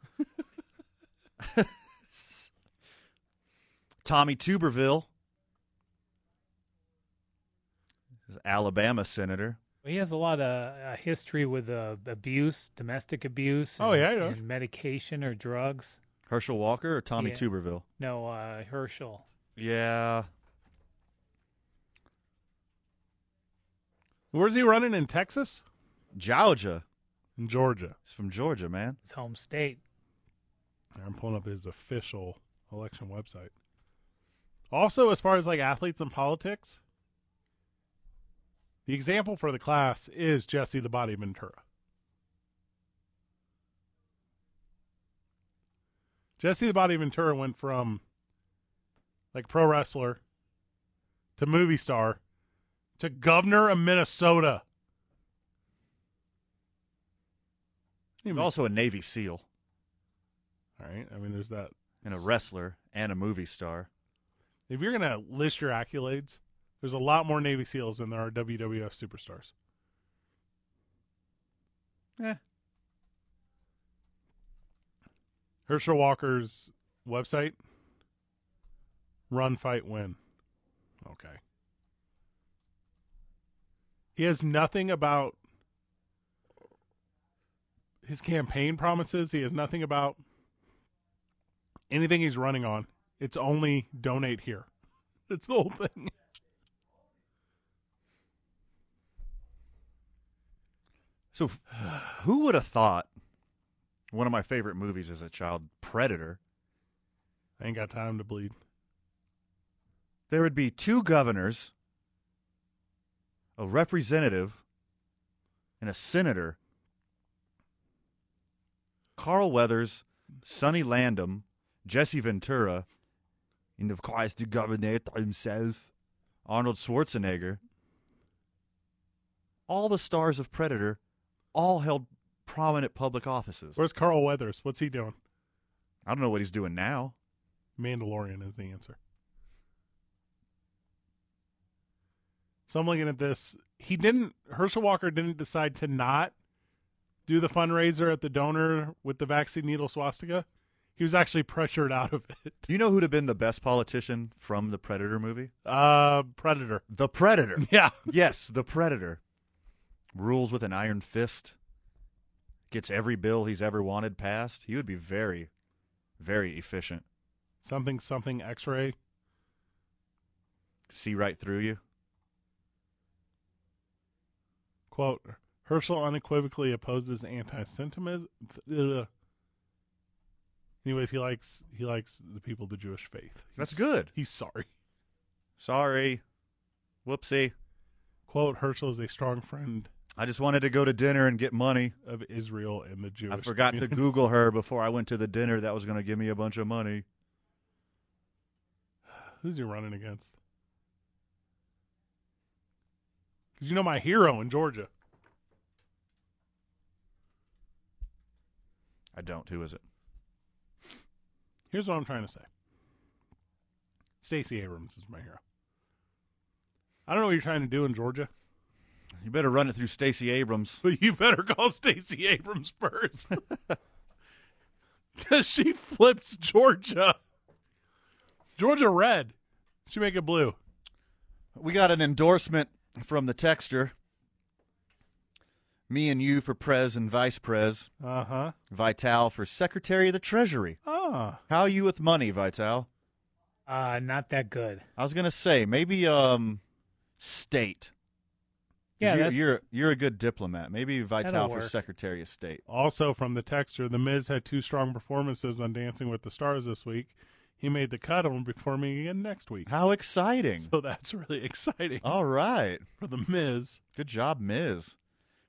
Tommy Tuberville. This is Alabama senator.
He has a lot of uh, history with uh, abuse, domestic abuse.
Oh,
and-
yeah, he does.
and medication or drugs.
Herschel Walker or Tommy
Yeah.
Tuberville?
No, uh, Herschel.
Yeah.
Where's he running in Texas?
Georgia.
In Georgia.
He's from Georgia, man.
It's home state.
I'm pulling up his official election website. Also, as far as like athletes and politics, the example for the class is Jesse the Body Ventura. Jesse the Body Ventura went from like pro wrestler to movie star to governor of Minnesota.
He's also a Navy SEAL
All right. I mean, there's that.
and a wrestler and a movie star.
if you're gonna list your accolades, there's a lot more Navy SEALs than there are WWF superstars.
Eh.
Yeah.
Herschel Walker's website: Run, fight, win. Okay. He has nothing about his campaign promises. He has nothing about anything he's running on. It's only donate here. That's the whole thing.
So, f- who would have thought one of my favorite movies as a child, Predator,
I ain't got time to bleed.
there would be two governors, a representative, and a senator. Carl Weathers, Sonny Landham, Jesse Ventura, and of course the governor himself, Arnold Schwarzenegger. All the stars of Predator all held prominent public offices.
Where's Carl Weathers? What's he doing?
I don't know what he's doing now.
Mandalorian is the answer. So I'm looking at this. He didn't. Herschel Walker didn't decide to not do the fundraiser at the donor with the vaccine needle swastika. He was actually pressured out of it.
You know who'd have been the best politician from the Predator movie?
Uh, predator.
The Predator.
Yeah.
yes, the Predator. Rules with an iron fist. Gets every bill he's ever wanted passed. He would be very, very efficient.
Something something X-ray.
See right through you.
Quote: Herschel unequivocally opposes anti-Semitism. Ugh. Anyways, he likes he likes the people of the Jewish faith.
That's good.
He's sorry.
Sorry. Whoopsie.
Quote: Herschel is a strong friend
I just wanted to go to dinner and get money.
of Israel and the Jewish.
I forgot to
community.
Google her before I went to the dinner that was going to give me a bunch of money.
Who's he running against? 'Cause you know my hero in Georgia.
I don't. Who is it?
Here's what I'm trying to say. Stacey Abrams is my hero. I don't know what you're trying to do in Georgia.
You better run it through Stacey Abrams.
You better call Stacey Abrams first. Because she flips Georgia. Georgia red. She make it blue.
We got an endorsement from the texter. Me and you for Prez and Vice Prez.
Uh huh.
Vital for Secretary of the Treasury.
Ah.
How are you with money, Vital?
Uh, not that good.
I was gonna say maybe um, state.
Yeah,
'Cause you're,
that's-
you're you're a good diplomat. Maybe Vital
That'll
for
work.
Secretary of State.
Also from the texture, The Miz had two strong performances on Dancing with the Stars this week. He made the cut and will be performing again next week.
How exciting!
So that's really exciting.
All right,
for the Miz.
Good job, Miz.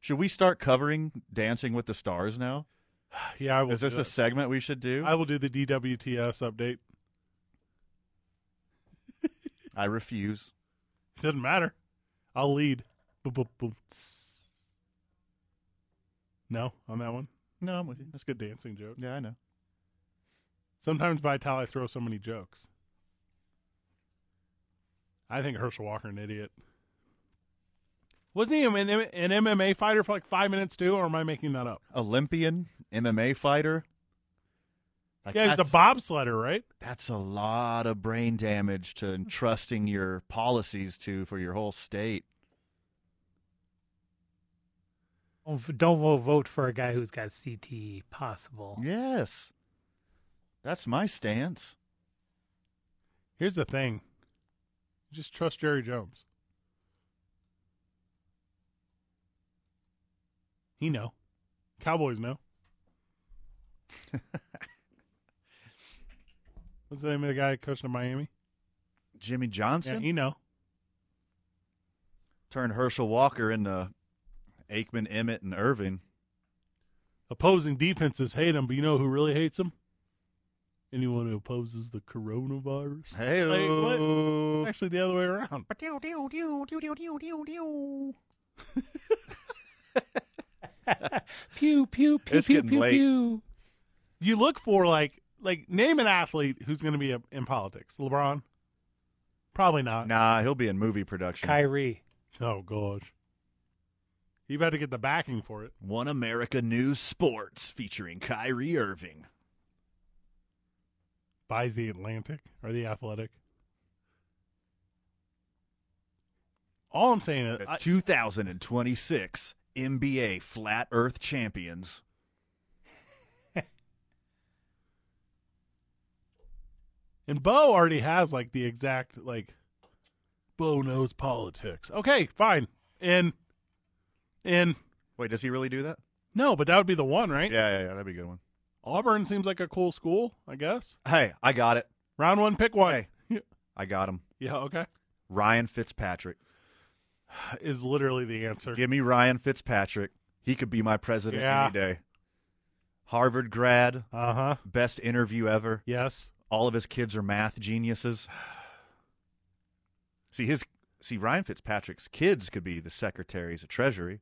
Should we start covering Dancing with the Stars now?
Yeah, I will
Is this
do
a
it.
segment we should do?
I will do the DWTS update.
I refuse.
Doesn't matter. I'll lead. Boop, boop, boop. Tss. No, on that one.
No, I'm with you.
That's a good dancing joke.
Yeah, I know.
Sometimes by Tal, I throw so many jokes. I think Herschel Walker an idiot. Wasn't he an, an MMA fighter for like five minutes too, or am I making that up?
Olympian, MMA fighter. Like,
yeah, he's a
that's-
bobsledder, right?
That's a lot of brain damage to entrusting your policies to for your whole state.
Don't v- Don't vo- vote for a guy who's got CTE possible.
Yes. That's my stance.
Here's the thing. Just trust Jerry Jones. He know. Cowboys know. What's the name of the guy coaching in Miami?
Jimmy Johnson?
Yeah, he know.
Turn Herschel Walker into Aikman, Emmett, and Irving.
Opposing defenses hate him, but you know who really hates him? Anyone who opposes the coronavirus.
Hey,
Like, what? It's Actually, the other way around.
pew pew pew
It's
pew
getting
pew
late.
pew.
You look for like like name an athlete who's going to be a, in politics. LeBron, probably not.
Nah, he'll be in movie production.
Kyrie.
Oh gosh, you better get the backing for it.
One America News Sports featuring Kyrie Irving.
Buys the Atlantic or the Athletic. All I'm saying is,
The
I,
2026 NBA Flat Earth Champions.
and Bo already has like the exact like. Bo knows politics. Okay, fine. In, in.
Wait, does he really do that?
No, but that would be the one, right?
Yeah, yeah, yeah. That'd be a good one.
Auburn seems like a cool school, I guess.
Hey, I got it.
Round one, pick one.
I got him.
Yeah, okay.
Ryan Fitzpatrick.
Is literally the answer.
Give me Ryan Fitzpatrick. He could be my president
Yeah.
any day. Harvard grad,
Uh huh.
best interview ever.
Yes.
All of his kids are math geniuses. See his see Ryan Fitzpatrick's kids could be the secretaries of treasury.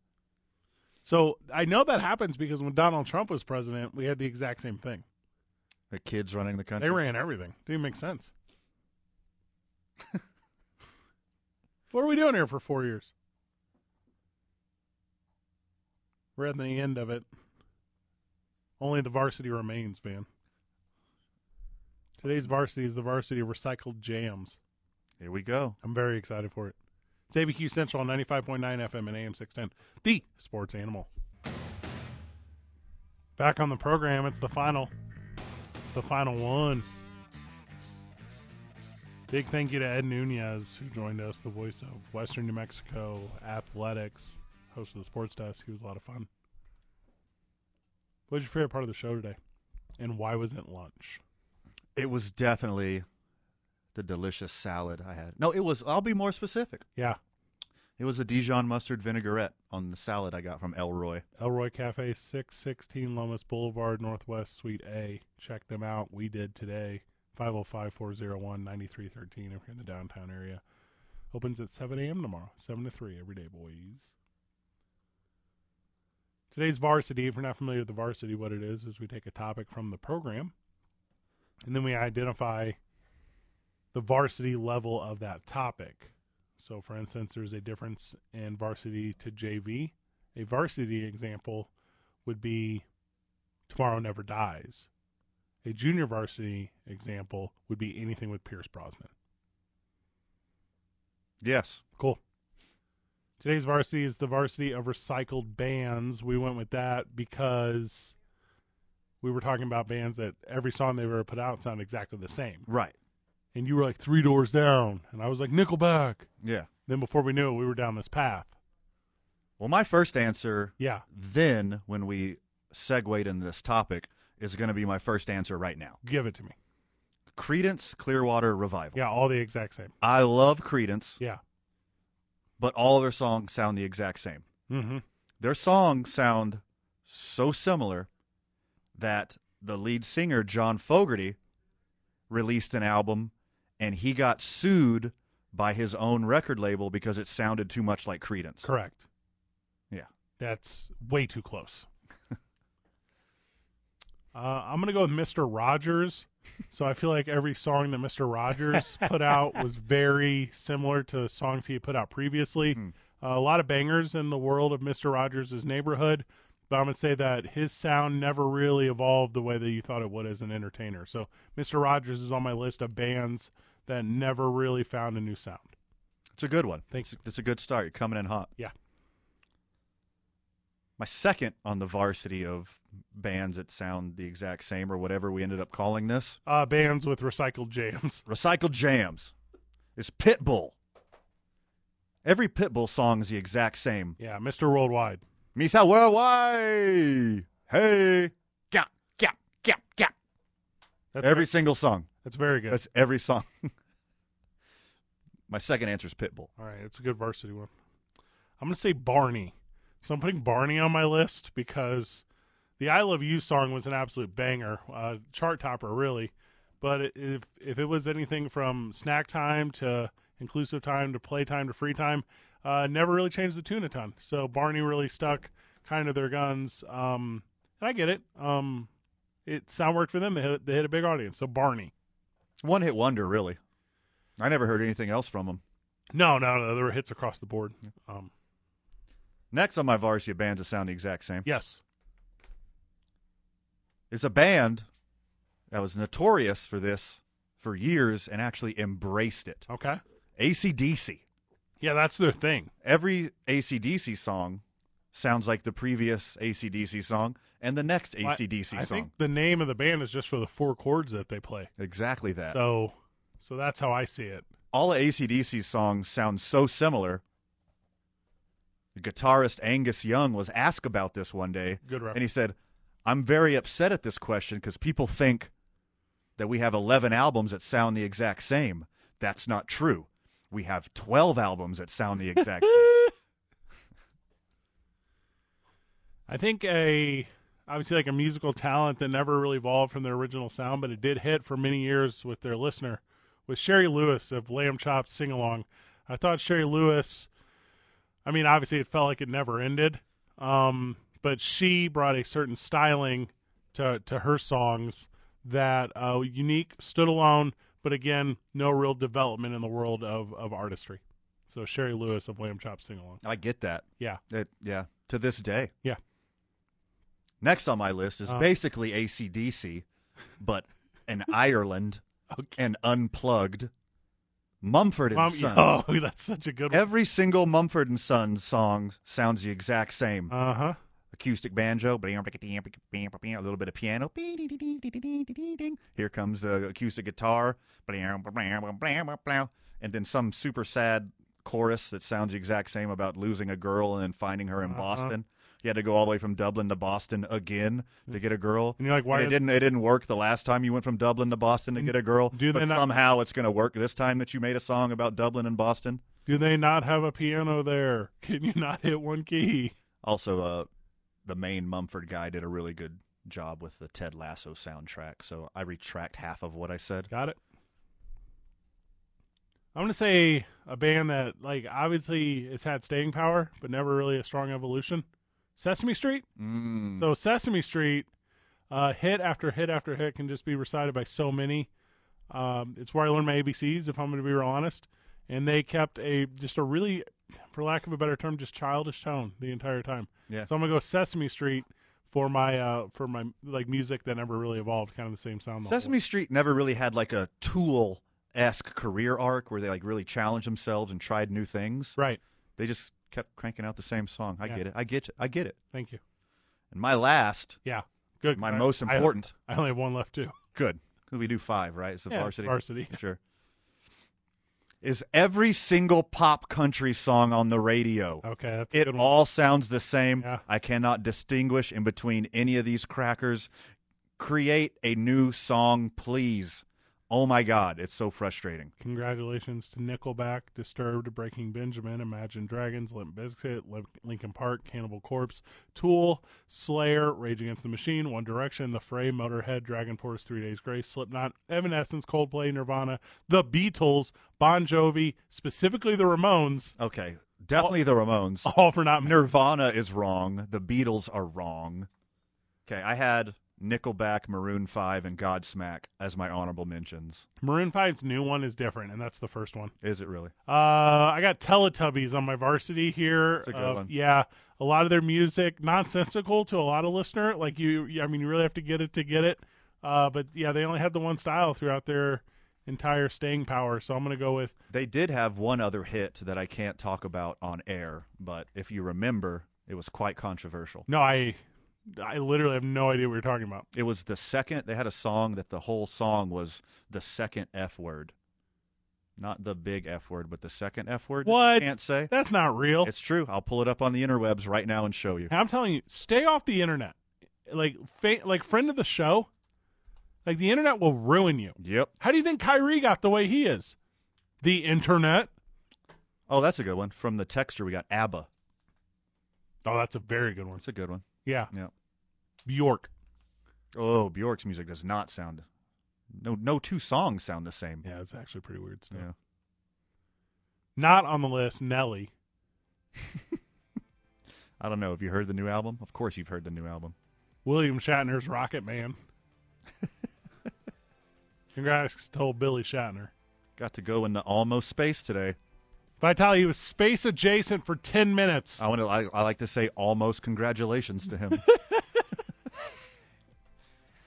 So I know that happens because when Donald Trump was president, we had the exact same thing.
The kids running the country.
They ran everything. Didn't make sense. what are we doing here for four years? We're at the end of it. Only the varsity remains, man. Today's varsity is the varsity recycled jams.
Here we go.
I'm very excited for it. It's ABQ Central on 95.9 FM and AM 610, the sports animal. Back on the program, it's the final. It's the final one. Big thank you to Ed Nunez, who joined us, the voice of Western New Mexico Athletics, host of the sports desk. He was a lot of fun. What was your favorite part of the show today? And why wasn't lunch?
It was definitely the delicious salad I had. No, it was I'll be more specific.
Yeah,
It was a Dijon mustard vinaigrette on the salad I got from Elroy.
Elroy Cafe, 616 Lomas Boulevard, Northwest, Suite A. Check them out. oh We did today. 505 401 9313 if you're in the downtown area. Opens at 7 a.m. tomorrow, 7 to 3 every day, boys. Today's varsity, if you're not familiar with the varsity, what it is, is we take a topic from the program and then we identify the varsity level of that topic. So, for instance, there's a difference in varsity to JV. A varsity example would be Tomorrow Never Dies. A junior varsity example would be anything with Pierce Brosnan.
Yes.
Cool. Today's varsity is the varsity of recycled bands. We went with that because we were talking about bands that every song they've ever put out sounded exactly the same.
Right.
And you were like three doors down, and I was like Nickelback.
Yeah.
Then before we knew it, we were down this path.
Well, my first answer,
Yeah.
then when we segued into this topic, is going to be my first answer right now.
Give it to me.
Credence Clearwater Revival.
Yeah, all the exact same.
I love Credence,
Yeah.
but all their songs sound the exact same.
Mm-hmm.
Their songs sound so similar that the lead singer, John Fogerty, released an album and he got sued by his own record label because it sounded too much like Credence.
Correct.
Yeah.
That's way too close. uh, I'm going to go with Mr. Rogers. So I feel like every song that Mr. Rogers put out was very similar to songs he had put out previously. Uh, a lot of bangers in the world of Mr. Rogers' neighborhood. But I'm going to say that his sound never really evolved the way that you thought it would as an entertainer. So Mr. Rogers is on my list of bands that never really found a new sound.
It's a good one.
Thanks.
It's a good start. You're coming in hot.
Yeah.
My second on the varsity of bands that sound the exact same or whatever we ended up calling this
Uh, bands with recycled jams.
Recycled Jams is Pitbull. Every Pitbull song is the exact same.
Yeah, Mr. Worldwide.
Misa Worldwide. Hey. Gap, gap, gap, gap.
That's
every single song.
That's very good.
That's every song. My second answer is Pitbull.
All right, it's a good varsity one. I'm going to say Barney. So I'm putting Barney on my list because the I Love You song was an absolute banger, uh, chart topper, really. But i- if if it was anything from snack time to inclusive time to play time to free time, uh, never really changed the tune a ton. So Barney really stuck kind of their guns. Um, and I get it. Um, it sound worked for them. They hit, they hit a big audience. So Barney.
One hit wonder, really. I never heard anything else from him.
No, no, no. There were hits across the board. Um,
Next on my varsity bands that sound the exact same
yes.
is a band that was notorious for this for years and actually embraced it.
Okay.
ACDC.
Yeah, that's their thing.
Every ACDC song sounds like the previous ACDC song and the next
Well, I-
ACDC
I
song.
think the name of the band is just for the four chords that they play.
Exactly that.
So, so that's how I see it.
All of ACDC's songs sound so similar. The guitarist Angus Young was asked about this one day.
Good reference.
And he said, I'm very upset at this question because people think that we have 11 albums that sound the exact same. That's not true. We have 12 albums that sound the exact same.
I think a obviously like a musical talent that never really evolved from their original sound, but it did hit for many years with their listener was Sherry Lewis of Lamb Chop Sing Along. I thought Sherry Lewis. I mean, obviously, it felt like it never ended. Um, but she brought a certain styling to to her songs that uh, unique, stood alone, but again, no real development in the world of of artistry. So Sherry Lewis of Lamb Chop Sing Along.
I get that.
Yeah.
It, yeah. To this day.
Yeah.
Next on my list is
Uh.
basically ACDC, but in Ireland and unplugged. Mumford and
Mum-
Sons.
Oh, that's such a good one.
Every single Mumford and Sons song sounds the exact same.
Uh huh.
Acoustic banjo, a little bit of piano. Here comes the acoustic guitar, and then some super sad chorus that sounds the exact same about losing a girl and then finding her in
Uh-huh.
Boston. You had to go all the way from Dublin to Boston again to get a girl.
And you're like, why
it
did-
didn't? It didn't work the last time you went from Dublin to Boston to get a girl.
do they
but
not-
somehow it's going to work this time that you made a song about Dublin and Boston.
Do they not have a piano there? Can you not hit one key?
Also, uh, the main Mumford guy did a really good job with the Ted Lasso soundtrack, so I retract half of what I said.
Got it. I'm gonna say a band that like obviously has had staying power, but never really a strong evolution. Sesame Street.
Mm.
So Sesame Street, uh, hit after hit after hit can just be recited by so many. Um, it's where I learned my ABCs, if I'm going to be real honest. And they kept a just a really, for lack of a better term, just childish tone the entire time.
Yeah.
So I'm gonna go Sesame Street for my uh for my like music that never really evolved, kind of the same sound. the whole
Sesame Street never really had like a tool esque career arc where they like really challenged themselves and tried new things.
Right.
They just kept cranking out the same song. I
Yeah.
get it. I get it. I get it.
Thank you.
And my last.
Yeah. Good.
My
I-
most
I-
important.
I only have one left too.
Good. 'Cause we do five, right? It's the
Yeah, it's
varsity.
varsity.
Sure. Is every single pop country song on the radio?
Okay, that's
it all sounds the same. I cannot distinguish in between any of these crackers. Create a new song, please. Oh my God, it's so frustrating.
Congratulations to Nickelback, Disturbed, Breaking Benjamin, Imagine Dragons, Limp Bizkit, Lim- Linkin Park, Cannibal Corpse, Tool, Slayer, Rage Against the Machine, One Direction, The Fray, Motorhead, Dragon Force, Three Days Grace, Slipknot, Evanescence, Coldplay, Nirvana, The Beatles, Bon Jovi, specifically The Ramones.
Okay, definitely the Ramones.
All for not
Nirvana is wrong. The Beatles are wrong. Okay, I had Nickelback, Maroon Five, and Godsmack as my honorable mentions.
Maroon 5's new one is different, and that's the first one.
Is it really?
Uh, I got Teletubbies on my varsity here.
That's a good
Uh,
one.
Yeah, a lot of their music nonsensical to a lot of listener. Like you, you- I mean, you really have to get it to get it. Uh, but yeah, they only had the one style throughout their entire staying power. So I'm gonna go with
They did have one other hit that I can't talk about on air, but if you remember, it was quite controversial.
no. I I literally have no idea what you're talking about.
It was the second they had a song that the whole song was the second F word. Not the big F word, but the second F word.
What?
Can't say.
That's not real.
It's true. I'll pull it up on the interwebs right now and show you.
And I'm telling you, stay off the internet. Like fa- like friend of the show, like the internet will ruin you.
Yep.
How do you think Kyrie got the way he is? The internet.
Oh, that's a good one. From the texture we got ABBA.
Oh, that's a very good one.
It's a good one.
Yeah.
Yeah.
Bjork.
Oh, Bjork's music does not sound no no two songs sound the same.
Yeah, it's actually pretty weird stuff.
Yeah.
Not on the list, Nelly.
I don't know. Have you heard the new album? Of course you've heard the new album.
William Shatner's Rocket Man. Congrats to old Billy Shatner.
Got to go in the almost space today.
Vitality was space adjacent for 10 minutes.
I want to. I, I like to say almost congratulations to him.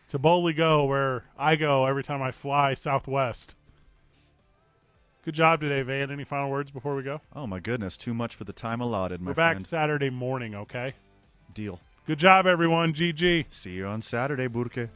To boldly go where I go every time I fly southwest. Good job today, Van. Any final words before we go?
oh my goodness, too much for the time allotted, my
We're back
friend.
Saturday morning, okay?
Deal.
Good job, everyone. GG.
See you on Saturday, Burke.